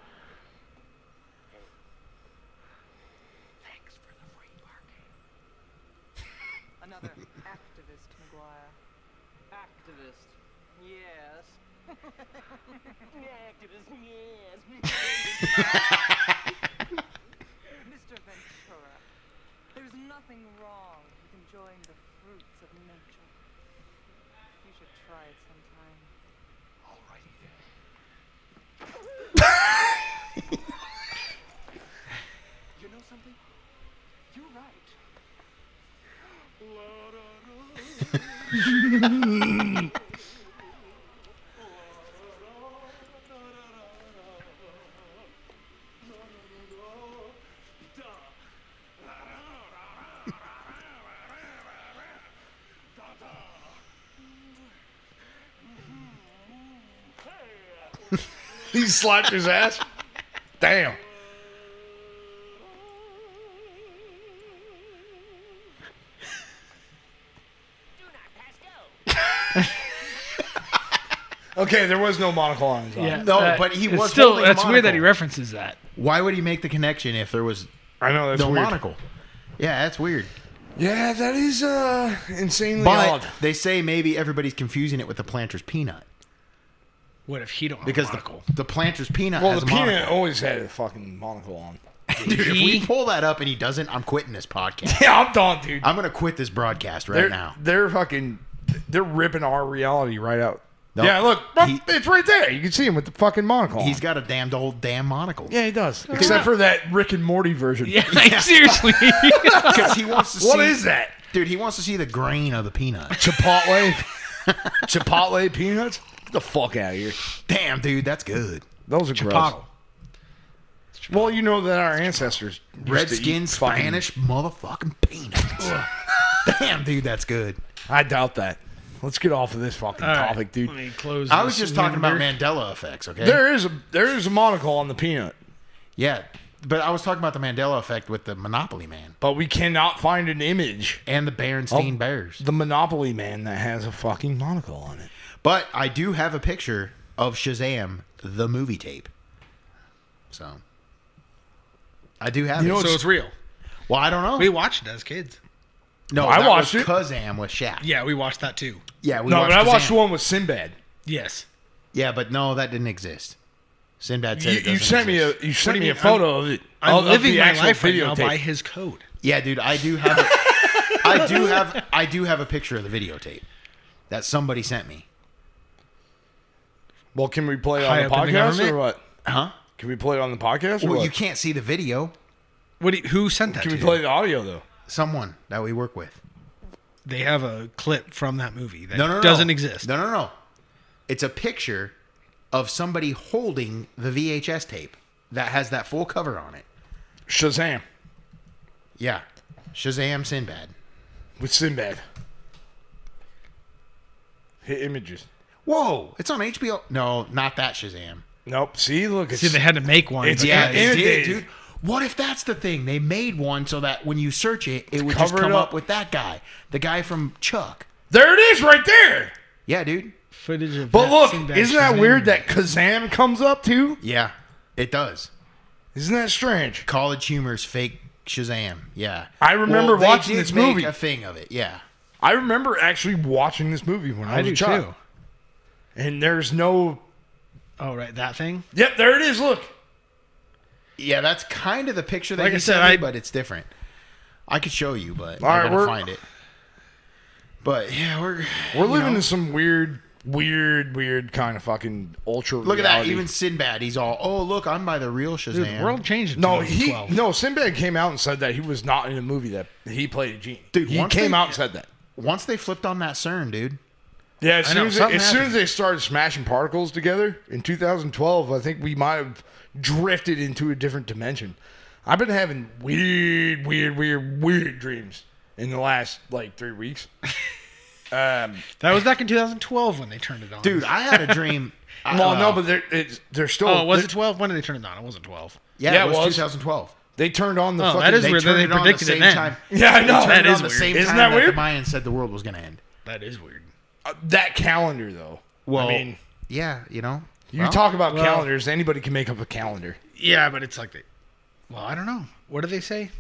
[SPEAKER 11] Thanks for the free parking.
[SPEAKER 12] Another activist, McGuire.
[SPEAKER 11] Activist. Yes. Activist, yes.
[SPEAKER 12] Mr. Ventura, there's nothing wrong with enjoying the fruits of nature. You should try it sometime.
[SPEAKER 11] Alrighty then. you know something? You're right.
[SPEAKER 1] He slapped his ass. Damn. okay, there was no monocle on his arm.
[SPEAKER 5] Yeah, No, that- but he
[SPEAKER 6] it's
[SPEAKER 5] was
[SPEAKER 6] still.
[SPEAKER 5] holding a
[SPEAKER 6] That's weird that
[SPEAKER 5] monocle.
[SPEAKER 6] he references that.
[SPEAKER 5] Why would he make the connection if there was
[SPEAKER 1] I know that's
[SPEAKER 5] no
[SPEAKER 1] weird.
[SPEAKER 5] monocle? Yeah, that's weird.
[SPEAKER 1] Yeah, that is uh insanely
[SPEAKER 5] But
[SPEAKER 1] odd.
[SPEAKER 5] they say maybe everybody's confusing it with the planter's peanut
[SPEAKER 6] What if he don't have a
[SPEAKER 5] because
[SPEAKER 6] monocle?
[SPEAKER 5] the, the planter's peanut
[SPEAKER 1] Well,
[SPEAKER 5] has
[SPEAKER 1] the
[SPEAKER 5] a
[SPEAKER 1] peanut oh,
[SPEAKER 5] monocle.
[SPEAKER 1] always had a fucking monocle on.
[SPEAKER 5] Dude, if we pull that up and he doesn't, I'm quitting this podcast.
[SPEAKER 1] Yeah, I'm done, dude.
[SPEAKER 5] I'm gonna quit this broadcast right
[SPEAKER 1] they're,
[SPEAKER 5] now.
[SPEAKER 1] They're fucking. They're ripping our reality right out.
[SPEAKER 5] No.
[SPEAKER 1] yeah, look,
[SPEAKER 5] He-
[SPEAKER 1] it's right there. You can see him with the fucking monocle.
[SPEAKER 5] He's
[SPEAKER 1] He's,
[SPEAKER 5] got a damned old damn monocle.
[SPEAKER 1] yeah, he does. Except for that Rick and Morty version.
[SPEAKER 6] Yeah, like, seriously.
[SPEAKER 5] Because he wants to see
[SPEAKER 1] What is that?
[SPEAKER 5] Dude, he wants to see the grain of the peanut.
[SPEAKER 1] Chipotle, Chipotle peanuts. Get the fuck out of here.
[SPEAKER 5] Damn, dude, that's good.
[SPEAKER 1] Those are
[SPEAKER 6] Chipotle.
[SPEAKER 1] gross. Well, you know that our ancestors used to
[SPEAKER 5] Red
[SPEAKER 1] eat
[SPEAKER 5] skin
[SPEAKER 1] fucking-
[SPEAKER 5] Spanish motherfucking peanuts. Damn, dude, that's good.
[SPEAKER 1] I doubt that. Let's get off of this fucking
[SPEAKER 6] All right,
[SPEAKER 1] topic, dude.
[SPEAKER 6] Let me close.
[SPEAKER 5] I was
[SPEAKER 6] this
[SPEAKER 5] just talking about
[SPEAKER 6] window.
[SPEAKER 5] Mandela effects, okay?
[SPEAKER 1] There is a there is a monocle on the peanut,
[SPEAKER 5] yeah, but I was talking about the Mandela effect with the Monopoly Man
[SPEAKER 1] but we cannot find an image.
[SPEAKER 5] and the Berenstain
[SPEAKER 1] Oh.
[SPEAKER 5] Bears.
[SPEAKER 1] The Monopoly man that has a fucking monocle on it.
[SPEAKER 5] But I do have a picture of Shazam, the movie tape. So I do have
[SPEAKER 1] You
[SPEAKER 5] it.
[SPEAKER 1] know,
[SPEAKER 6] So it's real.
[SPEAKER 5] well, I don't know.
[SPEAKER 6] We watched it as kids.
[SPEAKER 5] no,
[SPEAKER 1] I
[SPEAKER 5] that
[SPEAKER 1] watched
[SPEAKER 5] was
[SPEAKER 1] it.
[SPEAKER 5] Kazam with Shaq.
[SPEAKER 6] Yeah, we watched that too.
[SPEAKER 5] yeah we
[SPEAKER 1] no,
[SPEAKER 5] watched
[SPEAKER 1] but I watched
[SPEAKER 5] Kazam.
[SPEAKER 1] the one with Sinbad.
[SPEAKER 6] Yes.
[SPEAKER 5] Yeah, but no, that didn't exist. Sinbad
[SPEAKER 1] You,
[SPEAKER 5] said it
[SPEAKER 1] you
[SPEAKER 5] doesn't
[SPEAKER 1] sent me a
[SPEAKER 5] exist.
[SPEAKER 1] you sent
[SPEAKER 6] do
[SPEAKER 1] me
[SPEAKER 6] you
[SPEAKER 1] a
[SPEAKER 6] mean?
[SPEAKER 1] photo of it.
[SPEAKER 6] I'm
[SPEAKER 1] of, of
[SPEAKER 6] living
[SPEAKER 1] the
[SPEAKER 6] my
[SPEAKER 1] actual
[SPEAKER 6] life right now
[SPEAKER 1] videotape.
[SPEAKER 6] by his code.
[SPEAKER 5] Yeah, dude, I do have. A, I do have. I do have a picture of the videotape that somebody sent me.
[SPEAKER 1] Well, can we play it
[SPEAKER 6] High
[SPEAKER 1] on the
[SPEAKER 6] up in the
[SPEAKER 1] podcast
[SPEAKER 6] government?
[SPEAKER 1] or what?
[SPEAKER 5] Huh?
[SPEAKER 1] Can we play it on the podcast? Or
[SPEAKER 5] Well,
[SPEAKER 1] what?
[SPEAKER 5] you can't see the video.
[SPEAKER 6] What? Do you, who sent that?
[SPEAKER 1] Can
[SPEAKER 6] to
[SPEAKER 1] we
[SPEAKER 6] you?
[SPEAKER 1] play the audio though?
[SPEAKER 5] Someone that we work with.
[SPEAKER 6] They have a clip from that movie that
[SPEAKER 5] No, no, no.
[SPEAKER 6] doesn't exist.
[SPEAKER 5] No, no, no. It's a picture of somebody holding the VHS tape that has that full cover on it.
[SPEAKER 1] Shazam
[SPEAKER 5] Yeah. Shazam Sinbad.
[SPEAKER 1] with Sinbad. Hit images.
[SPEAKER 5] Whoa, it's on HBO. No, not that Shazam.
[SPEAKER 1] Nope. See, look. It's,
[SPEAKER 6] See, they had to make one.
[SPEAKER 1] It's-
[SPEAKER 5] Yeah,
[SPEAKER 6] because-
[SPEAKER 1] it
[SPEAKER 5] they
[SPEAKER 1] did.
[SPEAKER 5] did, dude. What if that's the thing? They made one so that when you search it, it would just
[SPEAKER 1] Cover it
[SPEAKER 5] come up.
[SPEAKER 1] up.
[SPEAKER 5] with that guy, the guy from Chuck.
[SPEAKER 1] there it is, right there.
[SPEAKER 5] Yeah, dude.
[SPEAKER 6] footage of.
[SPEAKER 1] But
[SPEAKER 6] that
[SPEAKER 1] look,
[SPEAKER 6] Sinbad
[SPEAKER 1] isn't that
[SPEAKER 6] Shazam.
[SPEAKER 1] weird that Kazam comes up too?
[SPEAKER 5] Yeah, it does.
[SPEAKER 1] Isn't that strange?
[SPEAKER 5] College humor's fake Shazam. Yeah,
[SPEAKER 1] I remember
[SPEAKER 5] they
[SPEAKER 1] watching
[SPEAKER 5] did
[SPEAKER 1] this
[SPEAKER 5] make
[SPEAKER 1] movie.
[SPEAKER 5] A thing of it. Yeah,
[SPEAKER 1] I remember actually watching this movie when I,
[SPEAKER 6] I
[SPEAKER 1] was
[SPEAKER 6] do
[SPEAKER 1] a child.
[SPEAKER 6] too.
[SPEAKER 1] And there's no.
[SPEAKER 6] Oh right, that thing.
[SPEAKER 1] Yep, there it is. Look.
[SPEAKER 5] yeah. That's kind of the picture that
[SPEAKER 6] Like
[SPEAKER 5] you
[SPEAKER 6] I said,
[SPEAKER 5] sent me,
[SPEAKER 6] I-
[SPEAKER 5] but it's different. I could show you, but
[SPEAKER 1] All right,
[SPEAKER 5] I gotta
[SPEAKER 1] we're-
[SPEAKER 5] find it. But yeah, we're
[SPEAKER 1] We're
[SPEAKER 5] you
[SPEAKER 1] living
[SPEAKER 5] know.
[SPEAKER 1] in some weird, weird, weird kind of fucking ultra.
[SPEAKER 5] Look at that.
[SPEAKER 1] reality.
[SPEAKER 5] Even Sinbad, he's all, oh look, I'm by the real Shazam.
[SPEAKER 6] Dude, the world changed. In
[SPEAKER 1] No, he
[SPEAKER 6] 2012.
[SPEAKER 1] no. Sinbad came out and said that he was not in a movie that he played a genie.
[SPEAKER 5] Dude,
[SPEAKER 1] he
[SPEAKER 5] once
[SPEAKER 1] came
[SPEAKER 5] they-
[SPEAKER 1] out and said that.
[SPEAKER 5] Once they flipped on that CERN, dude.
[SPEAKER 1] Yeah, as
[SPEAKER 6] I
[SPEAKER 1] soon
[SPEAKER 6] know,
[SPEAKER 1] as they,
[SPEAKER 6] something
[SPEAKER 1] as soon as
[SPEAKER 6] happened.
[SPEAKER 1] they started smashing particles together in 2012, I think we might have drifted into a different dimension. I've been having weird, weird, weird, weird dreams in the last like three weeks. Um,
[SPEAKER 6] that was back in 2012 when they turned it on.
[SPEAKER 5] Dude, I had a dream. I-
[SPEAKER 1] well, no,
[SPEAKER 5] uh,
[SPEAKER 1] but they're it's, they're still.
[SPEAKER 6] oh, was
[SPEAKER 1] they-
[SPEAKER 6] it 12? When did they turn it on? It wasn't 12.
[SPEAKER 5] yeah,
[SPEAKER 1] yeah,
[SPEAKER 5] it was,
[SPEAKER 1] it was.
[SPEAKER 5] 2012.
[SPEAKER 1] They turned on the
[SPEAKER 6] Oh,
[SPEAKER 1] fucking.
[SPEAKER 6] that is
[SPEAKER 5] they
[SPEAKER 6] weird that
[SPEAKER 5] turned
[SPEAKER 6] they
[SPEAKER 5] it on the
[SPEAKER 6] predicted
[SPEAKER 5] same
[SPEAKER 6] it then.
[SPEAKER 5] time.
[SPEAKER 1] yeah, I know.
[SPEAKER 6] That
[SPEAKER 5] That
[SPEAKER 6] is
[SPEAKER 5] the
[SPEAKER 6] weird.
[SPEAKER 5] same
[SPEAKER 1] Isn't
[SPEAKER 5] time
[SPEAKER 1] that
[SPEAKER 5] that,
[SPEAKER 1] weird?
[SPEAKER 5] the Mayans said the world was going to end.
[SPEAKER 6] That is weird.
[SPEAKER 1] Uh, that calendar though. Well, I mean,
[SPEAKER 5] Yeah, you know.
[SPEAKER 1] you
[SPEAKER 5] Well,
[SPEAKER 1] talk about
[SPEAKER 6] well-
[SPEAKER 1] calendars. Anybody can make up a calendar.
[SPEAKER 6] Yeah, but it's like they. Well, I don't know. What do they say?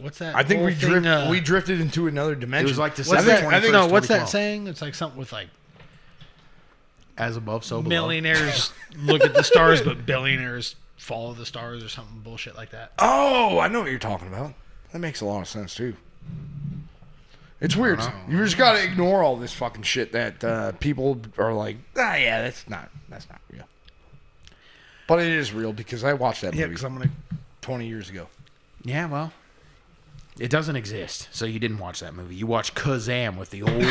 [SPEAKER 6] What's that?
[SPEAKER 1] I think
[SPEAKER 6] whole
[SPEAKER 1] we
[SPEAKER 6] thing,
[SPEAKER 1] drift,
[SPEAKER 6] uh,
[SPEAKER 1] we drifted into another dimension.
[SPEAKER 5] like December
[SPEAKER 1] I
[SPEAKER 6] What's
[SPEAKER 1] think,
[SPEAKER 6] that?
[SPEAKER 1] I think
[SPEAKER 6] no, what's
[SPEAKER 5] 2012.
[SPEAKER 6] that saying? It's like something with like
[SPEAKER 5] as above, so below.
[SPEAKER 6] millionaires look at the stars, but billionaires follow the stars or something bullshit like that.
[SPEAKER 1] Oh, I know what you're talking about. That makes a lot of sense too. It's weird. You just gotta ignore all this fucking shit that uh, people are like, ah, yeah, that's not, that's not real. But it is real because I watched that
[SPEAKER 6] Yeah,
[SPEAKER 1] movie
[SPEAKER 6] because I'm gonna.
[SPEAKER 1] 20 years ago.
[SPEAKER 5] Yeah, well, it doesn't exist. So you didn't watch that movie. You watched Kazam with the old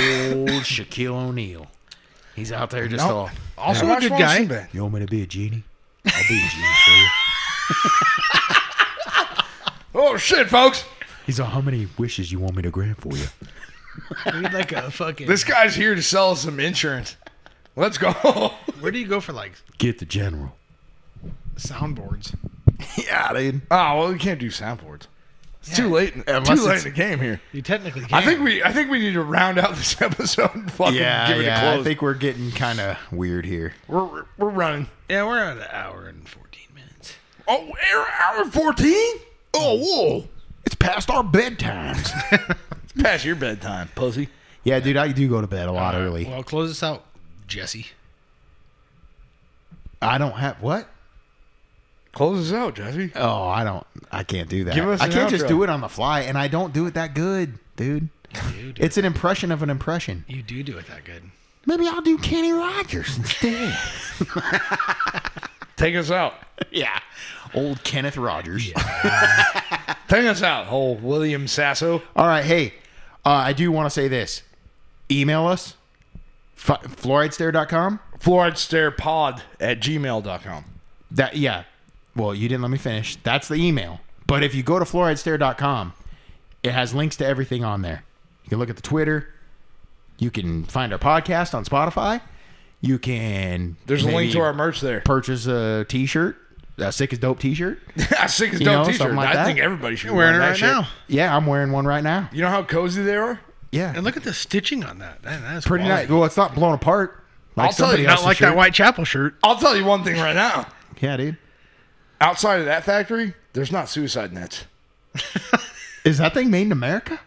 [SPEAKER 5] Shaquille O'Neal. He's out there just
[SPEAKER 1] Nope.
[SPEAKER 5] all.
[SPEAKER 1] Also,
[SPEAKER 6] a
[SPEAKER 1] I
[SPEAKER 6] good
[SPEAKER 1] watched
[SPEAKER 6] guy.
[SPEAKER 1] Sinbad.
[SPEAKER 5] You want me to be a genie? I'll be a genie for you.
[SPEAKER 1] Oh shit, folks!
[SPEAKER 5] He's all, how many wishes you want me to grant for you?
[SPEAKER 6] We need like a fucking.
[SPEAKER 1] This guy's here to sell us some insurance. Let's go.
[SPEAKER 6] where do you go for like
[SPEAKER 5] Get the general.
[SPEAKER 6] soundboards?
[SPEAKER 5] Yeah, dude.
[SPEAKER 1] Oh, Ah, well, we can't do soundboards. It's too late. in-
[SPEAKER 5] Unless
[SPEAKER 1] too late
[SPEAKER 5] it's-
[SPEAKER 1] in the game here.
[SPEAKER 6] You technically
[SPEAKER 1] I think we. I think we need to round out this episode. And fucking
[SPEAKER 5] yeah,
[SPEAKER 1] give it
[SPEAKER 5] yeah.
[SPEAKER 1] a
[SPEAKER 5] I
[SPEAKER 1] close.
[SPEAKER 5] think we're getting kind of weird here.
[SPEAKER 1] we're we're running.
[SPEAKER 6] Yeah, we're at an hour and fourteen minutes.
[SPEAKER 1] Oh, hour hour fourteen.
[SPEAKER 5] Oh, whoa! It's past our bedtimes.
[SPEAKER 1] It's past your bedtime, pussy.
[SPEAKER 5] yeah, dude, I do go to bed a lot early.
[SPEAKER 6] Well, close this out, Jesse.
[SPEAKER 5] I don't have what?
[SPEAKER 1] Close this out, Jesse.
[SPEAKER 5] Oh, I don't. I can't do that.
[SPEAKER 1] Give us
[SPEAKER 5] I
[SPEAKER 1] an
[SPEAKER 5] can't just
[SPEAKER 1] outro.
[SPEAKER 5] do it on the fly, and I don't do it that good, dude.
[SPEAKER 6] You do,
[SPEAKER 5] It's an impression of an impression.
[SPEAKER 6] you do do it that good.
[SPEAKER 5] Maybe I'll do Kenny Rogers instead.
[SPEAKER 1] Take us out.
[SPEAKER 5] yeah, old Kenneth Rogers.
[SPEAKER 1] Take us out, whole William Sasso.
[SPEAKER 5] All right, hey, uh, I do want to say this. Email us, f- fluoridestare.com.
[SPEAKER 1] Fluoride Stare Pod at gmail.com.
[SPEAKER 5] That yeah. Well, you didn't let me finish. That's the email. But if you go to fluoridestare.com, it has links to everything on there. You can look at the Twitter. You can find our podcast on Spotify. You can
[SPEAKER 1] There's a link
[SPEAKER 5] maybe
[SPEAKER 1] to our merch there.
[SPEAKER 5] purchase a t-shirt, a sick as dope t-shirt.
[SPEAKER 1] I think it's
[SPEAKER 5] You know,
[SPEAKER 1] dope t-shirt.
[SPEAKER 5] something like
[SPEAKER 1] I
[SPEAKER 5] that.
[SPEAKER 1] think everybody should
[SPEAKER 6] You're
[SPEAKER 1] be
[SPEAKER 6] wearing it
[SPEAKER 1] that
[SPEAKER 6] right
[SPEAKER 1] shit.
[SPEAKER 6] now.
[SPEAKER 5] Yeah, I'm wearing one right now.
[SPEAKER 1] You know how cozy they are?
[SPEAKER 5] Yeah.
[SPEAKER 6] And look at the stitching on that. That- that's
[SPEAKER 5] Pretty
[SPEAKER 6] quality.
[SPEAKER 5] nice. Well, it's not blown apart. Like
[SPEAKER 1] I'll tell you,
[SPEAKER 5] somebody
[SPEAKER 6] Not
[SPEAKER 5] else's
[SPEAKER 6] like
[SPEAKER 5] shirt.
[SPEAKER 6] that Whitechapel shirt.
[SPEAKER 1] I'll tell you one thing right now.
[SPEAKER 5] Yeah, dude.
[SPEAKER 1] Outside of that factory, there's not suicide nets.
[SPEAKER 5] Is that thing made in America?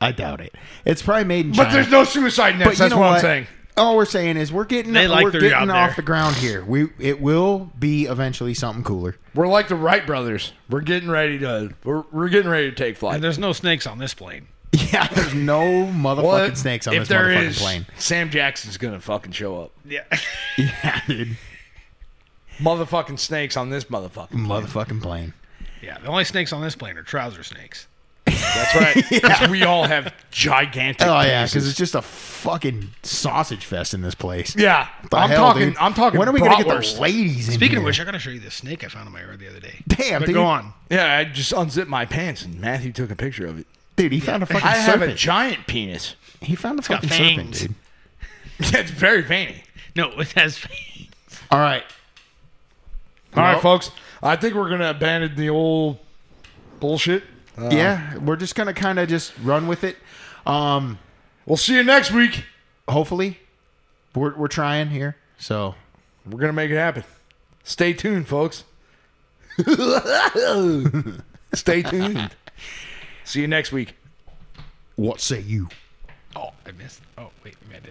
[SPEAKER 5] I doubt it. It's probably made in China.
[SPEAKER 1] But there's no suicide nets.
[SPEAKER 5] But you
[SPEAKER 1] That's
[SPEAKER 5] know
[SPEAKER 1] what, I'm saying.
[SPEAKER 5] All we're saying is we're getting
[SPEAKER 6] They like
[SPEAKER 5] we're
[SPEAKER 6] their
[SPEAKER 5] getting
[SPEAKER 6] job
[SPEAKER 5] off
[SPEAKER 6] there.
[SPEAKER 5] the ground here. We it will be eventually something cooler.
[SPEAKER 1] We're like the Wright brothers. We're getting ready to we're, we're getting ready to take flight.
[SPEAKER 6] And there's no snakes on this plane.
[SPEAKER 5] Yeah, there's no motherfucking
[SPEAKER 1] Well,
[SPEAKER 5] snakes on
[SPEAKER 1] if
[SPEAKER 5] this
[SPEAKER 1] there
[SPEAKER 5] motherfucking
[SPEAKER 1] is,
[SPEAKER 5] plane.
[SPEAKER 1] Sam Jackson's gonna fucking show up.
[SPEAKER 6] Yeah.
[SPEAKER 5] Yeah, dude.
[SPEAKER 1] Motherfucking snakes on this motherfucking.
[SPEAKER 5] Motherfucking plane.
[SPEAKER 6] yeah. The only snakes on this plane are trouser snakes.
[SPEAKER 1] That's right. 'Cause we all have gigantic.
[SPEAKER 5] Oh yeah,
[SPEAKER 1] penises.
[SPEAKER 5] because it's just a fucking sausage fest in this place.
[SPEAKER 1] yeah.
[SPEAKER 5] The
[SPEAKER 1] I'm
[SPEAKER 5] hell,
[SPEAKER 1] talking.
[SPEAKER 5] dude?
[SPEAKER 1] I'm talking.
[SPEAKER 5] When are we gonna get
[SPEAKER 1] bratwurst.
[SPEAKER 5] the ladies? In
[SPEAKER 6] Speaking of
[SPEAKER 5] here?
[SPEAKER 6] which, I gotta show you this snake I found in my yard the other day.
[SPEAKER 5] Damn,
[SPEAKER 6] but
[SPEAKER 5] dude.
[SPEAKER 6] go on.
[SPEAKER 1] Yeah, I just unzipped my pants and Matthew took a picture of it.
[SPEAKER 5] dude, he found a fucking
[SPEAKER 1] I have
[SPEAKER 5] serpent.
[SPEAKER 1] a giant penis.
[SPEAKER 5] he found a
[SPEAKER 6] got
[SPEAKER 5] fucking serpent,
[SPEAKER 6] fangs.
[SPEAKER 5] dude.
[SPEAKER 1] That's very veiny.
[SPEAKER 6] No, it has.
[SPEAKER 5] All right,
[SPEAKER 1] All right,
[SPEAKER 5] Well-
[SPEAKER 1] folks. I think we're gonna abandon the old bullshit.
[SPEAKER 5] yeah, we're just gonna kind of just run with it. Um,
[SPEAKER 1] We'll see you next week.
[SPEAKER 5] hopefully, we're we're trying here. So
[SPEAKER 1] We're gonna make it happen. Stay tuned, folks. Stay tuned. see you next week.
[SPEAKER 5] What say you?
[SPEAKER 6] Oh, I missed. Oh, wait, we made it.